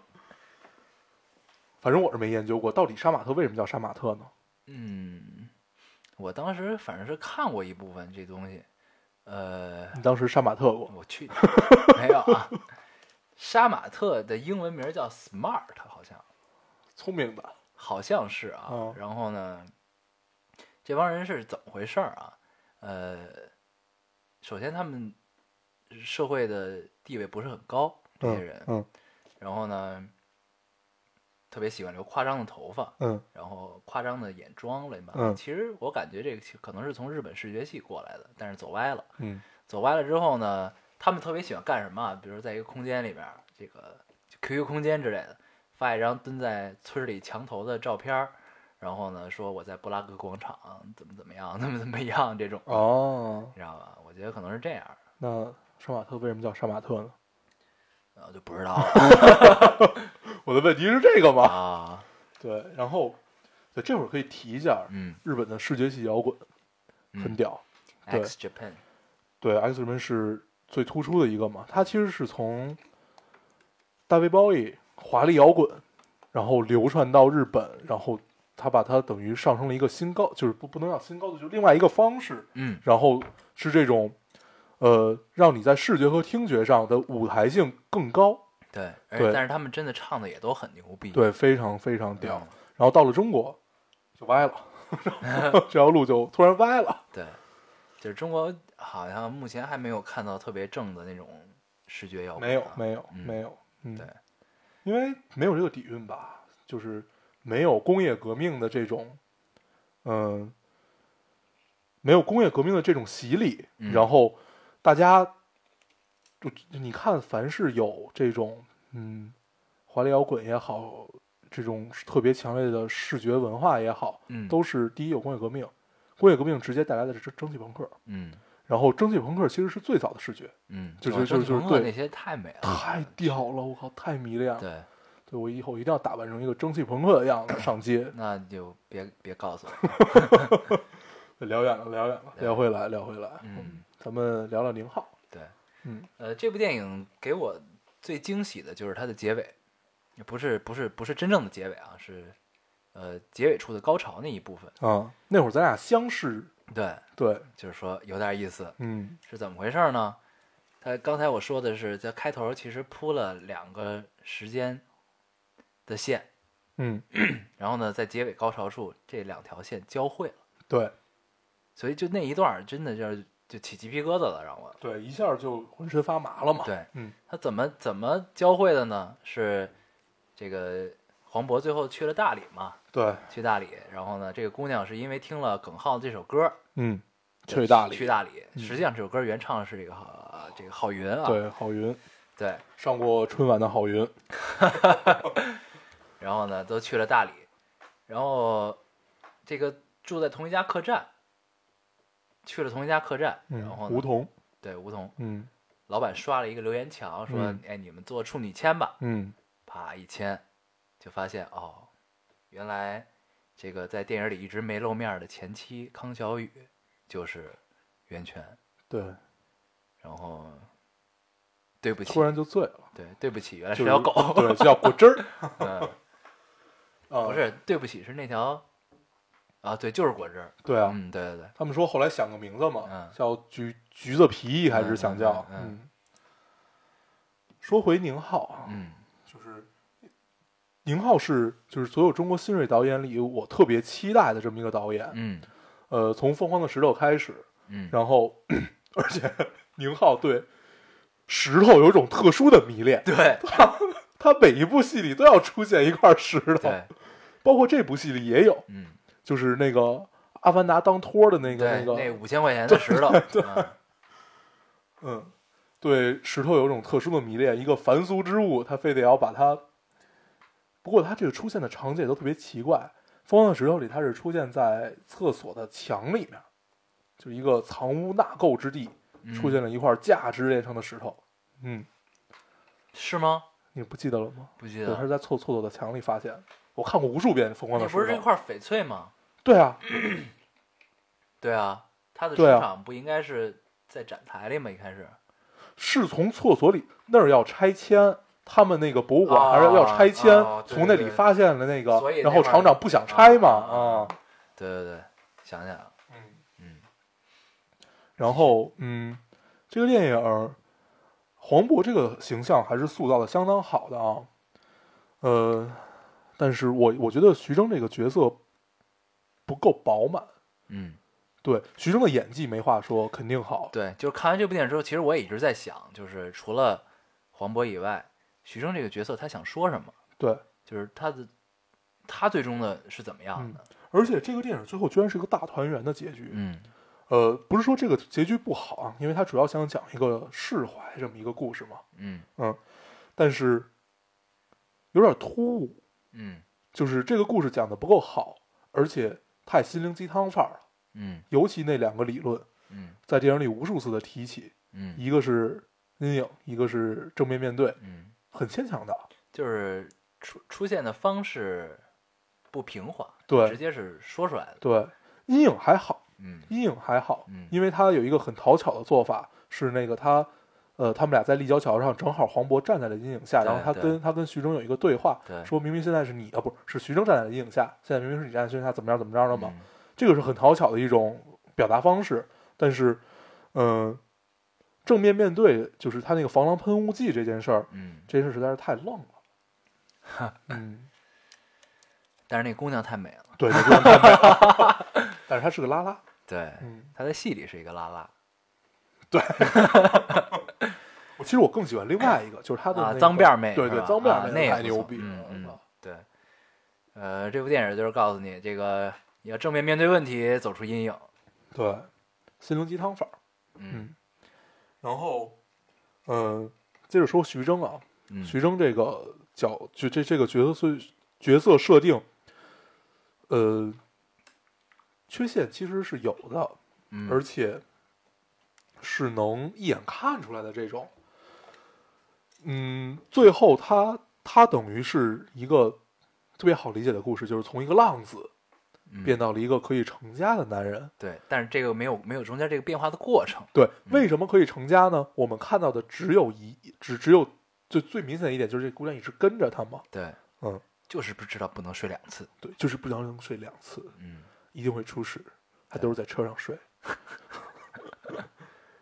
B: 反正我是没研究过，到底杀马特为什么叫杀马特呢？
A: 嗯，我当时反正是看过一部分这东西，呃，
B: 你当时杀马特过
A: 我去， 没有啊。杀马特的英文名叫 Smart，好像
B: 聪明的，
A: 好像是啊。
B: 哦
A: 然后呢，这帮人是怎么回事儿啊？呃，首先他们社会的地位不是很高，这些人，
B: 嗯
A: 然后呢，特别喜欢留夸张的头发，
B: 嗯
A: 然后夸张的眼妆乱七八糟。
B: 嗯
A: 其实我感觉这个其可能是从日本视觉系过来的，但是走歪了。
B: 嗯
A: 走歪了之后呢，他们特别喜欢干什么啊？比如在一个空间里边儿，这个 QQ 空间之类的，发一张蹲在村里墙头的照片儿，然后呢说我在布拉格广场怎么怎么样，怎么怎么样这种，
B: 哦，
A: 你知道吧？我觉得可能是这样，
B: 那杀马特为什么叫杀马特呢？
A: 呃我就不知道 了
B: 我的问题是这个吗？
A: 啊。
B: 对，然后对这会儿可以提一下
A: 嗯，
B: 日本的视觉系摇滚，
A: 嗯
B: 很屌。对
A: X Japan，
B: 对，X 人是最突出的一个嘛，他其实是从大卫鲍伊华丽摇滚，然后流传到日本，然后他把它等于上升了一个新高，就是不不能叫新高度，就是另外一个方式，
A: 嗯
B: 然后是这种呃，让你在视觉和听觉上的舞台性更高，
A: 对，而
B: 对
A: 但是他们真的唱的也都很牛逼，
B: 对，非常非常
A: 嗯，
B: 屌。然后到了中国就歪了，这条路就突然歪了。
A: 对，就是中国好像目前还没有看到特别正的那种视觉摇滚、啊，
B: 没有，没有，
A: 嗯
B: 没有，嗯，
A: 对，
B: 因为没有这个底蕴吧，就是没有工业革命的这种，嗯、没有工业革命的这种洗礼，
A: 嗯
B: 然后大家就你看，凡是有这种嗯华丽摇滚也好，这种特别强烈的视觉文化也好，
A: 嗯
B: 都是第一有工业革命，工业革命直接带来的是蒸蒸汽朋克，
A: 嗯
B: 然后蒸汽朋克其实是最早的视觉，
A: 嗯，
B: 就
A: 哇
B: 就就
A: 郑
B: 就
A: 鹏
B: 是
A: 鹏
B: 对
A: 那些太美了，
B: 太屌了，我靠，太迷恋了。
A: 嗯对，
B: 对我以后一定要打扮成一个蒸汽朋克的样子上街。
A: 那就别别告诉我了，
B: 聊远了，聊远了，聊回来，聊回来。
A: 嗯，
B: 咱们聊聊宁浩。
A: 对，
B: 嗯，
A: 呃，这部电影给我最惊喜的就是它的结尾，不是不是不是真正的结尾啊，是呃结尾处的高潮那一部分，
B: 啊，那会儿咱俩相识，
A: 对，
B: 对，
A: 就是说有点意思，
B: 嗯
A: 是怎么回事呢？他刚才我说的是，在开头其实铺了两个时间的线，
B: 嗯，
A: 然后呢，在结尾高潮处这两条线交汇了，
B: 对
A: 所以就那一段儿真的就是就起鸡皮疙瘩了，让我。
B: 对，一下就浑身发麻了嘛。
A: 对，
B: 嗯，
A: 他怎么怎么交汇的呢？是这个黄渤最后去了大理嘛？
B: 对，
A: 去大理，然后呢，这个姑娘是因为听了耿浩这首歌，
B: 嗯，去大理，嗯
A: 去大理。实际上这首歌原唱是这个郝这个郝云啊，
B: 对，郝云
A: 对，
B: 上过春晚的郝云，
A: 然后呢，都去了大理，然后这个住在同一家客栈，去了同一家客栈，
B: 嗯
A: 然后，呢
B: 吴桐，
A: 对梧桐
B: 嗯
A: 老板刷了一个留言墙，说、
B: 嗯
A: 哎你们做处女签吧，
B: 嗯
A: 啪一签，就发现哦，原来这个在电影里一直没露面的前妻康小雨就是袁泉，
B: 对，
A: 然后对不起
B: 突，然就醉了，
A: 对对不起，原来
B: 就是是
A: 条 狗，
B: 对，就叫果汁儿，
A: 嗯，
B: 啊
A: 不，哦是对不起，是那条啊，对，就是果汁儿，
B: 对啊，
A: 嗯，对对对。
B: 他们说后来想个名字嘛，
A: 嗯
B: 叫橘橘子皮，还是想叫
A: 嗯嗯嗯
B: 说回宁浩啊，
A: 嗯
B: 就是宁浩是就是所有中国新锐导演里我特别期待的这么一个导演。
A: 嗯
B: 呃，从《疯狂的石头》开始，
A: 嗯，
B: 然后而且 宁浩对石头有一种特殊的迷恋，
A: 对
B: 他每一部戏里都要出现一块石头，
A: 对，
B: 包括这部戏里也有，
A: 嗯，
B: 就是那个《阿凡达》当托儿的那个
A: 对，
B: 那个
A: 那五千块钱的石头，嗯
B: 嗯，对石头有一种特殊的迷恋，一个凡俗之物，他非得要把它。不过他这个出现的场景也都特别奇怪，《疯狂的石头》里他是出现在厕所的墙里面，就是一个藏污纳垢之地，
A: 嗯
B: 出现了一块价值连城的石头。嗯，
A: 是吗？
B: 你不记得了吗？
A: 不记
B: 对，
A: 得
B: 他是在厕厕所的墙里发现的。我看过无数遍《疯狂
A: 那
B: 的石
A: 不
B: 头
A: 是这》。块翡翠吗？
B: 对啊，
A: 对啊，它的出
B: 对啊
A: 场不应该是在展台里吗？一开始
B: 是从厕所里那儿要拆迁，他们那个博物馆
A: 哦
B: 还是要拆迁，
A: 哦对
B: 从那
A: 对
B: 里
A: 对
B: 发现了那个，
A: 所以那
B: 然
A: 块
B: 后
A: 儿
B: 厂长不想拆嘛
A: 啊啊
B: 啊
A: 对对对，想起来了，嗯
B: 然后嗯，这个电影儿黄渤这个形象还是塑造的相当好的啊，呃，但是我我觉得徐峥这个角色不够饱满，
A: 嗯，
B: 对徐峥的演技没话说，肯定好，
A: 对，就是看完这部电影之后，其实我也一直在想，就是除了黄渤以外，徐峥这个角色他想说什么？
B: 对，
A: 就是他的他最终的是怎么样的？
B: 而且这个电影最后居然是一个大团圆的结局，
A: 嗯
B: 呃，不是说这个结局不好啊，因为它主要想讲一个释怀这么一个故事嘛，
A: 嗯
B: 但是有点突兀，
A: 嗯
B: 就是这个故事讲的不够好，而且太心灵鸡汤范儿了。
A: 嗯
B: 尤其那两个理论
A: 嗯
B: 在电影里无数次的提起，
A: 嗯
B: 一个是阴影，一个是正面面对，
A: 嗯，
B: 很牵强的。啊
A: 就是出出现的方式不平滑，
B: 对
A: 直接是说出来的。
B: 对，阴影还好，
A: 嗯
B: 阴影还好
A: 嗯，
B: 因为他有一个很讨巧的做法，是那个他，呃，他们俩在立交桥上，正好黄渤站在了阴影下，
A: 对
B: 然后他
A: 对
B: 跟他跟徐峥有一个对话，
A: 对
B: 说明明现在是你啊，不是是徐峥站在了阴影下，现在明明是你站在阴影下，怎么样怎么着了嘛，
A: 嗯
B: 这个是很讨巧的一种表达方式，但是，嗯、正面面对就是他那个防狼喷雾剂这件事儿，
A: 嗯，
B: 这件事实在是太愣了，嗯，
A: 但是那姑娘太美了，
B: 对，那就是太美了但是他是个拉拉，
A: 对，
B: 嗯。
A: 她在戏里是一个拉拉
B: 我其实我更喜欢另外一个，就是他的、那
A: 啊，
B: 个
A: 脏辫妹，
B: 对对
A: 是，吧
B: 脏辫
A: 啊
B: 妹
A: 那也
B: 太
A: 不
B: 牛
A: 错
B: 逼了啊
A: 嗯，嗯，对，呃，这部电影就是告诉你，这个你要正面面对问题，走出阴影。
B: 对，心灵鸡汤法儿。
A: 嗯
E: 然后
B: 嗯，接着说徐峥啊，
A: 嗯，
B: 徐峥这个角就这这个角色设角色设定，呃，缺陷其实是有的，
A: 嗯
B: 而且是能一眼看出来的这种。嗯，最后他他等于是一个特别好理解的故事，就是从一个浪子
A: 嗯
B: 变到了一个可以成家的男人。
A: 对，但是这个没有没有中间这个变化的过程。
B: 对，为什么可以成家呢？我们看到的只有一，只只有就最明显的一点就是这姑娘一直跟着他嘛，
A: 对，
B: 嗯，
A: 就是不知道不能睡两次。
B: 对，就是不能睡两次，
A: 嗯
B: 一定会出事，还
A: 对
B: 都是在车上睡。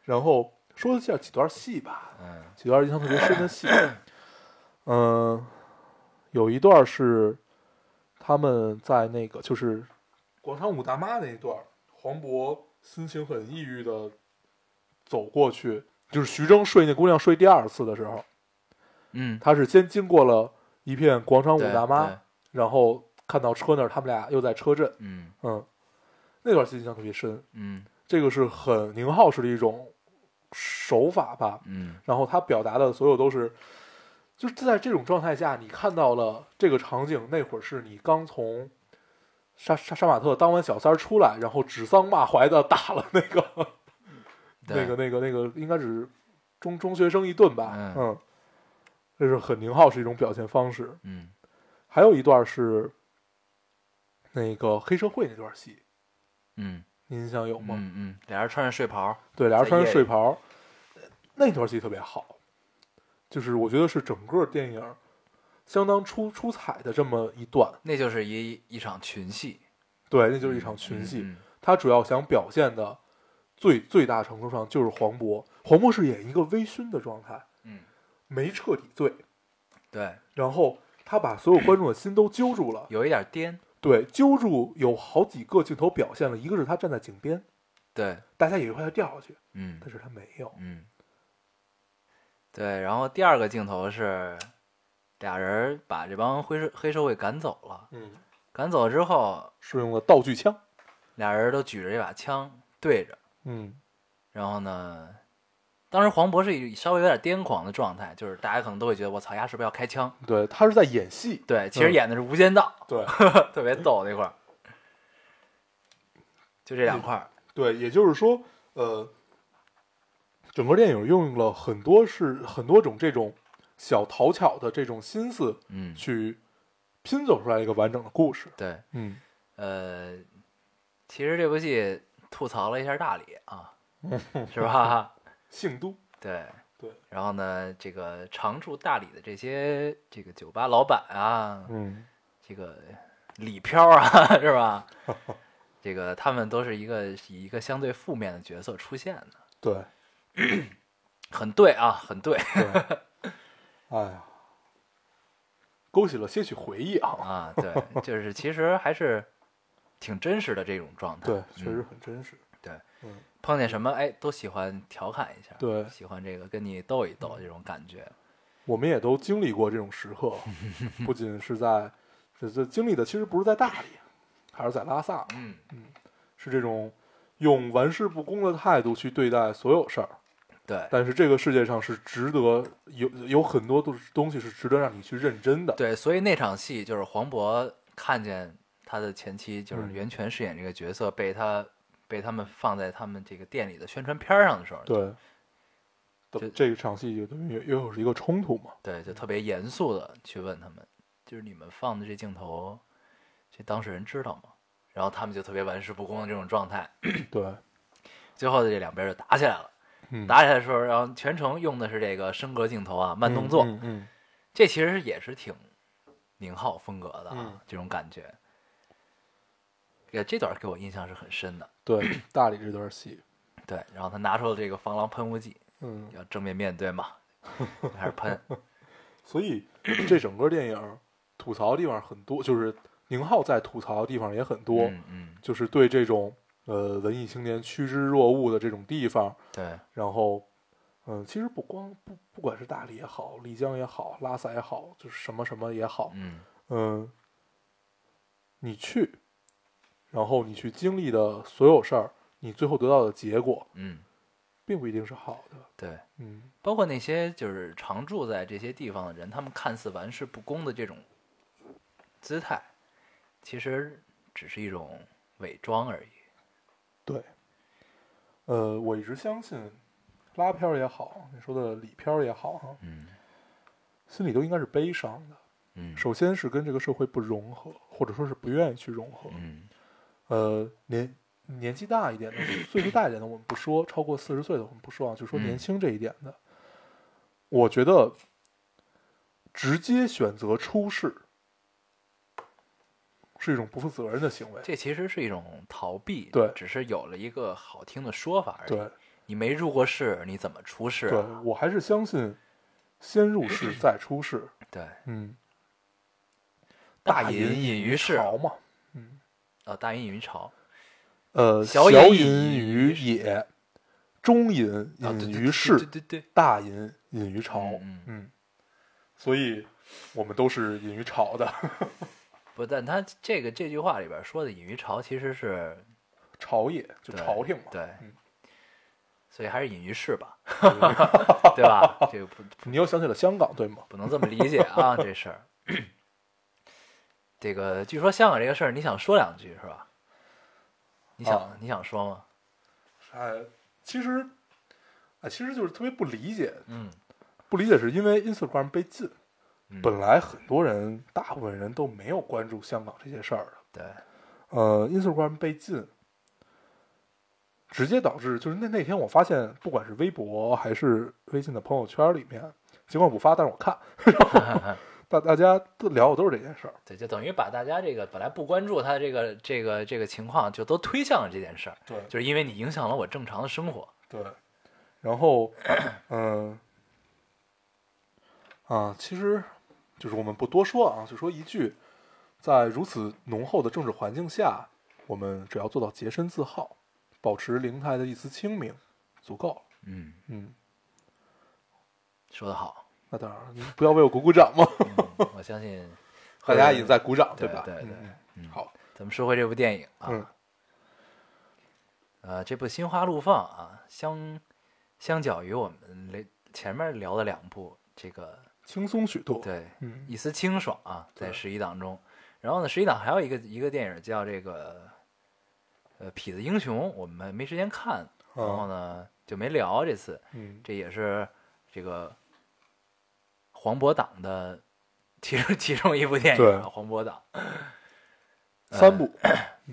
B: 然后说一下几段戏吧，
A: 嗯
B: 几段印象特别深的戏，嗯、有一段是他们在那个就是广场舞大妈那一段，黄渤心情很抑郁的走过去，就是徐峥睡那姑娘睡第二次的时候，
A: 嗯，
B: 他是先经过了一片广场舞
A: 对
B: 大妈
A: 对，
B: 然后看到车那儿，他们俩又在车震，
A: 嗯
B: 嗯，那段戏印象特别深，
A: 嗯
B: 这个是很宁浩式的一种手法吧，
A: 嗯
B: 然后他表达的所有都是，就是在这种状态下，你看到了这个场景，那会儿是你刚从杀杀杀马特当完小三儿出来，然后指桑骂槐的打了那个
A: 对
B: 那个那个那个，应该是中中学生一顿吧，
A: 嗯
B: 嗯，这是很宁浩是一种表现方式。
A: 嗯
B: 还有一段是那个黑社会那段戏，
A: 嗯
B: 你印象有吗？
A: 嗯嗯，俩人穿着睡袍。
B: 对，俩人
A: 在
B: 穿着
A: 夜
B: 睡
A: 里
B: 袍，那段戏特别好，就是我觉得是整个电影相当出出彩的这么一段。
A: 那就是一一场群戏，
B: 对，那就是一场群戏，
A: 嗯
B: 他主要想表现的最最大程度上就是黄渤，黄渤是演一个微醺的状态，
A: 嗯，嗯
B: 没彻底醉，
A: 对，
B: 然后他把所有观众的心都揪住了。
A: 有一点颠，
B: 对，揪住有好几个镜头表现了，一个是他站在井边，
A: 对，
B: 大家以为他掉下去，
A: 嗯
B: 但是他没有。
A: 嗯，对。然后第二个镜头是俩人把这帮黑社黑社会赶走了，
B: 嗯，
A: 赶走之后，
B: 是用了道具枪。
A: 俩人都举着一把枪对着，
B: 嗯，
A: 然后呢，当时黄渤是以稍微有点癫狂的状态，就是大家可能都会觉得我操，丫是不是要开枪？
B: 对，他是在演戏。
A: 对，其实
B: 嗯
A: 演的是《无间道》
B: 对
A: 特别逗那块儿，就这两块儿，
B: 对，也就是说，呃，整个电影用了很多是很多种这种小讨巧的这种心思
A: 嗯，
B: 去拼凑出来一个完整的故事。
A: 对，
B: 嗯，
A: 呃，其实这部戏吐槽了一下大理 啊，是吧？
B: 姓都，
A: 对
B: 对。
A: 然后呢，这个常驻大理的这些这个酒吧老板啊，
B: 嗯，
A: 这个李飘啊， 是吧？这个他们都是一个以一个相对负面的角色出现的，
B: 对，
A: 很对啊，很对
B: 对，哎呀，勾起了些许回忆啊。
A: 啊，对，就是其实还是挺真实的这种状态，
B: 对，确实
A: 嗯
B: 很真实。
A: 碰见什么哎都喜欢调侃一下，
B: 对嗯
A: 喜欢这个跟你斗一斗这种感觉，
B: 我们也都经历过这种时刻，不仅是在，这这经历的其实不是在大理，还是在拉萨，
A: 嗯，
B: 是这种用玩世不恭的态度去对待所有事儿。
A: 对
B: 但是这个世界上是值得有有很多都是东西是值得让你去认真的。
A: 对，所以那场戏就是黄渤看见他的前妻就是
B: 嗯
A: 袁泉饰演这个角色被他被他们放在他们这个店里的宣传片儿上的时候，
B: 对，
A: 这
B: 这这个场戏就等于也也有是一个冲突嘛。
A: 对，就特别严肃的去问他们，就是你们放的这镜头，这当事人知道吗？然后他们就特别玩世不恭的这种状态，
B: 对，
A: 最后这两边就打起来了。
B: 嗯
A: 打起来的时候，然后全程用的是这个升格镜头啊，慢动作，
B: 嗯嗯
A: 这其实也是挺宁浩风格的啊，
B: 嗯
A: 这种感觉。也这段给我印象是很深的。
B: 对，大理这段戏，
A: 对，然后他拿出了这个防狼喷雾剂，
B: 嗯，
A: 要正面面对嘛，开始喷。
B: 所以这整个电影吐槽的地方很多，就是宁浩在吐槽的地方也很 多，
A: 嗯嗯，
B: 就是对这种呃文艺青年趋之若鹜的这种地方，
A: 对
B: 然后嗯、其实不光不不管是大理也好，丽江也好，拉萨也好，就是什么什么也好，
A: 嗯
B: 嗯，你去，然后你去经历的所有事儿，你最后得到的结果，
A: 嗯，
B: 并不一定是好的。
A: 对。
B: 嗯，
A: 包括那些就是常住在这些地方的人，他们看似玩世不恭的这种姿态，其实只是一种伪装而已。
B: 对。呃，我一直相信，拉片儿也好，你说的理片儿也好，哈，
A: 嗯
B: 心里都应该是悲伤的。
A: 嗯
B: 首先是跟这个社会不融合，或者说是不愿意去融合。
A: 嗯
B: 呃，年年纪大一点的、岁数大一点的，我们不说；超过四十岁的，我们不说啊，就说年
A: 嗯
B: 轻这一点的。我觉得，直接选择出世是一种不负责任的行为。
A: 这其实是一种逃避，
B: 对
A: 只是有了一个好听的说法而已。
B: 对，
A: 你没入过世，你怎么出世
B: 对
A: 啊、
B: 我还是相信，先入世再出世。
A: 对，
B: 嗯，
A: 大
B: 大
A: 隐
B: 隐
A: 隐于市
B: 潮嘛。
A: 呃，大隐隐于朝，
B: 呃，
A: 小隐
B: 隐
A: 隐于
B: 于野，中隐
A: 啊对
B: 隐
A: 对
B: 于
A: 对
B: 市，
A: 对对对，
B: 大隐隐于朝，
A: 嗯嗯
B: 所以我们都是隐于朝的，
A: 不，但他这个这句话里边说的隐于朝，其实是
B: 朝野就
A: 对
B: 朝廷嘛，
A: 对，
B: 嗯
A: 所以还是隐于市 吧，对吧？这个不
B: 你又想起了香港，对吗？
A: 不能这么理解啊，这事儿。这个据说香港这个事儿，你想说两句是吧？你想、
B: 啊
A: 你想说吗？
B: 哎，其实，哎，其实就是特别不理解，
A: 嗯，
B: 不理解是因为 Instagram 被禁，
A: 嗯
B: 本来很多人，大部分人都没有关注香港这些事儿的，
A: 对，
B: 呃，Instagram 被禁，直接导致就是那那天我发现，不管是微博还是微信的朋友圈里面，尽管我不发，但是我看， 大大家都聊的都是这件事儿。
A: 对，就等于把大家这个本来不关注他的这个这个这个情况，就都推向了这件事儿，
B: 对
A: 就是因为你影响了我正常的生活。
B: 对，然后，嗯、啊，其实就是我们不多说啊，就说一句，在如此浓厚的政治环境下，我们只要做到洁身自好，保持灵台的一丝清明，足够了。
A: 嗯，
B: 嗯，
A: 说得好，
B: 那当然，你不要为我鼓鼓掌 嘛，
A: 嗯我相信
B: 大家也在鼓掌，
A: 对
B: 吧？
A: 对对
B: 嗯
A: 嗯
B: 好，
A: 咱们说回这部电影啊，
B: 嗯
A: 呃，这部《心花怒放》啊，相相较于我们聊前面聊的两部，这个
B: 轻松许多。，
A: 对
B: 嗯，
A: 一丝清爽啊，在
B: 对
A: 十一档中。然后呢，十一档还有一个一个电影叫这个呃《痞子英雄》，我们没时间看，然后
B: 啊，
A: 呢就没聊这次。
B: 嗯，
A: 这也是这个黄渤党的 其中其中一部电影啊，
B: 对
A: 黄渤党呃
B: 三部，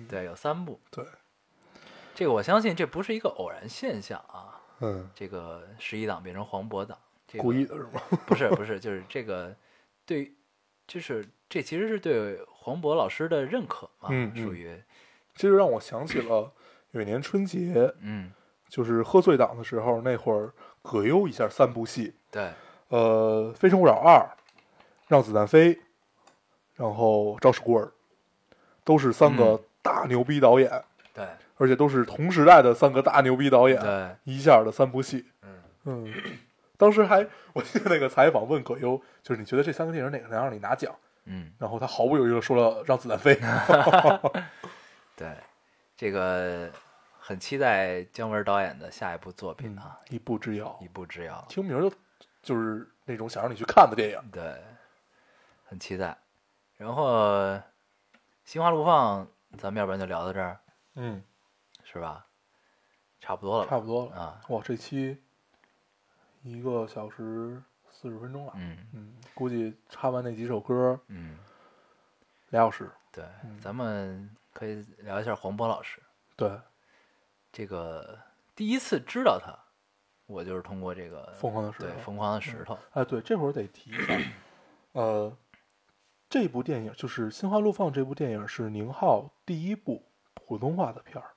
A: 对有三部。
B: 对，
A: 这个我相信这不是一个偶然现象啊，
B: 嗯，
A: 这个十一档变成黄渤党，这个、
B: 故意的是吗？
A: 不是不是，就是这个对，就是这其实是对黄渤老师的认可嘛，
B: 嗯嗯
A: 属于
B: 这就让我想起了有一年春节，
A: 嗯
B: 就是贺岁档的时候，那会儿葛优一下三部戏，
A: 对
B: 呃，《非诚勿扰二》、《让子弹飞》，然后《赵氏孤儿》，都是三个
A: 嗯
B: 大牛逼导演，
A: 对
B: 而且都是同时代的三个大牛逼导演，
A: 对，
B: 一下的三部戏。
A: 嗯
B: 嗯，当时还我记得那个采访问葛优，就是你觉得这三个电影哪个能让你拿奖？
A: 嗯
B: 然后他毫不犹豫的说了《让子弹飞》
A: 对，这个很期待姜文导演的下一部作品
B: 嗯
A: 啊，，
B: 一步之遥
A: 一，步之遥，
B: 听名儿就就是那种想让你去看的电影。
A: 对，很期待。然后心花怒放，咱们要不然就聊到这儿，
B: 嗯，
A: 是吧？差不多了吧，
B: 差不多了
A: 啊，
B: 哇，这期一个小时四十分钟了。
A: 嗯
B: 嗯，估计插完那几首歌
A: 嗯，
B: 俩小时。
A: 对，
B: 嗯
A: 咱们可以聊一下黄渤老师。
B: 对，
A: 这个第一次知道他，我就是通过这个
B: 疯狂的石
A: 对
B: 头
A: 疯狂的石头，
B: 哎，对，这会儿得提一下，呃，这部电影就是《心花怒放》这部电影是宁浩第一部普通话的片儿，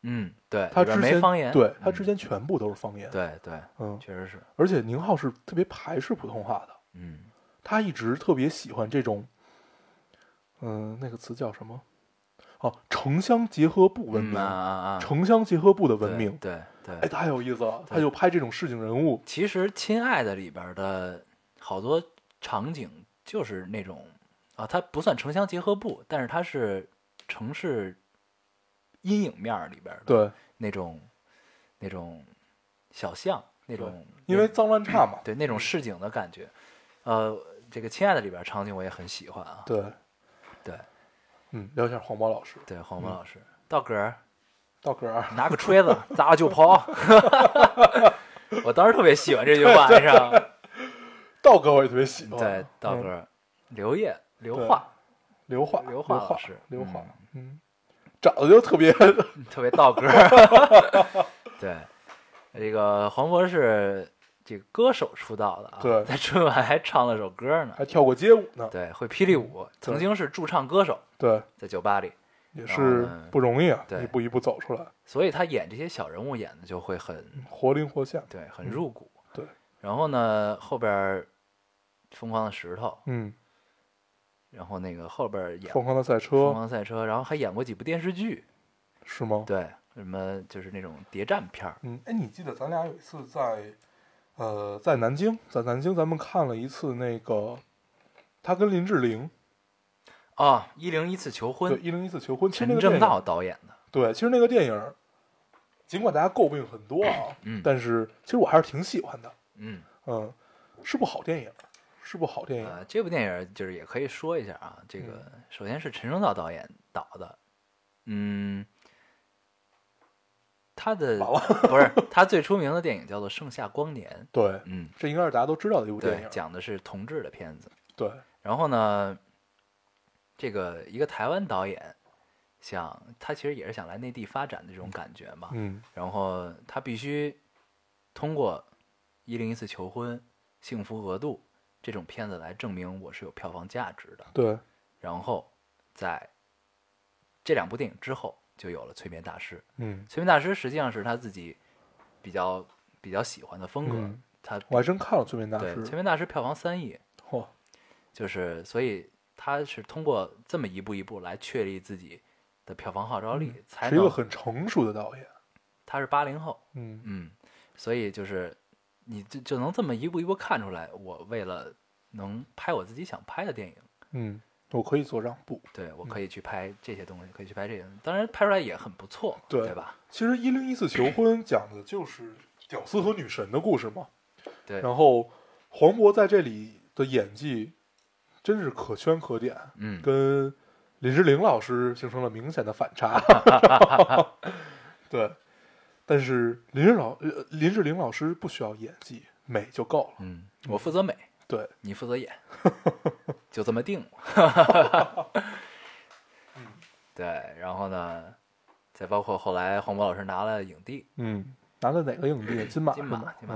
A: 嗯，对，
B: 他
A: 里边
B: 之前
A: 没方言，
B: 对他
A: 嗯
B: 之前全部都是方言。，
A: 对对，
B: 嗯，
A: 确实是，
B: 而且宁浩是特别排斥普通话的，
A: 嗯
B: 他一直特别喜欢这种，嗯、那个词叫什么？哦、城乡结合部文
A: 嗯
B: 明，
A: 啊啊啊，
B: 城乡结合部的文
A: 对
B: 明，
A: 对对
B: 哎，太有意思了。他就拍这种市井人物，
A: 其实《亲爱的》里边的好多场景就是那种啊，它不算城乡结合部，但是它是城市阴影面儿里边的
B: 对，
A: 那种那种小巷那种，
B: 因为脏乱差嘛，
A: 对那种市井的感觉。呃，这个《亲爱的》里边场景我也很喜欢啊。
B: 对，
A: 对
B: 嗯，聊一下黄渤老师，
A: 对，黄渤老师，道哥儿
B: 道格尔，
A: 拿个锤 子砸就跑。我当时特别喜欢这句话，你知道吗？
B: 道格我也特别喜欢，
A: 对，道
B: 嗯
A: 哥儿，刘烨刘
B: 对
A: 化。
B: 刘化，
A: 刘化
B: 化
A: 老师
B: 刘化
A: 嗯，
B: 嗯，长得就特别，
A: 特别道歌。 对，这个黄渤是这个歌手出道的啊，
B: 对
A: 在春晚还唱了首歌呢，
B: 还跳过街舞呢，
A: 对，会霹雳舞，曾经是驻唱歌手，
B: 对，
A: 在酒吧里，
B: 也
A: 然后
B: 是
A: 呢
B: 不容易啊，
A: 对
B: 一步一步走出来，
A: 所以他演这些小人物演的就会很
B: 活灵活现，
A: 对，很入骨。
B: 嗯对，
A: 然后呢，后边儿疯狂的石头，
B: 嗯，
A: 然后那个后边儿演
B: 疯狂的赛
A: 疯
B: 车
A: 狂赛车，然后还演过几部电视剧，
B: 是吗？
A: 对，什么就是那种谍战片儿，
B: 嗯，哎，你记得咱俩有一次在，呃，在南京，在南京咱们看了一次那个，他跟林志玲
A: 啊，《一零一次求婚》，
B: 对《一零一次求婚》，其实那
A: 陈
B: 个电
A: 正
B: 影
A: 道导演的，
B: 对，其实那个电影，尽管大家诟病很多啊，
A: 嗯
B: 但是其实我还是挺喜欢的，
A: 嗯。
B: 嗯，是部好电影，是部好电影，
A: 呃，这部电影就是也可以说一下啊，这个
B: 嗯
A: 首先是陈正道导演导的，嗯，他的不是他最出名的电影叫做《盛夏光年》，
B: 对，
A: 嗯，
B: 这应该是大家都知道的一部电
A: 对
B: 影，，
A: 讲啊的是同志的片子。
B: 对，
A: 然后呢，这个一个台湾导演想，他其实也是想来内地发展的这种感觉嘛，
B: 嗯，
A: 然后他必须通过《一零一次求婚》《幸福额度》这种片子来证明我是有票房价值的。
B: 对，
A: 然后在这两部电影之后，就有了《催眠大师》。
B: 嗯
A: 《催眠大师》实际上是他自己比较比较喜欢的风格。
B: 嗯
A: 他
B: 我还真看了《催眠大
A: 对
B: 师
A: 《催》，眠大师》票房三亿，
B: 嚯，
A: 就是所以他是通过这么一步一步来确立自己的票房号召力，才
B: 嗯是一
A: 能
B: 个很成熟的导演。
A: 他是八零后，
B: 嗯，
A: 嗯，所以就是你就就能这么一步一步看出来，我为了能拍我自己想拍的电影，
B: 嗯，我可以做让步。
A: 对我
B: 嗯
A: 可以去拍这些东西，可以去拍这些，当然拍出来也很不错，
B: 对
A: 吧？
B: 其实《一零一四求 婚》讲的就是屌丝和女神的故事嘛。
A: 对，
B: 然后黄渤在这里的演技真是可圈可点，
A: 嗯，
B: 跟林志玲老师形成了明显的反 差。对，但是林志老呃林志玲老师不需要演技，美就够了。
A: 嗯，我负责美，
B: 对，
A: 你负责演， 就这么定了。
B: 嗯
A: 对，然后呢，再包括后来黄渤老师拿了影帝
B: 嗯，拿了哪个影帝？金马
A: 金
B: 是
A: 马
B: 吗
A: 金马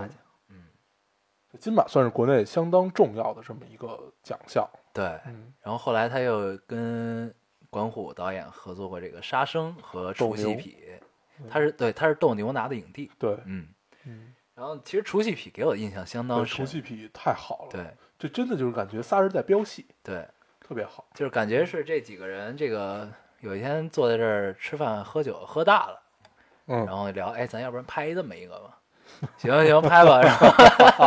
B: 嗯
A: 奖，
B: 金马算是国内相当重要的这么一个奖项。
A: 对，
B: 嗯，
A: 然后后来他又跟管虎导演合作过这个《杀生》和《
B: 斗
A: 除夕
B: 牛嗯
A: 痞》，他是对他是斗牛拿的影帝，
B: 对，
A: 嗯，
B: 嗯，
A: 然后其实《除夕痞》给我的印象相当深
B: 除，夕痞太好了，，
A: 对
B: 这真的就是感觉仨人在飙戏，
A: 对，
B: 特别好。
A: 就是感觉是这几个人这个有一天坐在这儿吃饭喝酒喝大了，
B: 嗯
A: 然后聊，哎，咱要不然拍这么一个吧？行行，拍吧，然后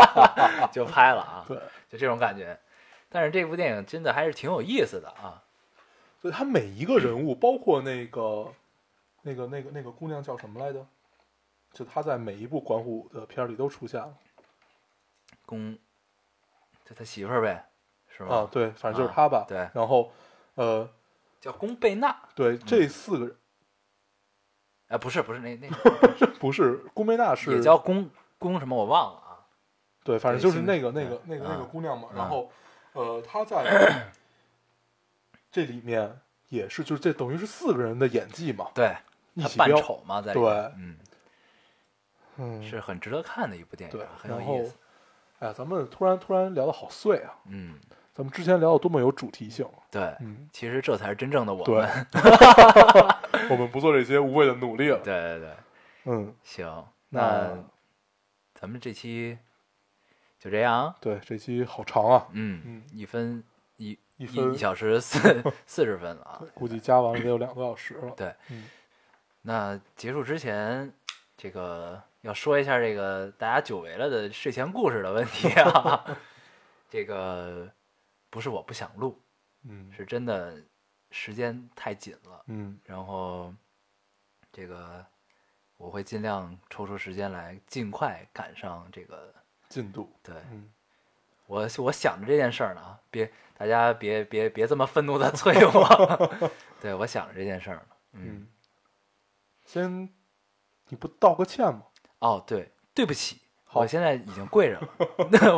A: 就拍了啊，
B: 对，
A: 就这种感觉。但是这部电影真的还是挺有意思的啊，
B: 所以他每一个人物，包括那个、那个、那个、那个姑娘叫什么来着？就她在每一部管虎的片儿里都出现了
A: 公，就他媳妇儿呗，是吧？
B: 啊，对，反正就是
A: 啊
B: 她吧。
A: 对
B: 然后，呃，
A: 叫宫贝娜，
B: 对，
A: 嗯
B: 这四个人、
A: 哎，不是不是那那
B: 不是宫贝娜 是
A: 也叫宫宫什么我忘了啊，
B: 对，反正就是
A: 对
B: 那个
A: 姓
B: 那个那个
A: 啊
B: 那个姑娘嘛。
A: 啊
B: 然后，呃，她 在这里面也是，就是这等于是四个人的演技嘛，
A: 对，
B: 一
A: 他
B: 起
A: 扮
B: 飙。
A: 丑嘛，在里面
B: 对
A: 嗯，
B: 嗯，
A: 是很值得看的一部电影
B: 对，，
A: 很有
B: 然后
A: 意思，，
B: 哎呀，咱们突然突然聊的好碎啊！
A: 嗯，
B: 咱们之前聊的多么有主题性，
A: 对，
B: 嗯，
A: 其实这才是真正的我
B: 对
A: 们，，
B: 我们不做这些无谓的努力了。
A: 对 对对，
B: 嗯，
A: 行，
B: 那
A: 咱们这期就这样啊，
B: 对这期好长啊，
A: 嗯
B: 嗯，
A: 一分一
B: 一
A: 一
B: 分
A: 一小时四四十分了 啊，
B: 估计加完了得有两个多小时了。
A: 对，
B: 嗯
A: 那结束之前，这个要说一下这个大家久违了的睡前故事的问题啊。 这个不是我不想录，
B: 嗯
A: 是真的时间太紧了，
B: 嗯，
A: 然后这个我会尽量抽出时间来，尽快赶上这个。
B: 进度，
A: 对
B: 嗯，
A: 我我想着这件事儿呢啊，别大家别别别这么愤怒的 催我， 对我想着这件事儿呢。嗯，
B: 嗯，先你不道个歉吗？
A: 哦，对，对不起，
B: 好
A: 我现在已经跪着了，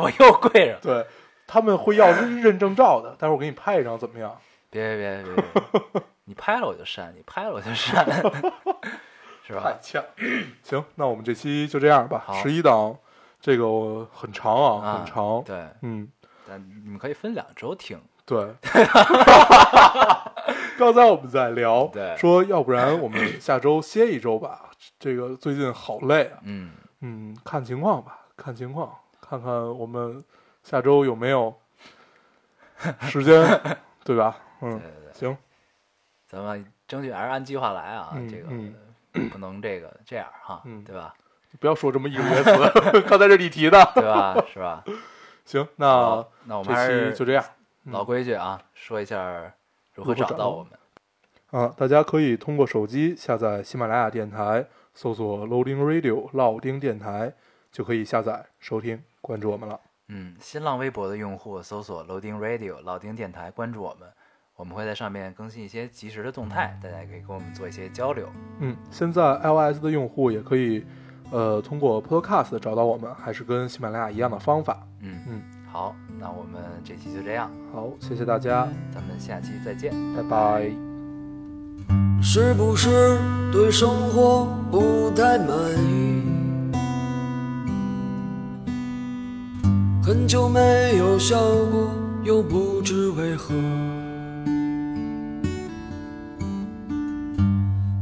A: 我又跪着了。
B: 对，他们会要认认证照的，待会儿我给你拍一张怎么样？
A: 别别别别 别，你拍了我就删，你拍了我就删， 是吧？
B: 欠了。行，那我们这期就这样吧
A: 好。
B: 十一档，这个我很长啊，
A: 啊
B: 很长。
A: 对，
B: 嗯，
A: 但你们可以分两周听。
B: 对。刚才我们在聊，
A: 对
B: 说要不然我们下周歇一周吧。这个最近好累啊，
A: 嗯，
B: 嗯，看情况吧，看情况，看看我们下周有 没有时间，对吧？
A: 对
B: 嗯，
A: 对对，
B: 行，
A: 咱们争取还是按计划来啊，
B: 嗯
A: 这个、
B: 嗯
A: 不能这个这样哈，
B: 嗯
A: 对吧？
B: 不要说这么义不言辞。 刚才这里提的，
A: 对吧？是 吧？
B: 行，那
A: 好，那我们还
B: 啊这
A: 是
B: 期就这样。嗯
A: 老规矩啊，说一下如
B: 如何
A: 何找
B: 找
A: 到我们。
B: 啊，大家可以通过手机下载喜马拉雅电台，搜索 Loading Radio 老丁电台，就可以下载收听，关注我们了。
A: 嗯，新浪微博的用户搜索 Loading Radio 老丁电台，关注我们，我们会在上面更新一些及时的动态，大家也可以跟我们做一些交流。
B: 嗯，现在 iOS 的用户也可以，呃，通过 Podcast 找到我们，还是跟喜马拉雅一样的方法。
A: 嗯
B: 嗯，
A: 好，那我们这期就这样，
B: 好，谢谢大家，
A: 咱们下期再见。
B: 拜拜。
C: 是不是对生活不太满意？很久没有笑过，又不知为何。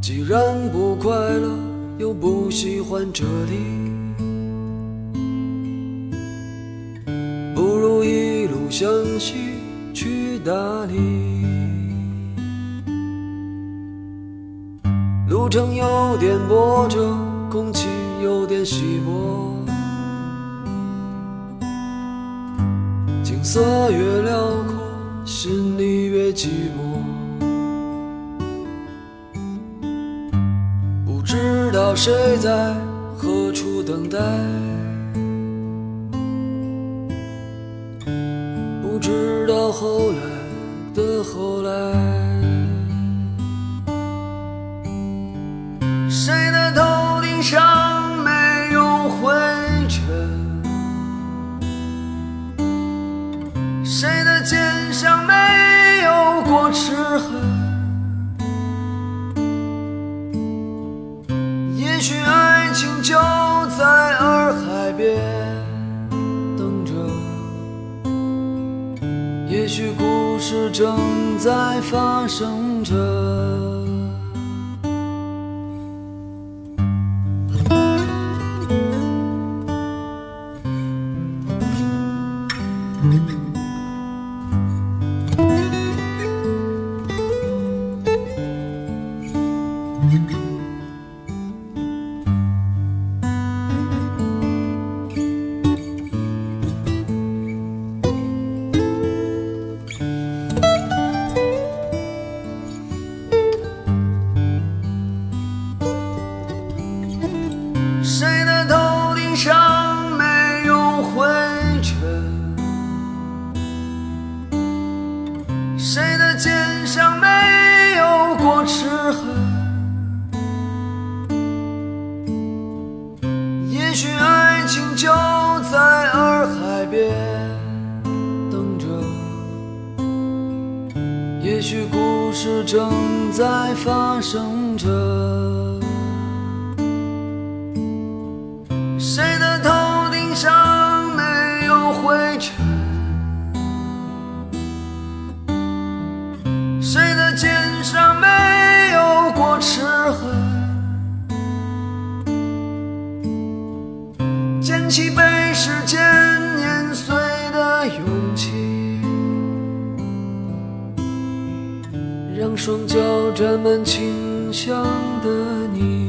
C: 既然不快乐，又不喜欢这里，不如一路
F: 不想去去哪里。路程有点波折，空气有点稀薄，景色越辽阔，心里越寂寞。不知道谁在何处等待。不知道后来的后来。谁的头顶上没有灰尘？谁的肩上没有过齿痕？也许爱情就在洱海边等着。也许故事正在发生着。谁的头顶上没有灰尘？谁的肩上没有过齿痕？也许爱情就在洱海边等着，也许故事正在发生着。谁的头顶上没有灰尘？谁的肩上没有过齿痕？捡起被时间碾碎的勇气，让双脚沾满清香的你。